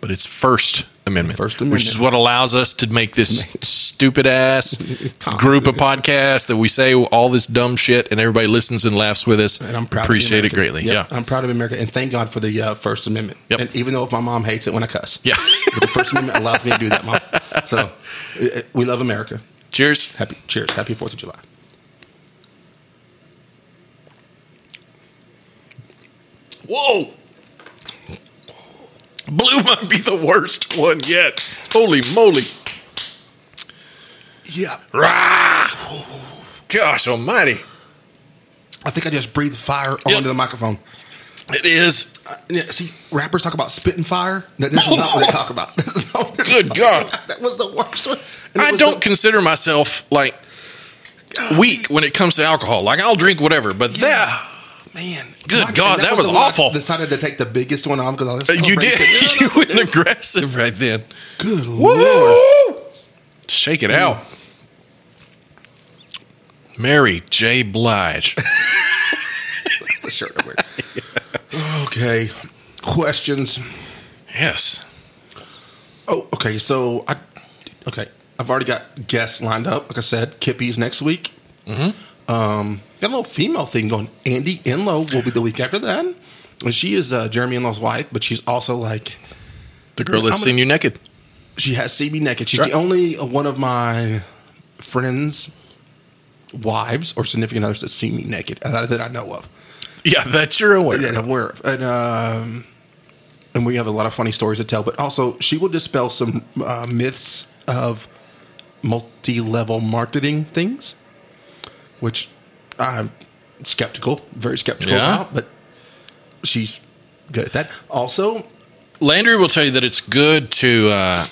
Speaker 3: but it's First Amendment,
Speaker 2: First
Speaker 3: which is
Speaker 2: Amendment.
Speaker 3: what allows us to make this stupid ass
Speaker 2: [LAUGHS]
Speaker 3: group of podcasts that we say all this dumb shit, and everybody listens and laughs with us.
Speaker 2: And I'm proud.
Speaker 3: appreciate
Speaker 2: of
Speaker 3: it greatly. Yeah,
Speaker 2: I'm proud of America, and thank God for the uh, First Amendment.
Speaker 3: Yep.
Speaker 2: And even though if my mom hates it when I cuss,
Speaker 3: yeah.
Speaker 2: But the First Amendment allows me to do that, Mom. So uh, we love America.
Speaker 3: Cheers.
Speaker 2: Happy cheers. Happy Fourth of July.
Speaker 3: Whoa. Blue might be the worst one yet. Holy moly.
Speaker 2: Yeah,
Speaker 3: Rah! Gosh almighty.
Speaker 2: I think I just breathed fire onto the microphone.
Speaker 3: It is.
Speaker 2: Yeah, see, rappers talk about spitting fire. No, This is not what they talk about. [LAUGHS] This is not what they're
Speaker 3: Good
Speaker 2: talking about.
Speaker 3: God.
Speaker 2: that was the worst one. And it
Speaker 3: I
Speaker 2: was
Speaker 3: don't
Speaker 2: the- Oh,
Speaker 3: consider myself like weak when it comes to alcohol. Like I'll drink whatever, but that
Speaker 2: man.
Speaker 3: Good
Speaker 2: And
Speaker 3: God, that was
Speaker 2: the one I
Speaker 3: awful.
Speaker 2: decided to take the biggest one on because
Speaker 3: uh, you [LAUGHS] did you went aggressive right then.
Speaker 2: Good lord.
Speaker 3: Woo! Shake it
Speaker 2: Mm.
Speaker 3: out. Mary J. Blige.
Speaker 2: That's the shirt I wear. Okay, questions.
Speaker 3: yes.
Speaker 2: Oh, okay. So I, okay, I've already got guests lined up. Like I said, Kippy's next week. Um, got a little female thing going. Andy Inlow will be the week after that, and she is uh, Jeremy Inlow's wife, but she's also like
Speaker 3: The girl
Speaker 2: I'm
Speaker 3: that's
Speaker 2: gonna-
Speaker 3: seen you naked.
Speaker 2: she has seen me naked. She's
Speaker 3: Sure.
Speaker 2: the only uh, one of my friends' wives or significant others that's seen me naked uh, that I know of.
Speaker 3: Yeah, that you're aware.
Speaker 2: Yeah, I'm aware of. And, um, and we have a lot of funny stories to tell, but also she will dispel some uh, myths of multi level marketing things, which I'm skeptical, very skeptical
Speaker 3: Yeah.
Speaker 2: about, but she's good at that. Also,
Speaker 3: Landry will tell you that it's good to uh,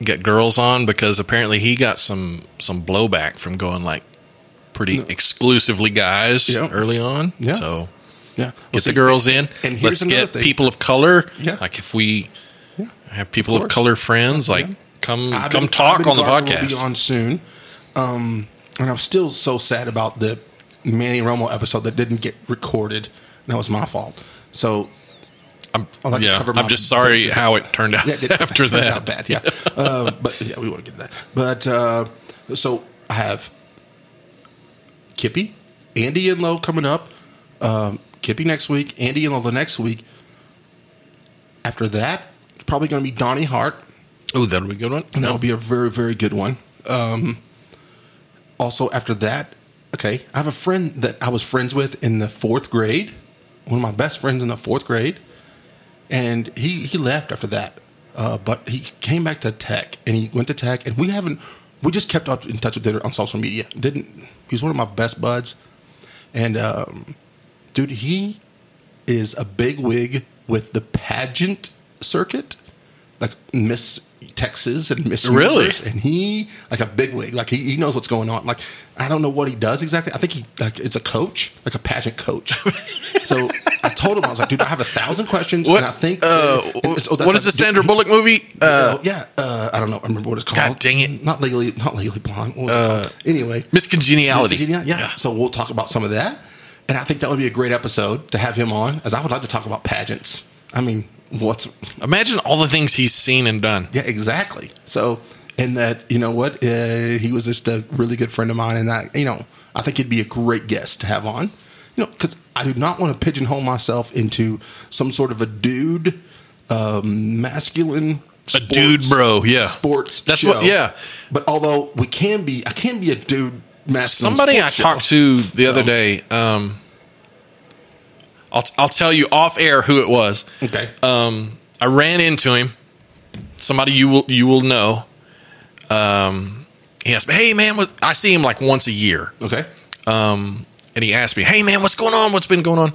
Speaker 3: get girls on because apparently he got some some blowback from going like pretty exclusively guys
Speaker 2: Yeah.
Speaker 3: early on.
Speaker 2: Yeah.
Speaker 3: So
Speaker 2: yeah.
Speaker 3: get the girls in.
Speaker 2: and here's
Speaker 3: Let's
Speaker 2: another
Speaker 3: get
Speaker 2: thing.
Speaker 3: people of color.
Speaker 2: Yeah.
Speaker 3: Like if we have people of,
Speaker 2: course.
Speaker 3: color friends, like
Speaker 2: Yeah.
Speaker 3: come
Speaker 2: I've
Speaker 3: Mm, come
Speaker 2: been- I've
Speaker 3: talk
Speaker 2: been
Speaker 3: on the
Speaker 2: Gardner will
Speaker 3: podcast.
Speaker 2: Be on soon, um, and I'm still so sad about the Manny Romo episode that didn't get recorded. And that was my fault. So
Speaker 3: I'm,
Speaker 2: I'd like to
Speaker 3: yeah,
Speaker 2: cover my
Speaker 3: I'm just sorry
Speaker 2: bases.
Speaker 3: how it turned out
Speaker 2: yeah, it
Speaker 3: [LAUGHS] after
Speaker 2: turned
Speaker 3: that.
Speaker 2: out bad. Yeah, uh, but yeah, we want to get to that. But uh, so I have Kippy, Andy Inlow coming up. Um, Kippy next week, Andy Inlow the next week. After that, it's probably going to be Donnie Hart.
Speaker 3: Oh, that'll be a good one.
Speaker 2: And that would be a very, very good one. Um, also, after that, okay, I have a friend that I was friends with in the fourth grade, one of my best friends in the fourth grade, and he he left after that, uh, but he came back to Tech and he went to Tech, and we haven't we just kept up in touch with him on social media. Didn't he's one of my best buds, and um, dude, he is a big wig with the pageant circuit, like Miss Texas and Miss
Speaker 3: Really?
Speaker 2: Universe, and he like a big wig, like he, he knows what's going on. Like I don't know what he does exactly. I think he like it's a coach, like a pageant coach.
Speaker 3: [LAUGHS]
Speaker 2: so I told him I was like, dude, I have a thousand questions,
Speaker 3: What?
Speaker 2: and I think
Speaker 3: uh,
Speaker 2: and it's- oh, that's
Speaker 3: what is
Speaker 2: a-
Speaker 3: the Sandra Bullock movie? Uh,
Speaker 2: oh, yeah, uh, I don't know. I remember what it's called.
Speaker 3: God dang it. Uh,
Speaker 2: Not legally, not legally blonde. What was it called? anyway,
Speaker 3: Miss Congeniality.
Speaker 2: Mr. Genial- Yeah. So we'll talk about some of that. And I think that would be a great episode to have him on, as I would like to talk about pageants. I mean, what's
Speaker 3: Imagine all the things he's seen and done.
Speaker 2: yeah, exactly. So, and that you know what, uh, he was just a really good friend of mine, and that you know, I think he'd be a great guest to have on. You know, because I do not want to pigeonhole myself into some sort of a dude, um, masculine.
Speaker 3: A dude bro, yeah.
Speaker 2: sports.
Speaker 3: That's what-
Speaker 2: show.
Speaker 3: yeah.
Speaker 2: But although we can be, I can be a dude. masculine
Speaker 3: Somebody I
Speaker 2: sports show.
Speaker 3: talked to the other
Speaker 2: So-
Speaker 3: day. Um, I'll I'll tell you off air who it was.
Speaker 2: Okay.
Speaker 3: Um, I ran into him. Somebody you will you will know. Um, he asked me, "Hey man, what, I see him like once a year."
Speaker 2: okay.
Speaker 3: um, and he asked me, "Hey man, what's going on? What's been going on?"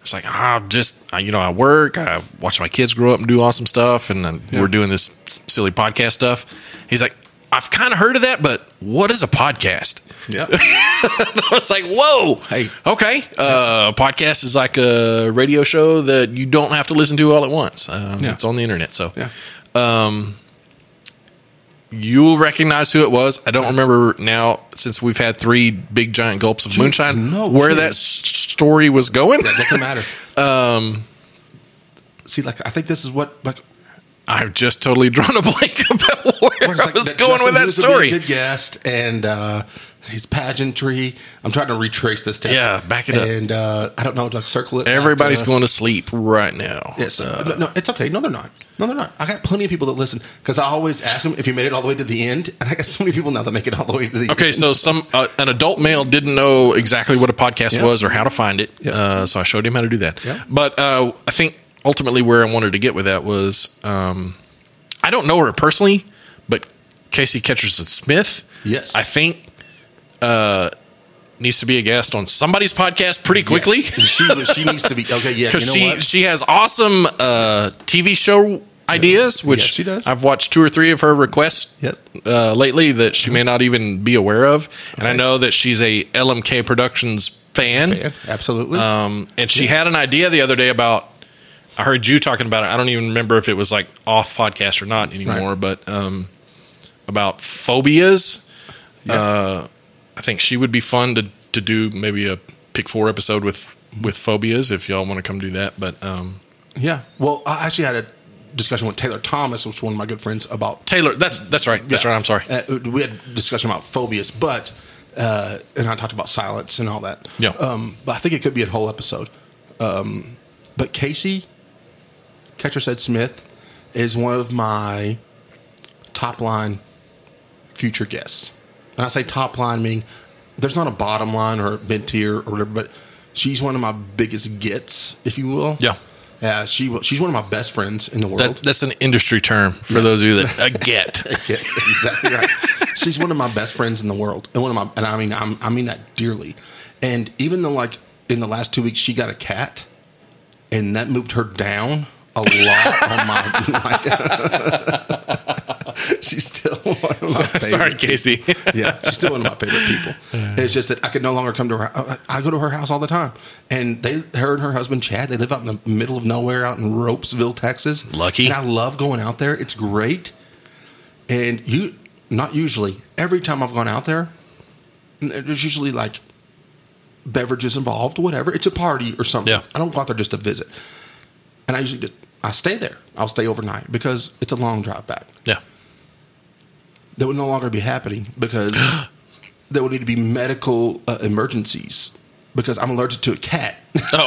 Speaker 3: It's like, ah, just I, you know, I work, I watch my kids grow up and do awesome stuff, and then we're doing this silly podcast stuff. He's like, "I've kind of heard of that, but what is a podcast?" [LAUGHS]
Speaker 2: Yeah.
Speaker 3: I was like, "Whoa,
Speaker 2: Hey.
Speaker 3: okay, uh, a podcast is like a radio show that you don't have to listen to all at once. Um,
Speaker 2: Yeah.
Speaker 3: It's on the internet, so
Speaker 2: Yeah.
Speaker 3: you'll recognize who it was. I don't remember now since we've had three big giant gulps of moonshine
Speaker 2: no
Speaker 3: where
Speaker 2: kidding.
Speaker 3: that s- story was going.
Speaker 2: Doesn't matter. Um, See, like I think this is what
Speaker 3: [LAUGHS]
Speaker 2: like
Speaker 3: I've just totally [LAUGHS] drawn a blank about where
Speaker 2: Well, it's
Speaker 3: I was
Speaker 2: that
Speaker 3: going
Speaker 2: Justin
Speaker 3: with
Speaker 2: Hughes
Speaker 3: that
Speaker 2: would be a
Speaker 3: story.
Speaker 2: good guest, and uh, his pageantry. I'm trying to retrace this. Text.
Speaker 3: Yeah, back it up.
Speaker 2: And uh, I don't know, like circle it. back
Speaker 3: Everybody's
Speaker 2: to-
Speaker 3: going uh, to sleep right now.
Speaker 2: Yes, no, no, it's okay. No, they're not. No, they're not. I got plenty of people that listen because I always ask them if you made it all the way to the end, and I got so many people now that make it all the way to the end. [LAUGHS]
Speaker 3: Okay, so some uh, an adult male didn't know exactly what a podcast
Speaker 2: Yeah.
Speaker 3: was or how to find it,
Speaker 2: Yeah.
Speaker 3: uh, so I showed him how to do that.
Speaker 2: Yeah.
Speaker 3: But uh, I think ultimately where I wanted to get with that was um, I don't know her personally, but Casey Ketcherson Smith,
Speaker 2: Yes.
Speaker 3: I think uh, needs to be a guest on somebody's podcast pretty quickly.
Speaker 2: Yes. And she was- she needs to be okay.
Speaker 3: [LAUGHS]
Speaker 2: Yeah, you know
Speaker 3: because she
Speaker 2: what?
Speaker 3: she has awesome uh, TV show ideas, which
Speaker 2: Yes, she does.
Speaker 3: I've watched two or three of her requests
Speaker 2: Yep. Mm-hmm.
Speaker 3: uh, lately that she may not even be aware of, and I
Speaker 2: Okay.
Speaker 3: know that she's a LMK Productions fan.
Speaker 2: Yeah, absolutely.
Speaker 3: Um, and she had an idea the other day about. I heard you talking about it. I don't even remember if it was like off podcast or not anymore, but um, about phobias.
Speaker 2: Yeah.
Speaker 3: Uh, I think she would be fun to, to do maybe a pick four episode with with phobias if y'all want to come do that. But um,
Speaker 2: yeah. Well, I actually had a discussion with Taylor Thomas, which is one of my good friends, about
Speaker 3: Taylor, that's that's right. That's right. I'm sorry.
Speaker 2: Uh, we had discussion about phobias, but uh, and I talked about silence and all that.
Speaker 3: Yeah.
Speaker 2: Um, but I think it could be a whole episode. Um, but Casey Catcher said Smith is one of my top line future guests. And I say top line meaning there's not a bottom line or mid tier or whatever, but she's one of my biggest gets, if you will.
Speaker 3: Yeah.
Speaker 2: Yeah, she wa- she's one of my best friends in the world.
Speaker 3: That, that's an industry term for those of
Speaker 2: [LAUGHS]
Speaker 3: you that uh, get.
Speaker 2: Yeah, exactly right. She's one of my best friends in the world, and one of my, and I mean, I'm, I mean that dearly. And even though, like, in the last two weeks, she got a cat, and that moved her down a lot on my. [LAUGHS] Like, [LAUGHS] she's still one of my favorites
Speaker 3: [LAUGHS] sorry, Casey.
Speaker 2: [LAUGHS] yeah, she's still one of my favorite people. And it's just that I could no longer come to her. I, I go to her house all the time, and they, her and her husband Chad, they live out in the middle of nowhere, out in Ropesville, Texas.
Speaker 3: Lucky.
Speaker 2: and I love going out there. It's great. And you, not usually, every time I've gone out there, there's usually like beverages involved, whatever. It's a party or something.
Speaker 3: Yeah.
Speaker 2: I don't go out there just to visit. And I usually just I stay there. I'll stay overnight because it's a long drive back [LAUGHS]
Speaker 3: yeah.
Speaker 2: that would no longer be happening
Speaker 3: [GASPS]
Speaker 2: because there would need to be medical uh, emergencies because I'm allergic to a cat. [LAUGHS]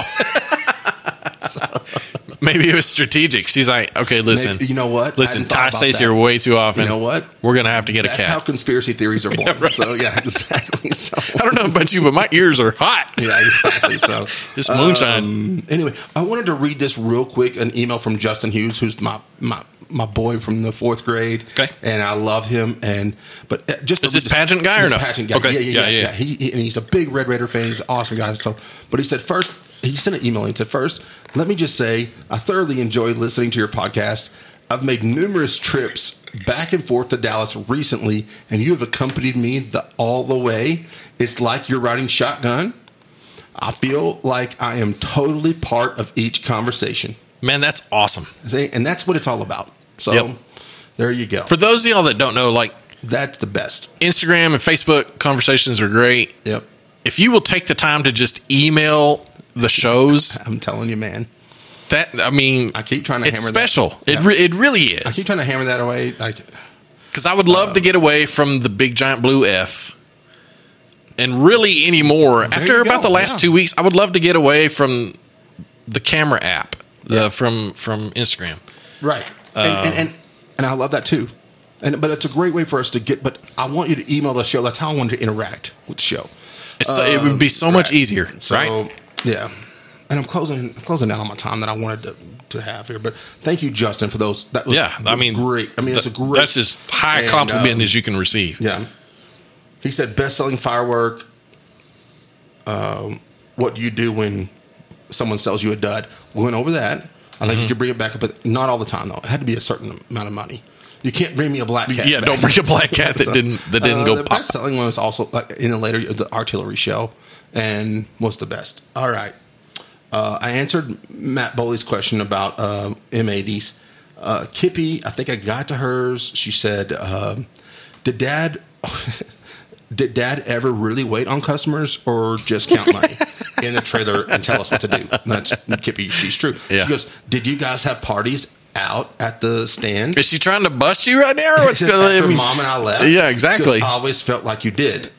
Speaker 3: Oh. [LAUGHS] Maybe it was strategic. She's like, okay, listen.
Speaker 2: you know what? I
Speaker 3: Listen,
Speaker 2: hadn't thought
Speaker 3: Ty
Speaker 2: about
Speaker 3: stays
Speaker 2: that.
Speaker 3: here way too often.
Speaker 2: You know what?
Speaker 3: We're gonna have to get
Speaker 2: That's
Speaker 3: a
Speaker 2: how
Speaker 3: cat.
Speaker 2: conspiracy theories
Speaker 3: [LAUGHS]
Speaker 2: are born. So yeah, [LAUGHS] exactly. So
Speaker 3: I don't know about you, but my ears are hot.
Speaker 2: yeah, exactly. So
Speaker 3: This moonshine.
Speaker 2: Um, anyway, I wanted to read this real quick. An email from Justin Hughes, who's my my my boy from the fourth grade.
Speaker 3: Okay.
Speaker 2: and I love him. And but uh, just
Speaker 3: Is this pageant guy or
Speaker 2: He's a
Speaker 3: no?
Speaker 2: Pageant guy.
Speaker 3: Okay.
Speaker 2: Yeah, yeah, yeah.
Speaker 3: Yeah, yeah.
Speaker 2: yeah. He, he- and he's a big Red Raider fan. He's an awesome guy. So, but he said first he sent an email and said, First, let me just say, I thoroughly enjoy listening to your podcast. I've made numerous trips back and forth to Dallas recently, and you have accompanied me the, all the way. It's like you're riding shotgun. I feel like I am totally part of each conversation.
Speaker 3: Man, that's awesome.
Speaker 2: See, And that's what it's all about. So
Speaker 3: Yep.
Speaker 2: there you go.
Speaker 3: For those of y'all that don't know, like
Speaker 2: that's the best.
Speaker 3: Instagram and Facebook conversations are great.
Speaker 2: Yep.
Speaker 3: If you will take the time to just email the shows,
Speaker 2: I'm telling you, man.
Speaker 3: that I mean,
Speaker 2: I keep trying to
Speaker 3: it's
Speaker 2: hammer that-
Speaker 3: special. It
Speaker 2: Yeah.
Speaker 3: re- it really
Speaker 2: I
Speaker 3: is
Speaker 2: keep trying to hammer that away. Like,
Speaker 3: because I would love to get away from the big giant blue F. And really anymore after
Speaker 2: you
Speaker 3: about
Speaker 2: go,
Speaker 3: the last
Speaker 2: yeah.
Speaker 3: two weeks, I would love to get away from the camera app uh, from from Instagram.
Speaker 2: Right. And,
Speaker 3: Oh.
Speaker 2: and, and and I love that too. And but it's a great way for us to get. But I want you to email the show. That's how I want to interact with the show.
Speaker 3: It's, so it would be so much easier,
Speaker 2: Um, So
Speaker 3: right?
Speaker 2: yeah. And I'm closing I'm closing down on my time that I wanted to, to have here. But thank you, Justin, for those. That was
Speaker 3: Yeah, I mean,
Speaker 2: great. I mean, it's a
Speaker 3: th-
Speaker 2: great.
Speaker 3: That's as high a
Speaker 2: And,
Speaker 3: compliment
Speaker 2: um,
Speaker 3: as you can receive.
Speaker 2: Yeah. He said best selling firework. Um, what do you do when someone sells you a dud? We went over that. I think
Speaker 3: Mm-hmm.
Speaker 2: you could bring it back up, but not all the time though. It had to be a certain amount of money. You can't bring me a black cat.
Speaker 3: Yeah,
Speaker 2: back.
Speaker 3: don't bring a black cat
Speaker 2: [LAUGHS]
Speaker 3: that didn't- that didn't go
Speaker 2: uh, The
Speaker 3: pop.
Speaker 2: best selling one was also like in the later the artillery show, and was the best. All right, uh, I answered Matt Bowley's question about um M80s. Uh, Kippy, I think I got to hers. She said, um, "Did Dad, [LAUGHS] did Dad ever really wait on customers or just count
Speaker 3: [LAUGHS]
Speaker 2: money in the trailer and tell us what to do?" And that's Kippy. She's true.
Speaker 3: Yeah.
Speaker 2: She goes, "Did you guys have parties out at the stand?"
Speaker 3: Is she trying to bust you right now,
Speaker 2: [LAUGHS]
Speaker 3: or what's
Speaker 2: Just
Speaker 3: going
Speaker 2: after
Speaker 3: on?
Speaker 2: mom and I left.
Speaker 3: Yeah,
Speaker 2: She goes,
Speaker 3: exactly.
Speaker 2: I always felt like you did.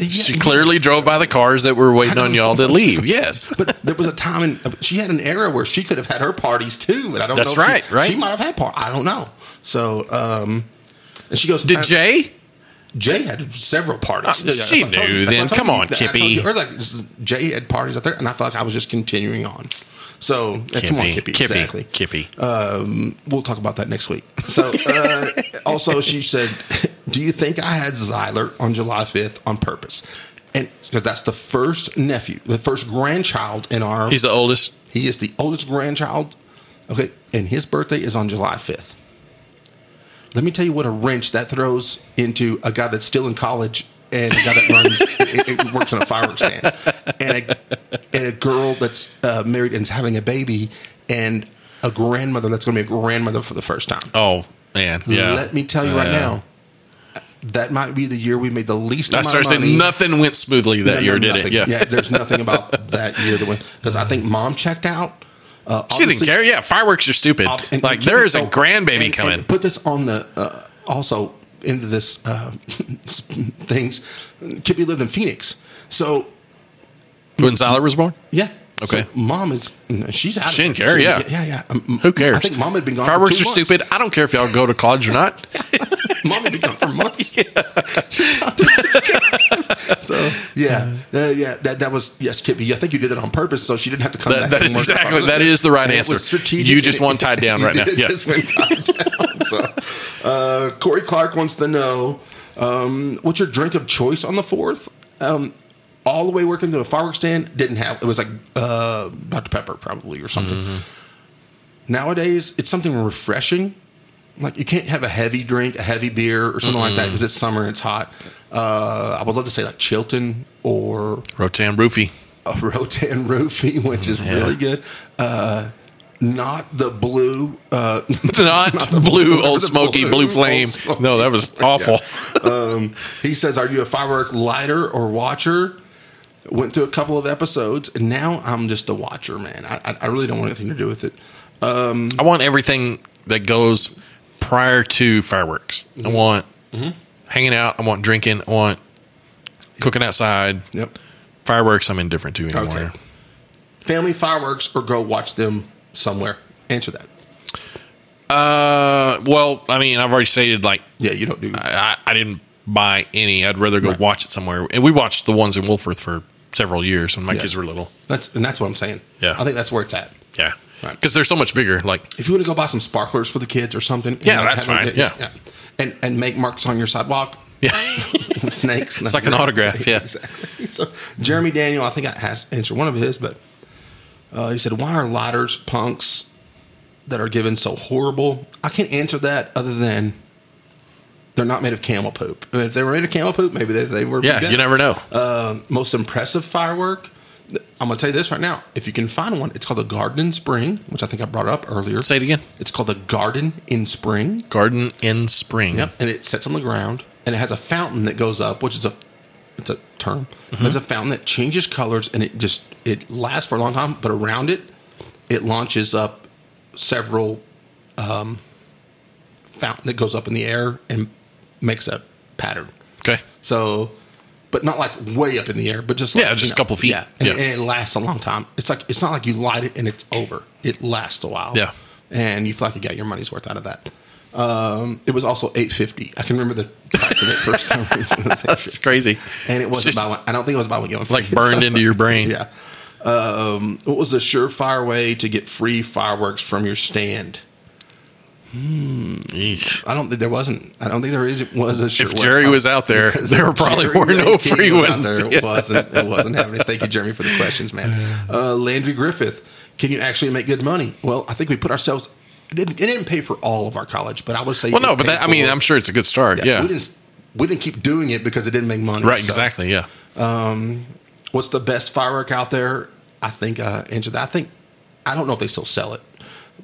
Speaker 3: She [LAUGHS] clearly drove by the cars that were waiting on y'all
Speaker 2: [LAUGHS]
Speaker 3: to leave. Yes.
Speaker 2: But there was a time, in, she had an era where she could have had her parties too, and I don't.
Speaker 3: That's
Speaker 2: know if she-
Speaker 3: right, right.
Speaker 2: She might have had part. I don't know. So, um, and she goes,
Speaker 3: Did
Speaker 2: I-
Speaker 3: Jay?
Speaker 2: Jay had several parties.
Speaker 3: Uh, she
Speaker 2: that's what I told
Speaker 3: knew
Speaker 2: you. That's
Speaker 3: then.
Speaker 2: what I told
Speaker 3: Come
Speaker 2: you.
Speaker 3: on,
Speaker 2: That- I told you.
Speaker 3: Kippy.
Speaker 2: Or like this- Jay had parties out there, and I felt like I was just continuing on. So yeah, come on, Kippy. Exactly.
Speaker 3: Kippy.
Speaker 2: Um, we'll talk about that next week. So, uh, also, she said, "Do you think I had Zyler on July 5th on purpose?" And because that's the first nephew, the first grandchild in our.
Speaker 3: He's the oldest.
Speaker 2: he is the oldest grandchild. Okay, and his birthday is on July 5th. Let me tell you what a wrench that throws into a guy that's still in college and a guy that runs, [LAUGHS] it, it works on a fireworks stand, and a, and a girl that's uh, married and is having a baby, and a grandmother that's going to be a grandmother for the first time.
Speaker 3: Oh man. Yeah.
Speaker 2: Let me tell you right
Speaker 3: Yeah.
Speaker 2: now, that might be the year we made the least.
Speaker 3: I
Speaker 2: amount
Speaker 3: started
Speaker 2: of money.
Speaker 3: saying nothing went smoothly that
Speaker 2: No, no,
Speaker 3: year, did
Speaker 2: nothing.
Speaker 3: it? Yeah.
Speaker 2: there's nothing about that year that went because I think mom checked out. Uh,
Speaker 3: She didn't
Speaker 2: obviously-
Speaker 3: care. Yeah, fireworks are stupid.
Speaker 2: ob- and-
Speaker 3: like
Speaker 2: and-
Speaker 3: there is a
Speaker 2: oh,
Speaker 3: grandbaby
Speaker 2: and-
Speaker 3: coming.
Speaker 2: and put this on the uh, also into this uh, [LAUGHS] things. Kippy lived in Phoenix, so
Speaker 3: when Zyler was born,
Speaker 2: yeah.
Speaker 3: Okay.
Speaker 2: So mom is she's out. of
Speaker 3: She
Speaker 2: it.
Speaker 3: didn't care,
Speaker 2: She-
Speaker 3: yeah.
Speaker 2: yeah, yeah. Um,
Speaker 3: who cares?
Speaker 2: I think mom had been gone. for
Speaker 3: Fireworks
Speaker 2: two
Speaker 3: are
Speaker 2: months.
Speaker 3: stupid. I don't care if y'all go to college or not.
Speaker 2: [LAUGHS] Mom had been gone for
Speaker 3: [LAUGHS]
Speaker 2: months. so yeah, uh, yeah. That that was yes, Kippy. I think you did it on purpose, so she didn't have to come
Speaker 3: That-
Speaker 2: back.
Speaker 3: that
Speaker 2: and
Speaker 3: is
Speaker 2: work on
Speaker 3: exactly-
Speaker 2: it.
Speaker 3: that is the right
Speaker 2: And it was
Speaker 3: answer.
Speaker 2: strategic
Speaker 3: You just
Speaker 2: and it-
Speaker 3: went
Speaker 2: [LAUGHS]
Speaker 3: tied down right now.
Speaker 2: You
Speaker 3: Yeah.
Speaker 2: just went tied down. So, uh, Corey Clark wants to know um, what's your drink of choice on the fourth. Um, all the way working to the fireworks stand didn't have it was like uh, Dr Pepper probably or something.
Speaker 3: Mm-hmm.
Speaker 2: Nowadays, it's something refreshing. Like you can't have a heavy drink, a heavy beer, or something like that because it's summer and it's hot. Uh, I would love to say like Chilton or
Speaker 3: Rotan Roofy.
Speaker 2: a [LAUGHS] Rotan Roofy, which is really good. Uh, not the blue. Uh,
Speaker 3: [LAUGHS]
Speaker 2: [LAUGHS]
Speaker 3: Not, blue, old
Speaker 2: The
Speaker 3: smoky,
Speaker 2: blue,
Speaker 3: blue,
Speaker 2: Old
Speaker 3: flame.
Speaker 2: Smoky.
Speaker 3: No, that was awful.
Speaker 2: um, he says, "Are you a firework lighter or watcher?" Went through a couple of episodes, and now I'm just a watcher, man. I, I- I really don't want anything to do with it.
Speaker 3: I want everything that goes prior to fireworks.
Speaker 2: Mm-hmm.
Speaker 3: I want hanging out. I want drinking. I want cooking outside.
Speaker 2: Yep.
Speaker 3: Fireworks, I'm indifferent to anymore.
Speaker 2: Okay. Family fireworks or go watch them somewhere. Answer that.
Speaker 3: Uh, well, I mean, I've already stated like
Speaker 2: Yeah, you don't do.
Speaker 3: I, I didn't buy any. I'd rather go
Speaker 2: Right.
Speaker 3: watch it somewhere. And we watched the ones in Wolfworth for several years when my
Speaker 2: Yeah.
Speaker 3: kids were little.
Speaker 2: That's and that's what I'm saying.
Speaker 3: Yeah.
Speaker 2: I think that's where it's at.
Speaker 3: Yeah, because
Speaker 2: Right.
Speaker 3: they're so much bigger. Like [LAUGHS]
Speaker 2: If you want to go buy some sparklers for the kids or something, you
Speaker 3: Yeah,
Speaker 2: know,
Speaker 3: that's
Speaker 2: have-
Speaker 3: fine. Yeah.
Speaker 2: and and make marks on your sidewalk.
Speaker 3: yeah,
Speaker 2: [LAUGHS] snakes.
Speaker 3: It's like an autograph, yeah.
Speaker 2: exactly. So Jeremy Daniel, I think I asked, answered one of his, but Uh, he said, Why are lighters punks that are given so horrible? I can't answer that other than they're not made of camel poop. I mean, if they were made of camel poop, maybe they, they were.
Speaker 3: Yeah,
Speaker 2: good.
Speaker 3: you never know.
Speaker 2: Uh, most impressive firework. I'm going to tell you this right now. If you can find one, it's called a garden in spring, which I think I brought up earlier.
Speaker 3: Say it again.
Speaker 2: It's called a garden in spring.
Speaker 3: Garden in spring.
Speaker 2: And it sits on the ground and it has a fountain that goes up, which is a it's a term. There's a fountain that changes colors and it just it lasts for a long time, but around it it launches up several um fountain that goes up in the air and makes a pattern.
Speaker 3: Okay.
Speaker 2: So but not like way up in the air, but just like,
Speaker 3: Yeah, just a couple feet.
Speaker 2: Yeah. And,
Speaker 3: Yeah.
Speaker 2: and it lasts a long time. It's like it's not like you light it and it's over. It lasts a while.
Speaker 3: Yeah.
Speaker 2: and you feel like you got your money's worth out of that. Um, it was also eight fifty. I can remember the price of it for some
Speaker 3: [LAUGHS]
Speaker 2: reason. It was $8.50.
Speaker 3: It's crazy.
Speaker 2: and it
Speaker 3: It's
Speaker 2: wasn't
Speaker 3: just
Speaker 2: by one. I don't think it was by one.
Speaker 3: [LAUGHS] like burned into your brain.
Speaker 2: [LAUGHS] Yeah. Um, what was the surefire way to get free fireworks from your stand?
Speaker 3: Eesh.
Speaker 2: I don't think there wasn't. I don't think there is. Was a sure
Speaker 3: If
Speaker 2: way.
Speaker 3: Jerry was out there,
Speaker 2: uh, Because
Speaker 3: [LAUGHS] there
Speaker 2: if
Speaker 3: probably
Speaker 2: Jerry
Speaker 3: were no
Speaker 2: Ray King
Speaker 3: free
Speaker 2: was out
Speaker 3: wins.
Speaker 2: there, It wasn't. It wasn't happening. Thank you, Jeremy, for the questions, man. Uh, Landry Griffith, can you actually make good money? Well, I think we put ourselves. It didn't, it didn't pay for all of our college, but I would say.
Speaker 3: Well,
Speaker 2: it
Speaker 3: no, but
Speaker 2: paid
Speaker 3: that, I mean,
Speaker 2: for-
Speaker 3: I'm sure it's a good start. Yeah.
Speaker 2: we didn't. We didn't keep doing it because it didn't make money.
Speaker 3: right.
Speaker 2: So,
Speaker 3: Exactly. Yeah.
Speaker 2: What's the best firework out there? I think uh, answer that. I think I don't know if they still sell it,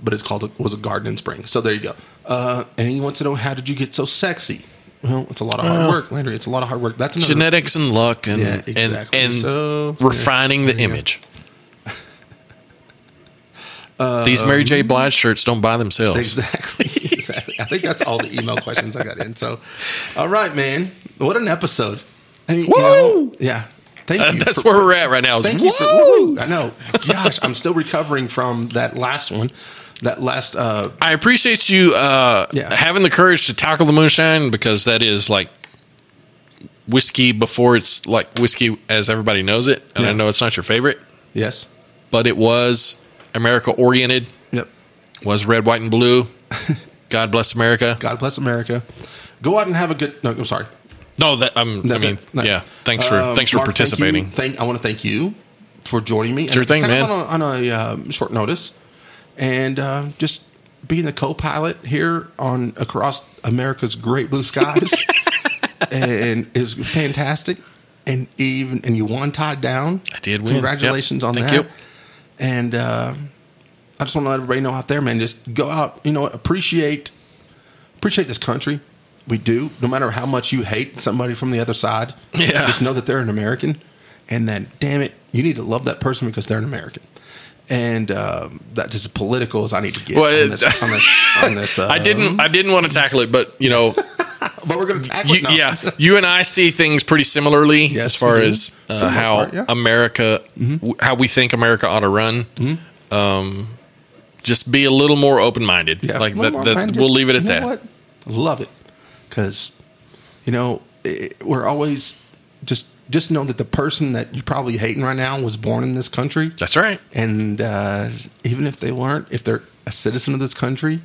Speaker 2: but it's called a, was a garden in spring. So there you go. Uh, and he wants to know how did you get so sexy? Well, it's a lot of hard
Speaker 3: Well-
Speaker 2: work, Landry. It's a lot of hard work. That's another
Speaker 3: Genetics and luck and
Speaker 2: Yeah, exactly.
Speaker 3: and, and
Speaker 2: So, yeah,
Speaker 3: refining the
Speaker 2: there you go. [LAUGHS]
Speaker 3: image.
Speaker 2: Um,
Speaker 3: These Mary J. Blige shirts don't buy themselves.
Speaker 2: Exactly. [LAUGHS] exactly. I think that's all the email questions I got in. So, all right, man. What an episode. I mean, you know,
Speaker 3: Woo!
Speaker 2: yeah. Thank
Speaker 3: Uh,
Speaker 2: you.
Speaker 3: [LAUGHS] that's
Speaker 2: for-
Speaker 3: where we're at right now. Is,
Speaker 2: Thank you. For,
Speaker 3: woo!
Speaker 2: woo! I know. Gosh, I'm still recovering from that last one. That last. uh
Speaker 3: I appreciate you uh,
Speaker 2: Yeah.
Speaker 3: having the courage to tackle the moonshine because that is like whiskey before it's like whiskey as everybody knows it. And I
Speaker 2: Yeah.
Speaker 3: know it's not your favorite,
Speaker 2: Yes.
Speaker 3: but it was America oriented,
Speaker 2: Yep.
Speaker 3: was red, white,
Speaker 2: [LAUGHS]
Speaker 3: and blue. God bless America.
Speaker 2: God bless America. Go out and have a good. No, I'm sorry.
Speaker 3: No, that um, I
Speaker 2: That's
Speaker 3: mean,
Speaker 2: it. No.
Speaker 3: yeah. Thanks for
Speaker 2: Um,
Speaker 3: thanks for
Speaker 2: Mark, thank you.
Speaker 3: participating.
Speaker 2: Thank, I want to thank you for joining me. And
Speaker 3: Sure
Speaker 2: it's
Speaker 3: thing,
Speaker 2: kind of
Speaker 3: man.
Speaker 2: On a, on a um, short notice, and uh, just being the co-pilot here on across America's great blue
Speaker 3: [LAUGHS]
Speaker 2: skies, and it was fantastic. And even and you won tied down.
Speaker 3: I did win.
Speaker 2: Congratulations
Speaker 3: Yep.
Speaker 2: on
Speaker 3: Thank
Speaker 2: that.
Speaker 3: you.
Speaker 2: And uh, I just want to let everybody know out there, man. Just go out. You know, what, appreciate appreciate this country. We do. No matter how much you hate somebody from the other side,
Speaker 3: Yeah.
Speaker 2: just know that they're an American, and that damn it, you need to love that person because they're an American. And um, that's as political as I need to get
Speaker 3: Well,
Speaker 2: on
Speaker 3: it-
Speaker 2: this. On this, on this uh,
Speaker 3: [LAUGHS] I didn't I didn't want to tackle it, but
Speaker 2: [LAUGHS]
Speaker 3: you know,
Speaker 2: but we're going to tackle
Speaker 3: you,
Speaker 2: it now.
Speaker 3: yeah, you and I see things pretty similarly
Speaker 2: Yes, mm-hmm.
Speaker 3: as far
Speaker 2: we do.
Speaker 3: as
Speaker 2: For the
Speaker 3: uh,
Speaker 2: most
Speaker 3: how
Speaker 2: part, yeah. Mm-hmm.
Speaker 3: America, w- how we think America ought to run. Um, just be a little more open minded.
Speaker 2: Yeah.
Speaker 3: Like
Speaker 2: Well,
Speaker 3: that,
Speaker 2: well,
Speaker 3: that
Speaker 2: man, just-
Speaker 3: we'll leave it at
Speaker 2: you know
Speaker 3: that.
Speaker 2: what? Love it, because you know it, we're always just just know that the person that you're probably hating right now was born in this country.
Speaker 3: That's right.
Speaker 2: And uh, even if they weren't, if they're a citizen of this country,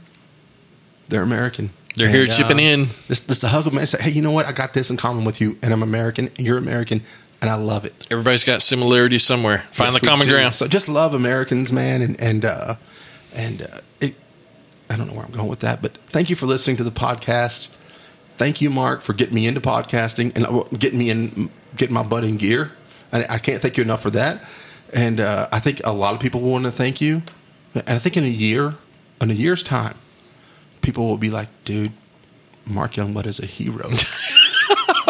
Speaker 2: they're American.
Speaker 3: They're here
Speaker 2: And, uh,
Speaker 3: chipping in.
Speaker 2: Just, just to hug them and say, hey, you know what? I got this in common with you, and I'm American, and you're American, and I love it.
Speaker 3: Everybody's got similarities somewhere. Find
Speaker 2: Yes,
Speaker 3: the
Speaker 2: we
Speaker 3: common
Speaker 2: do.
Speaker 3: ground.
Speaker 2: So just love Americans, man, and and uh, and uh, it, I don't know where I'm going with that, but thank you for listening to the podcast. Thank you, Mark, for getting me into podcasting and uh, well, getting me in, getting my butt in gear. I, I can't thank you enough for that. And uh, I think a lot of people want to thank you. And I think in a year, in a year's time, people will be like, dude, Mark Youngblood is a
Speaker 3: [LAUGHS]
Speaker 2: hero.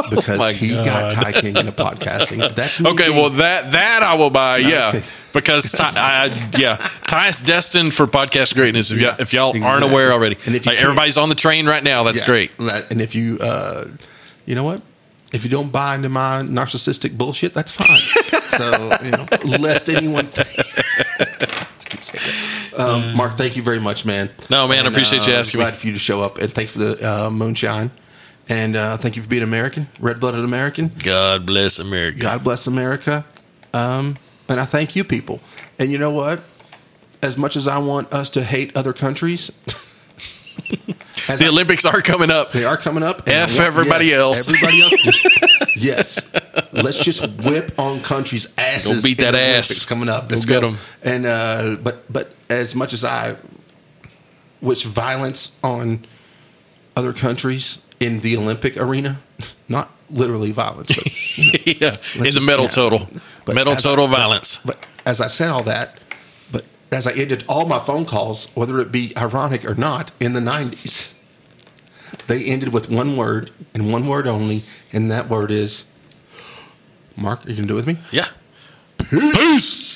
Speaker 2: Because
Speaker 3: Oh my
Speaker 2: he got Ty King into podcasting.
Speaker 3: [LAUGHS]
Speaker 2: That's me
Speaker 3: Okay,
Speaker 2: being
Speaker 3: well that that I will buy, yeah,
Speaker 2: okay.
Speaker 3: because Ty, I, yeah, Ty's destined for podcast greatness. If, y'all if y'all aren't
Speaker 2: exactly.
Speaker 3: aware already,
Speaker 2: And if you
Speaker 3: like
Speaker 2: can't-
Speaker 3: everybody's on the train right now, that's
Speaker 2: Yeah.
Speaker 3: great.
Speaker 2: And that- And if you, uh, you know what? If you don't buy into my narcissistic bullshit, that's fine.
Speaker 3: [LAUGHS]
Speaker 2: so, you know, lest anyone. [LAUGHS] Just keep saying that. um, Mark, thank you very much, man. uh,
Speaker 3: No, man, I appreciate you asking me.
Speaker 2: Glad for you to show up, and thanks for the uh, moonshine, and uh, thank you for being American, red blooded American.
Speaker 3: God bless America.
Speaker 2: God bless America. Um, and I thank you, people. And you know what? As much as I want us to hate other countries, [LAUGHS] as
Speaker 3: The
Speaker 2: I-
Speaker 3: Olympics are coming up.
Speaker 2: they are coming up. and I
Speaker 3: F
Speaker 2: want-
Speaker 3: everybody else. [LAUGHS]
Speaker 2: Everybody else. just- yes. Let's just whip on country's asses.
Speaker 3: Go beat
Speaker 2: in
Speaker 3: that
Speaker 2: the
Speaker 3: ass.
Speaker 2: Olympics coming up.
Speaker 3: Go
Speaker 2: Let's
Speaker 3: get
Speaker 2: go.
Speaker 3: 'em.
Speaker 2: And uh, but but as much as I wish violence on other countries in the Olympic arena, [LAUGHS] not literally violence, but
Speaker 3: [LAUGHS] yeah, in the
Speaker 2: just-
Speaker 3: medal
Speaker 2: yeah.
Speaker 3: total,
Speaker 2: But
Speaker 3: medal
Speaker 2: as-
Speaker 3: total violence.
Speaker 2: But as I said all that, but as I ended all my phone calls, whether it be ironic or not, in the 90s, they ended with one word and one word only, and that word is Mark, are you going to do it with me?
Speaker 3: Yeah.
Speaker 2: Peace!